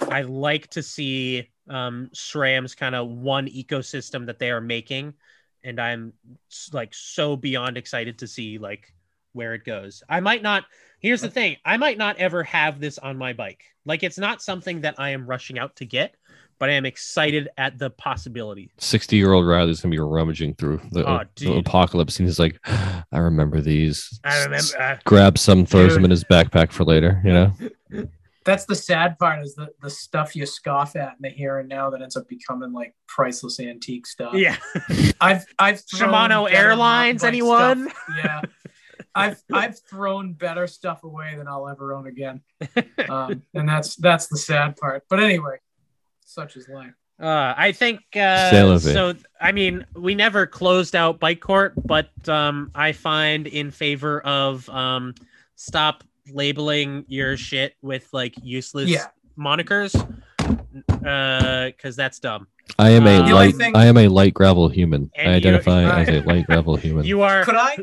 Speaker 2: I like to see um, SRAM's kind of one ecosystem that they are making, and I'm s- like so beyond excited to see like where it goes. I might not Here's the thing I might not ever have this on my bike. Like, it's not something that I am rushing out to get, but I am excited at the possibility.
Speaker 1: Sixty year old Riley's gonna be rummaging through the,
Speaker 2: Aw,
Speaker 3: Oh,
Speaker 1: the
Speaker 2: dude.
Speaker 1: apocalypse, and he's like, "I remember these."
Speaker 2: I
Speaker 1: S-
Speaker 2: remember.
Speaker 1: s-
Speaker 2: Uh,
Speaker 1: Grab some, throws
Speaker 3: Dude.
Speaker 1: them in his backpack for later. You know,
Speaker 3: that's the sad part is the, the stuff you scoff at in the here and now that ends up becoming like priceless antique stuff.
Speaker 2: yeah.
Speaker 3: I've I've thrown
Speaker 2: Shimano
Speaker 3: better
Speaker 2: Airlines,
Speaker 3: mountain bike
Speaker 2: anyone?
Speaker 3: stuff- Yeah.
Speaker 2: [LAUGHS]
Speaker 3: I've I've thrown better stuff away than I'll ever own again. Um, and that's that's the sad part. But anyway, such is life.
Speaker 2: [LAUGHS] Uh, I think
Speaker 1: Say
Speaker 2: uh,
Speaker 1: love it.
Speaker 2: so. I mean, we never closed out bike court, but um, I find in favor of um, stop labeling your shit with like useless
Speaker 3: Yeah.
Speaker 2: monikers because that's dumb.
Speaker 1: I am a
Speaker 2: Uh, The only
Speaker 1: light.
Speaker 3: thing-
Speaker 1: I am a light gravel human.
Speaker 2: And
Speaker 1: I
Speaker 2: you-
Speaker 1: identify
Speaker 3: I-
Speaker 1: as a light
Speaker 3: [LAUGHS]
Speaker 1: gravel human.
Speaker 2: You are
Speaker 3: Could I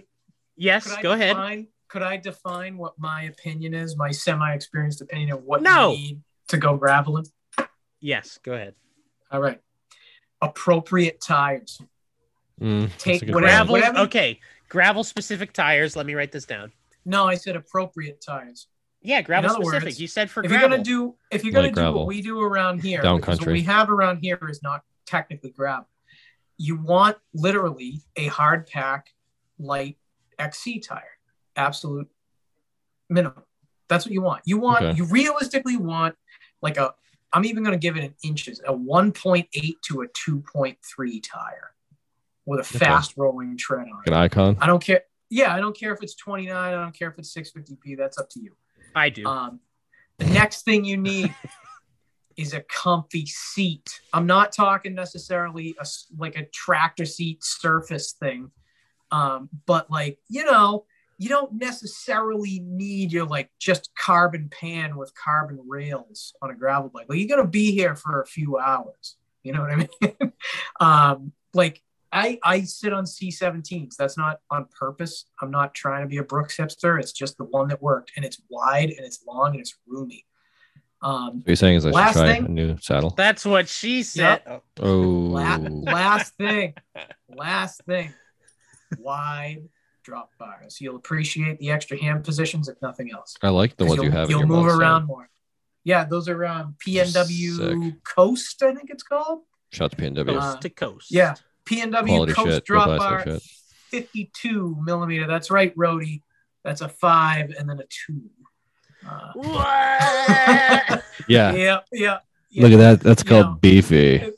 Speaker 2: yes.
Speaker 3: could I
Speaker 2: Go ahead.
Speaker 3: define- Could I define what my opinion is, my semi-experienced opinion of what
Speaker 2: No.
Speaker 3: you need to go graveling?
Speaker 2: Yes, go ahead.
Speaker 3: All right. Appropriate tires.
Speaker 1: Mm, that's
Speaker 3: Take
Speaker 1: a good
Speaker 3: whatever-
Speaker 1: point.
Speaker 2: gravel
Speaker 3: Whatever-
Speaker 2: okay gravel specific tires let me write this down
Speaker 3: No, I said appropriate tires.
Speaker 2: yeah gravel
Speaker 3: other
Speaker 2: specific
Speaker 3: words,
Speaker 2: you said for
Speaker 3: if
Speaker 2: gravel
Speaker 3: you're gonna do if you're gonna
Speaker 1: Like
Speaker 3: do
Speaker 1: gravel.
Speaker 3: what we do around here,
Speaker 1: Down
Speaker 3: because
Speaker 1: country.
Speaker 3: what we have around here is not technically gravel. You want literally a hard pack, light XC tire, absolute minimum. That's what you want. You want
Speaker 1: Okay.
Speaker 3: you realistically want like a I'm even gonna give it in inches, a 1.8 to a 2.3 tire with a
Speaker 1: Okay.
Speaker 3: fast rolling tread on
Speaker 1: an
Speaker 3: it.
Speaker 1: icon.
Speaker 3: I don't care. Yeah, I don't care if it's 29. I don't care if it's 650p. That's up to you.
Speaker 2: i do
Speaker 3: Um, the next thing you need is a comfy seat. I'm not talking necessarily a, s- like a tractor seat surface thing, um, but like, you know, you don't necessarily need your like just carbon pan with carbon rails on a gravel bike. Like, you're going to be here for a few hours. You know what I mean? [LAUGHS] um, like, I, I sit on C17s. That's not on purpose. I'm not trying to be a Brooks hipster. It's just the one that worked, and it's wide and it's long and it's roomy. Um,
Speaker 1: you're saying is I should
Speaker 3: Last
Speaker 1: try
Speaker 3: thing-
Speaker 1: a new saddle.
Speaker 5: That's what she said.
Speaker 1: Oh,
Speaker 3: La- last
Speaker 1: [LAUGHS]
Speaker 3: thing, last thing, wide drop bars. You'll appreciate the extra hand positions if nothing else.
Speaker 1: I like the
Speaker 3: 'Cause
Speaker 1: ones
Speaker 3: you'll,
Speaker 1: you have. in
Speaker 3: You'll
Speaker 1: your
Speaker 3: move
Speaker 1: mouth, Sam.
Speaker 3: around more. Yeah, those are um, PNW
Speaker 1: Sick.
Speaker 3: Coast, I think it's called.
Speaker 1: Shout out to PNW.
Speaker 5: Coast
Speaker 3: Uh,
Speaker 5: to coast.
Speaker 3: Yeah, PNW
Speaker 1: Quality
Speaker 3: Coast
Speaker 1: shit.
Speaker 3: drop
Speaker 1: Drop
Speaker 3: bar,
Speaker 1: shit.
Speaker 3: 52 millimeter. That's right, Rody. That's a five and then a two. Uh, [LAUGHS]
Speaker 5: What?
Speaker 1: Yeah.
Speaker 3: yeah, yeah, yeah.
Speaker 1: Look at that. That's
Speaker 3: You
Speaker 1: called
Speaker 3: know,
Speaker 1: beefy.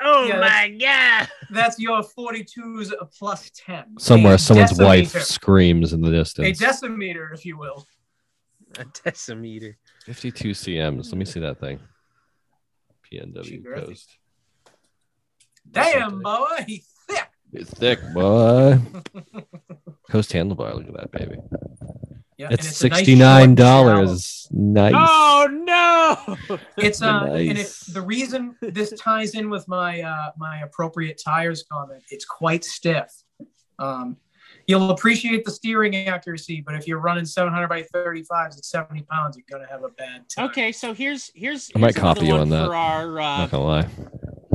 Speaker 5: Oh
Speaker 3: Yeah,
Speaker 5: my god.
Speaker 3: That's your 42s a plus 10.
Speaker 1: Somewhere,
Speaker 3: A
Speaker 1: someone's wife
Speaker 3: decimeter.
Speaker 1: screams in the
Speaker 3: a
Speaker 1: distance.
Speaker 3: decimeter, if you will.
Speaker 5: A decimeter.
Speaker 1: 52 cms. Let me see that thing.
Speaker 3: She
Speaker 1: PNW
Speaker 3: girthy.
Speaker 1: Coast.
Speaker 3: Damn, boy, he's thick.
Speaker 1: It's thick, boy. [LAUGHS] Coast handlebar. Look at that baby.
Speaker 3: Yeah,
Speaker 1: It's
Speaker 3: and a nice
Speaker 1: sixty nine
Speaker 3: short
Speaker 1: dollars. Nice.
Speaker 5: Oh no.
Speaker 3: shallow-
Speaker 1: [LAUGHS]
Speaker 3: It's uh, and
Speaker 1: Nice.
Speaker 3: if the reason this ties in with my uh, my appropriate tires comment, it's quite stiff. Um, you'll appreciate the steering accuracy, but if you're running 700 by 35s at 70 pounds, you're gonna have a bad time.
Speaker 2: Okay, so here's here's.
Speaker 1: I might
Speaker 2: here's
Speaker 1: copy you
Speaker 2: another one
Speaker 1: on that.
Speaker 2: For our, uh,
Speaker 1: Not gonna lie.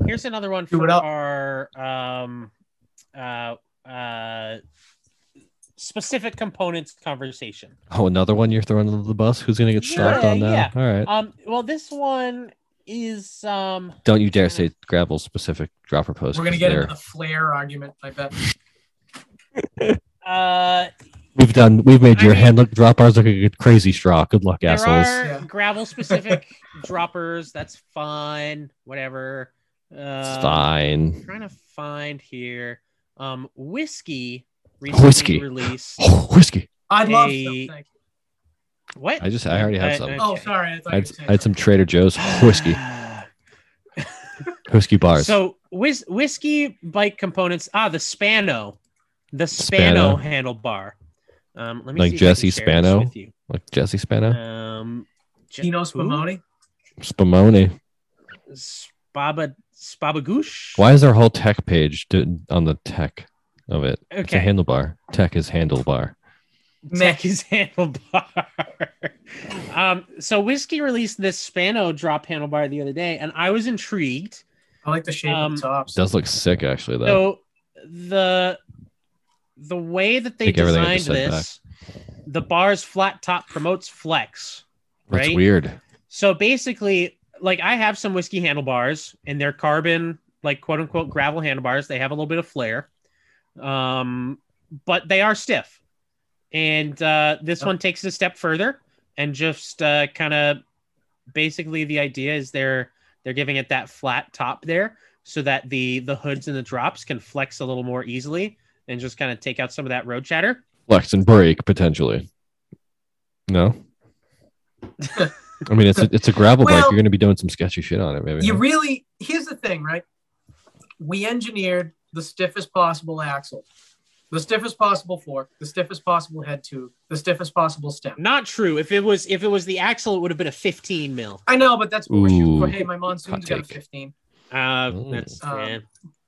Speaker 2: here's another one
Speaker 3: Do
Speaker 2: for
Speaker 3: it up.
Speaker 2: our um, uh, uh, specific components conversation.
Speaker 1: Oh, another one you're throwing under the bus. Who's gonna get stopped
Speaker 2: Yeah,
Speaker 1: on that? All right.
Speaker 2: Um, well, this one is um.
Speaker 1: Don't you dare say gravel specific dropper post.
Speaker 3: We're gonna
Speaker 1: 'cause
Speaker 3: get
Speaker 1: they're-
Speaker 3: into the flare argument, I bet.
Speaker 2: Uh,
Speaker 1: We've done. We've made
Speaker 2: I
Speaker 1: your
Speaker 2: mean-
Speaker 1: hand look drop ours look like a crazy straw. Good luck,
Speaker 2: there
Speaker 1: assholes.
Speaker 2: are uh,
Speaker 3: Yeah.
Speaker 2: gravel specific droppers. That's fine. Whatever. Uh,
Speaker 1: it's fine.
Speaker 2: Trying to find here. Um, whiskey recently
Speaker 1: Whiskey.
Speaker 2: released.
Speaker 1: Oh, whiskey.
Speaker 3: I'd love
Speaker 2: A-
Speaker 3: some. Thank you.
Speaker 2: What?
Speaker 1: I just. I already have
Speaker 2: Uh,
Speaker 1: some.
Speaker 2: uh,
Speaker 3: Oh,
Speaker 2: okay.
Speaker 3: sorry. I thought
Speaker 1: I
Speaker 3: you
Speaker 1: had,
Speaker 3: were saying
Speaker 1: I had some Trader Joe's [SIGHS]
Speaker 2: [GASPS]
Speaker 1: whiskey. Whiskey bars.
Speaker 2: So whis- whiskey bike components. Ah, the Spano, the
Speaker 1: Spano.
Speaker 2: Spano, handlebar. Um, let me
Speaker 1: Like
Speaker 2: see if I can
Speaker 1: Jesse
Speaker 2: share this
Speaker 1: Spano?
Speaker 2: with you.
Speaker 1: like Jesse Spano,
Speaker 2: Um, Je-
Speaker 3: Tino
Speaker 2: who?
Speaker 3: Spumoni.
Speaker 1: Spumoni.
Speaker 2: Spaba Spabagoosh.
Speaker 1: Why is our whole tech page d- on the tech of it? It's a
Speaker 2: Okay,
Speaker 1: handlebar. Tech is handlebar.
Speaker 2: Mac is handlebar. [LAUGHS] um, so whiskey released this Spano drop handlebar the other day, and I was intrigued.
Speaker 3: I like the shape
Speaker 2: Um,
Speaker 3: of the tops.
Speaker 1: It does look sick, actually, though.
Speaker 2: So the the way that they
Speaker 1: Take everything I
Speaker 2: designed
Speaker 1: just said
Speaker 2: this, the bar's flat top promotes flex.
Speaker 1: That's
Speaker 2: right?
Speaker 1: weird.
Speaker 2: So basically, like I have some whiskey handlebars and they're carbon, like quote unquote gravel handlebars. They have a little bit of flair. Um, but they are stiff. And uh, this
Speaker 3: Yep.
Speaker 2: one takes it a step further and just uh, kind of basically the idea is they're they're giving it that flat top there so that the the hoods and the drops can flex a little more easily and just kind of take out some of that road chatter.
Speaker 1: Flex and break potentially. No.
Speaker 2: [LAUGHS]
Speaker 1: I mean, it's a, it's a gravel bike.
Speaker 3: Well-
Speaker 1: You're going to be doing some sketchy shit on it, maybe.
Speaker 3: You
Speaker 1: huh?
Speaker 3: really here's the thing, right? We engineered the stiffest possible axle, the stiffest possible fork, the stiffest possible head tube, the stiffest possible stem.
Speaker 2: Not true. If it was if it was the axle, it would have been a 15 mil.
Speaker 3: I know, but that's what we're shooting for.
Speaker 1: Ooh.
Speaker 3: Hey, my monsoon's
Speaker 1: Hot
Speaker 3: got a
Speaker 1: take.
Speaker 3: 15.
Speaker 2: Uh,
Speaker 1: Ooh.
Speaker 2: that's
Speaker 3: Um,
Speaker 2: yeah.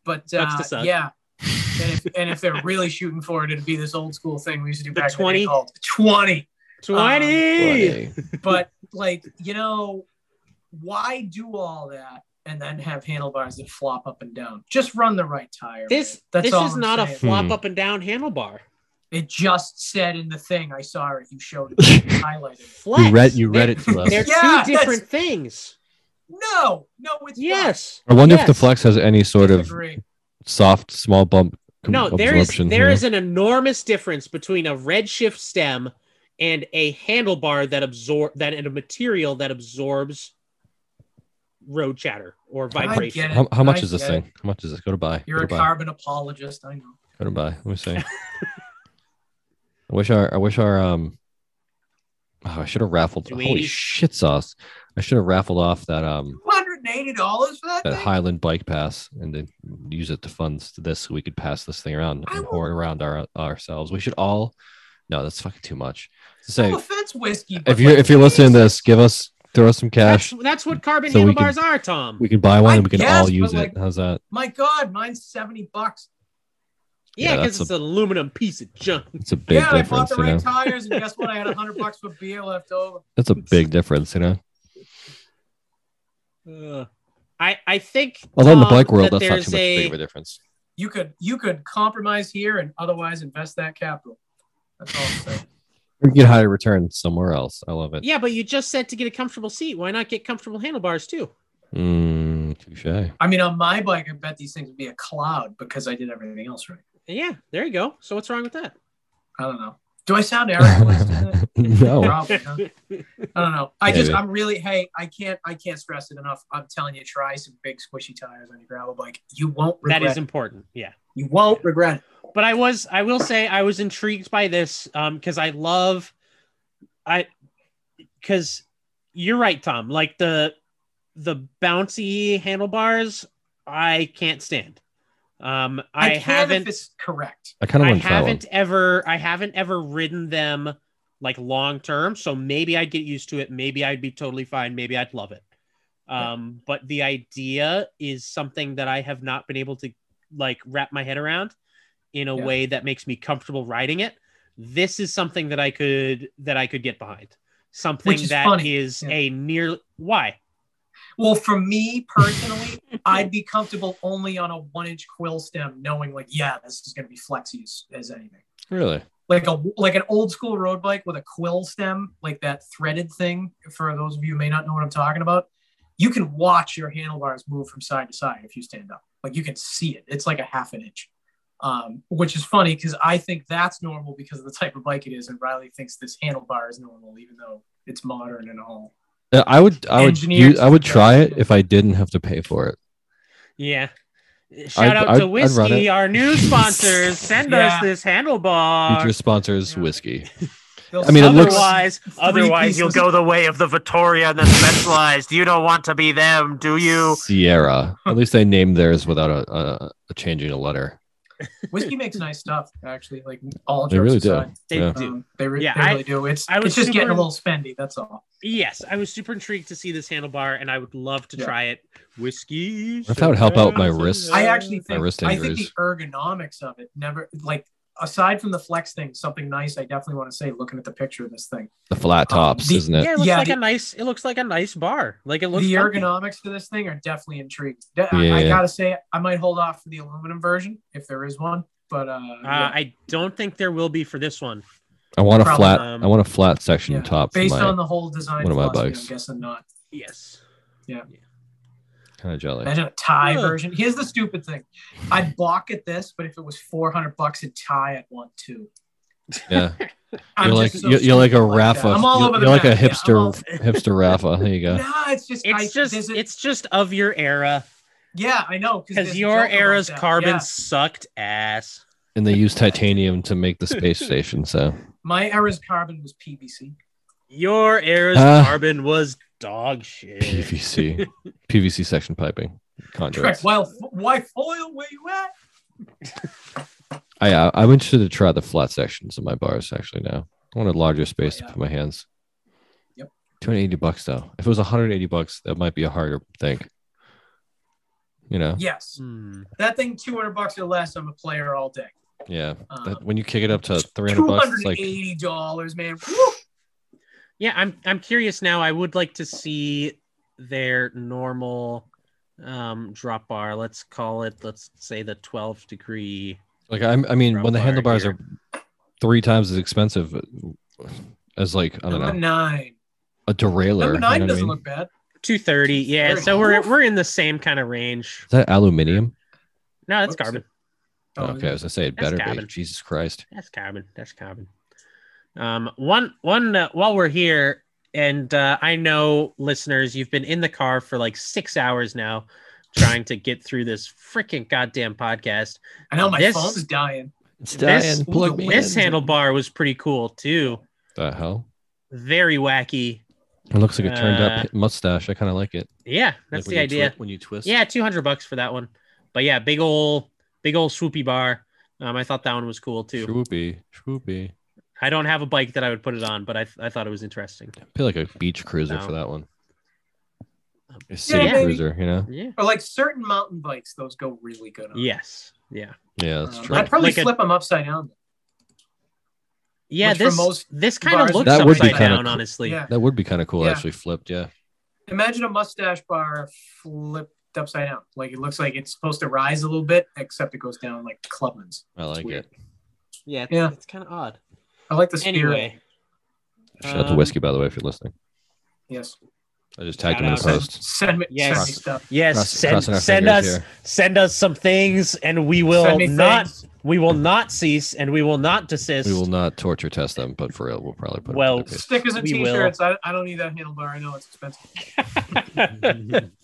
Speaker 3: But
Speaker 2: Sucks
Speaker 3: uh,
Speaker 2: to suck. [LAUGHS]
Speaker 3: yeah. and, if, and if they're really shooting for it, it'd be this old school thing we used to do
Speaker 2: The
Speaker 3: back in the
Speaker 2: 20?
Speaker 3: day called 20.
Speaker 2: 20.
Speaker 1: Funny.
Speaker 3: But like, you know, why do all that and then have handlebars that flop up and down? Just run the right tire.
Speaker 2: This
Speaker 3: man. That's
Speaker 2: this
Speaker 3: all
Speaker 2: is
Speaker 3: I'm
Speaker 2: not a
Speaker 3: saying.
Speaker 2: flop
Speaker 1: Hmm.
Speaker 2: up and down handlebar.
Speaker 3: It just said in the thing. I saw it. You showed
Speaker 1: [LAUGHS]
Speaker 3: it. You highlighted it.
Speaker 2: Flex.
Speaker 1: You read you read it to us.
Speaker 2: They're
Speaker 3: Yeah,
Speaker 2: two
Speaker 3: that's-
Speaker 2: different things.
Speaker 3: No, no, it's not.
Speaker 2: Yes.
Speaker 1: I wonder if the
Speaker 2: Yes.
Speaker 1: flex has any sort of
Speaker 3: Disagree.
Speaker 1: soft, small bump. com-
Speaker 2: No, there is
Speaker 1: absorption
Speaker 2: there
Speaker 1: here.
Speaker 2: is an enormous difference between a redshift stem and a handlebar that absorb that and a material that absorbs road chatter or vibration.
Speaker 3: get it.
Speaker 1: How, how much
Speaker 3: I
Speaker 1: is this
Speaker 3: get
Speaker 1: thing? How much is this? Go to buy.
Speaker 3: You're
Speaker 1: Go
Speaker 3: a
Speaker 1: to buy.
Speaker 3: carbon apologist. I know.
Speaker 1: Go to buy. Let me see. I wish our I wish our um oh, I should have raffled
Speaker 2: Do
Speaker 1: holy
Speaker 2: we-
Speaker 1: shit sauce. I should have raffled off that um
Speaker 3: $200. $180 for that,
Speaker 1: that
Speaker 3: thing?
Speaker 1: Highland bike pass and then use it to fund this so we could pass this thing around
Speaker 3: I
Speaker 1: and
Speaker 3: will-
Speaker 1: whore around our, ourselves. We should all. No, that's fucking too much.
Speaker 3: No
Speaker 1: So
Speaker 3: offense, whiskey. but
Speaker 1: if you're
Speaker 3: like,
Speaker 1: if you're listening to
Speaker 3: Oh, Jesus.
Speaker 1: this, give us throw us some cash.
Speaker 2: That's, that's what carbon
Speaker 1: So we
Speaker 2: handlebars are, Tom.
Speaker 1: We can buy one
Speaker 3: I
Speaker 1: and we can
Speaker 3: guess,
Speaker 1: all
Speaker 3: but
Speaker 1: use
Speaker 3: like-
Speaker 1: it. How's that?
Speaker 3: my God, mine's 70 bucks.
Speaker 1: yeah,
Speaker 2: yeah, because
Speaker 1: that's
Speaker 2: it's an aluminum piece of junk.
Speaker 1: It's a big
Speaker 3: yeah, and I
Speaker 1: difference,
Speaker 3: bought the
Speaker 1: you
Speaker 3: right
Speaker 1: know.
Speaker 3: tires, and guess what? I had 100 bucks for beer left over.
Speaker 1: That's a big difference, you know.
Speaker 2: Ugh. I I think.
Speaker 1: Although in the
Speaker 2: Tom,
Speaker 1: bike world,
Speaker 2: that
Speaker 1: that's not too
Speaker 2: there's
Speaker 1: much
Speaker 2: a-
Speaker 1: big of a difference.
Speaker 3: You could you could compromise here and otherwise invest that capital. That's all I'm saying.
Speaker 1: We can get higher return somewhere else. I love it.
Speaker 2: Yeah, but you just said to get a comfortable seat. Why not get comfortable handlebars too?
Speaker 1: Mm, touche. [LAUGHS]
Speaker 3: I mean, on my bike, I bet these things would be a cloud because I did everything else right.
Speaker 2: Yeah, there you go. So what's wrong with that?
Speaker 3: I don't know. Do I
Speaker 1: [LAUGHS]
Speaker 3: sound arrogant? when I say that?
Speaker 1: no,
Speaker 3: Probably, huh? I don't know. I just
Speaker 1: Maybe.
Speaker 3: I'm really hey, I can't I can't stress it enough. I'm telling you, try some big squishy tires on your gravel bike. You won't regret
Speaker 2: that is
Speaker 3: it.
Speaker 2: important. Yeah.
Speaker 3: You won't regret it.
Speaker 2: but I was I will say I was intrigued by this um because I love I because you're right Tom like the the bouncy handlebars I can't stand um I,
Speaker 3: can
Speaker 2: haven't
Speaker 3: if it's correct.
Speaker 1: I kind of
Speaker 2: I
Speaker 1: want to try one.
Speaker 2: haven't ever I haven't ever ridden them like long term so maybe I'd get used to it maybe I'd be totally fine maybe I'd love it um but the idea is something that I have not been able to like wrap my head around in a
Speaker 3: Yeah.
Speaker 2: way that makes me comfortable riding it this is something that I could that I could get behind something
Speaker 3: is
Speaker 2: that
Speaker 3: funny.
Speaker 2: is
Speaker 3: Yeah.
Speaker 2: a near why
Speaker 3: Well, for me
Speaker 2: [LAUGHS]
Speaker 3: personally, I'd be comfortable only on a one inch quill stem, knowing like, yeah, this is gonna be flexy as, as anything.
Speaker 1: Really?
Speaker 3: Like a like an old school road bike with a quill stem, like that threaded thing. For those of you who may not know what I'm talking about, you can watch your handlebars move from side to side if you stand up. Like you can see it. It's like a half an inch. Um, which is funny because I think that's normal because of the type of bike it is, and Riley thinks this handlebar is normal, even though it's modern and all.
Speaker 1: Uh, I would. I would.
Speaker 3: Engineers
Speaker 1: Use, I would
Speaker 3: do that
Speaker 1: try it
Speaker 3: shit.
Speaker 1: if I didn't have to pay for it.
Speaker 2: yeah shout out
Speaker 1: I'd- I'd
Speaker 2: to
Speaker 1: run
Speaker 2: whiskey
Speaker 1: it.
Speaker 2: our new sponsors send
Speaker 3: Yeah.
Speaker 2: us this handlebar
Speaker 1: Future sponsors
Speaker 3: Uh, yeah.
Speaker 1: whiskey.
Speaker 3: They'll
Speaker 1: I mean, it
Speaker 3: sell
Speaker 1: looks-
Speaker 2: otherwise,
Speaker 3: three
Speaker 2: otherwise you'll
Speaker 3: pieces.
Speaker 2: go the way of the Vittoria and the Specialized. You don't want to be them, do you?
Speaker 1: Sierra. At least they named theirs without a, a, a changing a letter.
Speaker 3: Whiskey makes nice stuff, actually. Like all
Speaker 1: They
Speaker 3: jokes
Speaker 1: really do.
Speaker 3: aside,
Speaker 2: They
Speaker 1: Yeah.
Speaker 2: do.
Speaker 3: Um, they, re-
Speaker 2: Yeah,
Speaker 3: they
Speaker 2: I-
Speaker 3: really do. It's
Speaker 2: I was
Speaker 3: it's just
Speaker 2: super-
Speaker 3: getting a little spendy. That's all.
Speaker 2: Yes, I was super intrigued to see this handlebar, and I would love to
Speaker 3: Yeah.
Speaker 2: try it. Whiskey.
Speaker 1: If that would help out my wrists.
Speaker 3: I actually think
Speaker 1: wrist
Speaker 3: I think the
Speaker 1: injuries.
Speaker 3: ergonomics of it never like aside from the flex thing. Something nice. I definitely want to say. Looking at the picture of this thing,
Speaker 1: The flat
Speaker 3: Um,
Speaker 1: tops,
Speaker 3: the-
Speaker 1: isn't it?
Speaker 2: Yeah, it looks
Speaker 3: Yeah,
Speaker 2: like
Speaker 3: the-
Speaker 2: a nice. It looks like a nice bar. Like it looks.
Speaker 3: the
Speaker 2: funky.
Speaker 3: ergonomics of this thing are definitely intriguing. De- I- I,
Speaker 1: Yeah.
Speaker 3: gotta say, I might hold off for the aluminum version if there is one. But uh,
Speaker 2: Uh,
Speaker 3: yeah.
Speaker 2: I don't think there will be for this one.
Speaker 1: I want a
Speaker 3: Probably
Speaker 1: flat.
Speaker 2: not.
Speaker 1: I want a flat section
Speaker 3: Yeah.
Speaker 1: top. For
Speaker 3: based
Speaker 1: my
Speaker 3: on the whole design
Speaker 1: one of my
Speaker 3: philosophy,
Speaker 1: bikes.
Speaker 3: I'm guessing not.
Speaker 2: Yes.
Speaker 1: kind of jelly.
Speaker 3: Imagine a tie
Speaker 2: Ugh.
Speaker 3: version. Here's the stupid thing. I'd balk at this, but if it was 400 bucks a tie, I'd want two.
Speaker 1: Yeah.
Speaker 3: [LAUGHS] I'm
Speaker 1: You're like
Speaker 3: just so
Speaker 1: you're, you're like a
Speaker 3: stupid that.
Speaker 1: Rafa.
Speaker 3: I'm all
Speaker 1: you're
Speaker 3: over the
Speaker 1: you're like a
Speaker 3: map. Yeah, I'm
Speaker 1: hipster hipster Rafa. There you
Speaker 3: all- [LAUGHS]
Speaker 1: go.
Speaker 3: Nah, it's just
Speaker 2: It's
Speaker 3: I,
Speaker 2: just.
Speaker 3: there's a-
Speaker 2: It's just of your era,
Speaker 3: yeah, I know
Speaker 2: because
Speaker 3: there's a
Speaker 2: your
Speaker 3: joke about
Speaker 2: era's
Speaker 3: that.
Speaker 2: carbon
Speaker 3: Yeah.
Speaker 2: sucked ass.
Speaker 1: And they use titanium to make the space station. So
Speaker 3: My era's carbon was PVC.
Speaker 2: Your era's
Speaker 1: Ah.
Speaker 2: carbon was dog shit.
Speaker 3: [LAUGHS]
Speaker 1: PVC, PVC section piping, conduits.
Speaker 3: Correct. Well, f- why foil? Where you at?
Speaker 1: I uh, I'm interested to try the flat sections of my bars actually now. I want a larger space
Speaker 3: Oh, yeah.
Speaker 1: to put my hands.
Speaker 3: Yep.
Speaker 1: 280 bucks though. If it was 180 bucks, that might be a harder thing. You know?
Speaker 3: Yes,
Speaker 2: Hmm.
Speaker 3: that thing 200 bucks or less. I'm a player all day.
Speaker 1: Yeah.
Speaker 3: Um,
Speaker 1: That, when you kick it up to 300 bucks, it's like
Speaker 3: 280 dollars, man. Woo!
Speaker 2: Yeah, I'm I'm curious now. I would like to see their normal um drop bar. Let's call it let's say the 12 degree.
Speaker 1: like I'm, I mean,
Speaker 2: Round
Speaker 1: when the
Speaker 2: bar
Speaker 1: handlebars
Speaker 2: here.
Speaker 1: are three times as expensive as like I don't
Speaker 3: Number
Speaker 1: know
Speaker 3: nine.
Speaker 1: a derailleur. you know
Speaker 3: Number
Speaker 1: what
Speaker 3: nine
Speaker 1: I
Speaker 3: doesn't
Speaker 1: mean?
Speaker 3: look bad.
Speaker 2: 230. Yeah,
Speaker 3: 230.
Speaker 2: so we're
Speaker 3: Oof.
Speaker 2: we're in the same kind of range.
Speaker 1: Is that aluminium?
Speaker 2: No, that's
Speaker 3: Oops.
Speaker 2: carbon.
Speaker 3: Oh,
Speaker 1: okay, I was gonna say it
Speaker 2: That's
Speaker 1: better be.
Speaker 2: cabin.
Speaker 1: Jesus Christ.
Speaker 2: That's carbon. That's carbon. Um one one uh, while we're here and uh, I know listeners you've been in the car for like 6 hours now trying to get through this freaking goddamn podcast.
Speaker 3: I know my
Speaker 2: This-
Speaker 3: phone's dying.
Speaker 1: It's
Speaker 2: This-
Speaker 1: dying. Plug me
Speaker 2: This
Speaker 1: in.
Speaker 2: handlebar was pretty cool too.
Speaker 1: The hell?
Speaker 2: very wacky.
Speaker 1: It looks like a turned
Speaker 2: Uh,
Speaker 1: up mustache. I kind of like it.
Speaker 2: Yeah,
Speaker 1: Like,
Speaker 2: that's
Speaker 1: when
Speaker 2: the
Speaker 1: you
Speaker 2: idea.
Speaker 1: twi- when you twist.
Speaker 2: Yeah, two hundred bucks for that one. But yeah, big ol' big ol' swoopy bar. Um, I thought that one was cool too.
Speaker 1: Swoopy, swoopy.
Speaker 2: I don't have a bike that I would put it on, but I, I thought it was interesting.
Speaker 1: Be like a beach cruiser
Speaker 2: No.
Speaker 1: for that one. A city
Speaker 3: Yeah, maybe.
Speaker 1: cruiser, you know?
Speaker 2: Yeah.
Speaker 3: Or like certain mountain bikes, those go really good on. Um,
Speaker 2: Yes. Yeah.
Speaker 1: Yeah, that's true.
Speaker 3: I'd probably
Speaker 2: Like a-
Speaker 3: flip them upside down.
Speaker 2: Yeah.
Speaker 3: Which for
Speaker 2: this
Speaker 3: most
Speaker 2: this kind
Speaker 3: bars
Speaker 2: of
Speaker 3: is
Speaker 2: looks
Speaker 1: That would be
Speaker 2: upside
Speaker 1: kinda
Speaker 2: down,
Speaker 1: cool.
Speaker 2: honestly.
Speaker 3: Yeah.
Speaker 1: That would be kind of cool,
Speaker 3: Yeah.
Speaker 1: actually. Flipped, yeah.
Speaker 3: Imagine a mustache bar flipped upside down. Like it looks like it's supposed to rise a little bit, except it goes down like clubman's.
Speaker 1: I like
Speaker 3: weird.
Speaker 1: it.
Speaker 2: Yeah.
Speaker 3: Yeah.
Speaker 2: It's kind of odd.
Speaker 3: I like the spirit.
Speaker 2: Anyway.
Speaker 1: Shout out to
Speaker 2: Um,
Speaker 1: whiskey, by the way, if you're listening.
Speaker 3: Yes.
Speaker 1: I just tagged him
Speaker 2: shout
Speaker 1: in
Speaker 2: out.
Speaker 1: the
Speaker 3: Send,
Speaker 1: post.
Speaker 3: send me,
Speaker 2: Yes.
Speaker 3: send me stuff.
Speaker 2: Um, Yes.
Speaker 1: Cross-
Speaker 2: send
Speaker 1: crossing our
Speaker 2: send us
Speaker 1: fingers here.
Speaker 2: send us some things, and we will
Speaker 3: Send me
Speaker 2: not
Speaker 3: things.
Speaker 2: we will not cease, and we will not desist.
Speaker 1: We will [LAUGHS] not torture test them, but for real, we'll probably put.
Speaker 2: Well,
Speaker 1: it
Speaker 3: stickers and
Speaker 2: We will.
Speaker 3: t-shirts. I, I don't need that handlebar. I know it's expensive.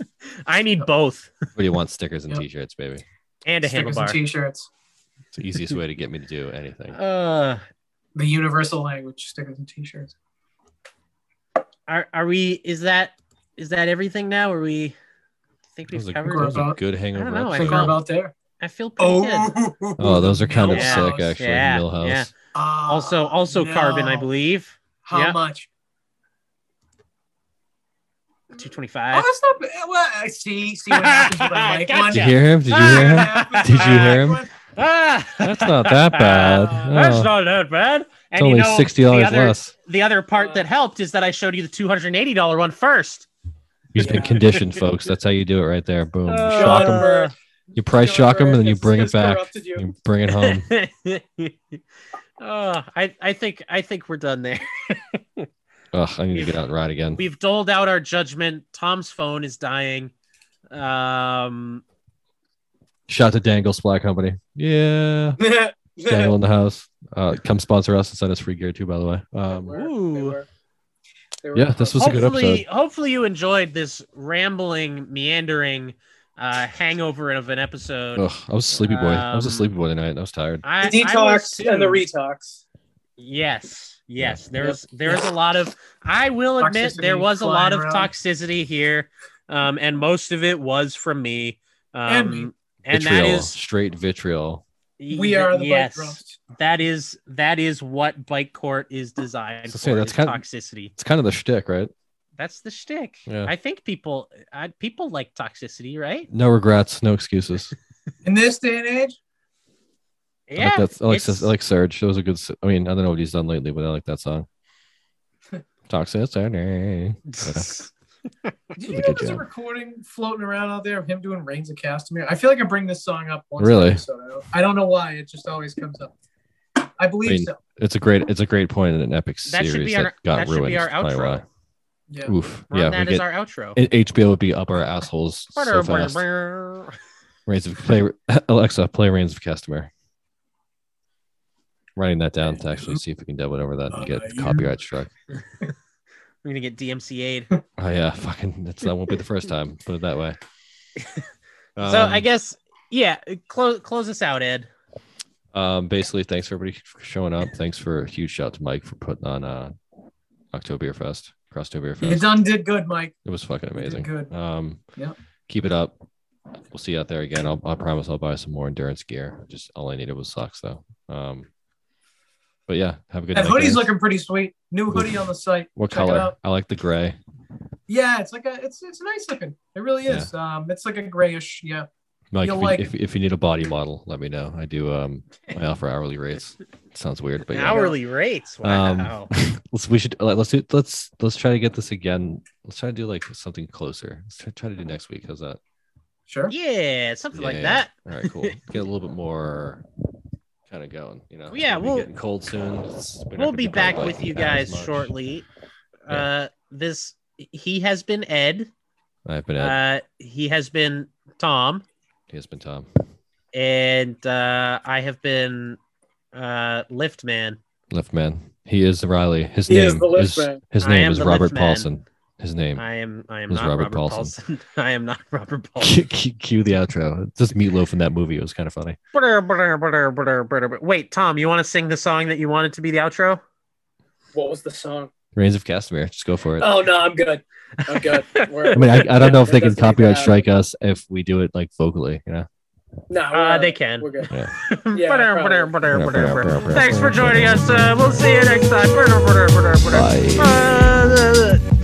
Speaker 2: [LAUGHS] I need both
Speaker 1: what do you want? Stickers and
Speaker 3: Yep.
Speaker 1: t-shirts, baby.
Speaker 2: and a
Speaker 3: stickers and
Speaker 2: handlebar.
Speaker 3: t-shirts.
Speaker 1: It's the easiest way to get me to do
Speaker 2: [LAUGHS]
Speaker 1: anything.
Speaker 2: Uh,
Speaker 3: The universal language stickers and t-shirts.
Speaker 2: are are we? Is that is that everything now? Are we? I think
Speaker 1: That was
Speaker 2: we've
Speaker 1: a,
Speaker 2: covered.
Speaker 1: that was a
Speaker 3: About-
Speaker 1: good
Speaker 2: I
Speaker 1: hangover.
Speaker 2: don't know, I
Speaker 3: I
Speaker 1: episode.
Speaker 3: think we're about there.
Speaker 2: I feel Oh pretty good.
Speaker 1: [LAUGHS] oh, those are kind of
Speaker 2: Yeah.
Speaker 1: sick, actually.
Speaker 2: Yeah,
Speaker 1: Millhouse.
Speaker 2: yeah.
Speaker 3: Ah,
Speaker 2: Also, also carbon, I
Speaker 3: no.
Speaker 2: believe.
Speaker 3: How
Speaker 2: Yeah.
Speaker 3: much?
Speaker 2: Two
Speaker 3: Oh, [LAUGHS]
Speaker 2: twenty-five.
Speaker 3: that's not bad. Well, I see. See what happens when I like one.
Speaker 1: Did you
Speaker 2: Yeah.
Speaker 3: [LAUGHS]
Speaker 1: hear him? Did you hear him?
Speaker 2: [LAUGHS]
Speaker 1: Did you hear him?
Speaker 2: Ah,
Speaker 1: That's not
Speaker 2: [LAUGHS]
Speaker 1: that bad.
Speaker 2: That's
Speaker 1: Oh.
Speaker 2: not that bad.
Speaker 1: It's
Speaker 2: you
Speaker 1: only
Speaker 2: know,
Speaker 1: sixty
Speaker 2: the
Speaker 1: dollars
Speaker 2: other-
Speaker 1: less.
Speaker 2: The other part that helped is that I showed you the two hundred and eighty dollar one first. [LAUGHS]
Speaker 1: He's been
Speaker 3: Yeah.
Speaker 1: conditioned, folks. That's how you do it, right there. Boom. You
Speaker 2: Uh,
Speaker 1: shock him.
Speaker 2: him.
Speaker 1: You price shock him, and then you bring it back. You bring it
Speaker 2: [LAUGHS]
Speaker 1: home.
Speaker 2: oh, I, I think I think we're done there.
Speaker 1: Ugh, I need to get out and ride again.
Speaker 2: We've doled out our judgment. Tom's phone is dying. Um,
Speaker 1: Shout out to Dangle Supply Company.
Speaker 2: [LAUGHS]
Speaker 1: Yeah, [LAUGHS] Dangle in the house. Uh, come sponsor us and send us free gear too. By the way. Um,
Speaker 2: ooh.
Speaker 1: yeah, this
Speaker 3: Oh,
Speaker 1: was a good
Speaker 2: hopefully,
Speaker 1: episode.
Speaker 2: hopefully you enjoyed this rambling, meandering, uh, hangover of an episode.
Speaker 1: Ugh, I was a sleepy boy. I was a
Speaker 2: Um,
Speaker 1: sleepy boy tonight. I was tired.
Speaker 2: Oh, I,
Speaker 3: the
Speaker 2: I will
Speaker 3: detox and the
Speaker 2: assume-
Speaker 3: retox.
Speaker 2: Yes,
Speaker 1: Yeah.
Speaker 2: yes. There's there's a lot of. I will admit there
Speaker 3: Toxicity
Speaker 2: was a lot of
Speaker 3: flying around.
Speaker 2: toxicity here, um, and most of it was from me. Um,
Speaker 3: And me.
Speaker 2: and
Speaker 1: vitriol,
Speaker 2: that is
Speaker 1: straight vitriol.
Speaker 3: We are the
Speaker 2: yes.
Speaker 3: bike drunks.
Speaker 2: That is that is what bike court is designed
Speaker 1: So
Speaker 2: for.
Speaker 1: say that's
Speaker 2: is
Speaker 1: kind of-
Speaker 2: toxicity.
Speaker 1: It's kind of the shtick, right?
Speaker 2: That's the shtick.
Speaker 1: Yeah.
Speaker 2: I think people I, people like toxicity, right?
Speaker 1: No regrets, no excuses.
Speaker 3: In this day and age,
Speaker 1: I like
Speaker 2: Yeah.
Speaker 1: that's I like,
Speaker 2: it's-
Speaker 1: I
Speaker 2: [LAUGHS]
Speaker 1: like Surge. That was a good. s- I mean, I don't know what he's done lately, but I like that song. Toxicity. Yeah.
Speaker 3: did you
Speaker 1: Look
Speaker 3: know
Speaker 1: at
Speaker 3: there's a
Speaker 1: you.
Speaker 3: recording floating around out there of him doing Reigns of Castamere? I feel like I bring this song up once.
Speaker 1: Really?
Speaker 3: an episode. I don't- I don't know why. It just always comes up. I believe
Speaker 1: Reign-
Speaker 3: so.
Speaker 1: It's a great. It's a great point in an epic
Speaker 2: That should
Speaker 1: series
Speaker 2: be
Speaker 1: that
Speaker 2: our-
Speaker 1: got
Speaker 2: that should be
Speaker 1: ruined.
Speaker 2: our
Speaker 1: by
Speaker 2: outro.
Speaker 1: Raw.
Speaker 3: Yeah.
Speaker 1: Oof.
Speaker 2: Ron,
Speaker 1: yeah.
Speaker 2: that
Speaker 1: we
Speaker 2: is
Speaker 1: get,
Speaker 2: our outro.
Speaker 1: H- HBO would be up our assholes so fast.
Speaker 2: [LAUGHS]
Speaker 1: Reigns of play [LAUGHS] Alexa, play Reigns of Castamere. Writing that down to actually see if we can do whatever that and get
Speaker 3: Uh, you-
Speaker 1: copyright struck.
Speaker 2: We're gonna get
Speaker 1: [LAUGHS]
Speaker 2: DMCA'd.
Speaker 1: Oh yeah, fucking it's, that won't be the first time. Put it that way.
Speaker 2: [LAUGHS] so
Speaker 1: Um,
Speaker 2: I guess yeah, close close us out, Ed.
Speaker 1: um basically thanks for everybody for showing up. Thanks for a huge shout to Mike for putting on uh Oktoberfest,
Speaker 3: You
Speaker 1: Crosstoberfest.
Speaker 3: done did good, Mike.
Speaker 1: It was fucking
Speaker 3: You did
Speaker 1: amazing.
Speaker 3: good.
Speaker 1: Um
Speaker 3: Yep.
Speaker 1: keep it up. We'll see you out there again. I'll, I promise I'll buy some more endurance gear. Just all I needed was socks though. Um but yeah, have a good
Speaker 3: That
Speaker 1: night,
Speaker 3: hoodie's
Speaker 1: guys.
Speaker 3: looking pretty sweet. New hoodie on the site.
Speaker 1: What
Speaker 3: Check it
Speaker 1: color?
Speaker 3: out.
Speaker 1: I like the gray.
Speaker 3: Yeah, it's like a it's it's nice looking. It really is. Um, it's like a grayish. Yeah.
Speaker 1: Mike, if
Speaker 3: You'll
Speaker 1: you,
Speaker 3: like-
Speaker 1: if, if you need a body model, let me know. I do. Um, I offer hourly rates. sounds weird, but yeah.
Speaker 2: Hourly rates. Wow.
Speaker 1: Let's we should let- let's do let's let's try to get this again. Let's try to do like something closer. Let's try, try to do next week. How's that?
Speaker 3: Sure.
Speaker 2: [LAUGHS] yeah, something like
Speaker 1: Um, Yeah.
Speaker 2: that.
Speaker 1: All right, cool. Get a little
Speaker 2: [LAUGHS]
Speaker 1: bit more kind of going. You know.
Speaker 2: Yeah,
Speaker 1: It'll be
Speaker 2: we'll-
Speaker 1: getting cold soon. It's- we're not
Speaker 2: We'll
Speaker 1: gonna
Speaker 2: be
Speaker 1: probably
Speaker 2: back with
Speaker 1: biking
Speaker 2: you
Speaker 1: down as
Speaker 2: guys
Speaker 1: much. [LAUGHS]
Speaker 2: shortly. Uh this he has been Ed.
Speaker 1: I've been Ed.
Speaker 2: Uh he has been Tom.
Speaker 1: he has been Tom.
Speaker 2: And uh I have been uh Lift Man.
Speaker 1: Left man. He is the Riley. His
Speaker 3: He
Speaker 1: name
Speaker 3: is the lift
Speaker 1: is
Speaker 3: man.
Speaker 1: his
Speaker 2: I
Speaker 1: name
Speaker 2: am
Speaker 1: is
Speaker 2: the
Speaker 1: Robert
Speaker 2: lift man.
Speaker 1: Paulson. His [LAUGHS] name.
Speaker 2: I am I am
Speaker 1: Who's
Speaker 2: not
Speaker 1: Robert
Speaker 2: Robert,
Speaker 1: Paulson?
Speaker 2: Paulson. [LAUGHS] I am not Robert Paulson.
Speaker 1: Cue, cue- cue the outro. This meatloaf in that movie was kind of funny.
Speaker 2: Brr, brr, brr, brr, brr, brr. Wait, Tom, you want to sing the song that you wanted to be the outro?
Speaker 3: What was the song?
Speaker 1: Reigns of Castamere. Just go for it.
Speaker 3: Oh no, I'm good.
Speaker 1: [LAUGHS]
Speaker 3: I'm good. We're,
Speaker 1: I mean, I,
Speaker 3: [LAUGHS]
Speaker 1: I don't know if they
Speaker 3: It
Speaker 1: can
Speaker 3: doesn't need
Speaker 1: copyright
Speaker 3: that.
Speaker 1: strike us if we do it like vocally, you know.
Speaker 3: no,
Speaker 2: Uh,
Speaker 3: we're-
Speaker 2: they can. [LAUGHS]
Speaker 3: We're good. Yeah,
Speaker 2: Whatever,
Speaker 3: probably.
Speaker 2: whatever, whatever, whatever.
Speaker 1: Whatever.
Speaker 2: Thanks for joining us. Uh, we'll see you next time. Whatever, whatever, whatever, whatever.
Speaker 1: Bye.
Speaker 2: Uh,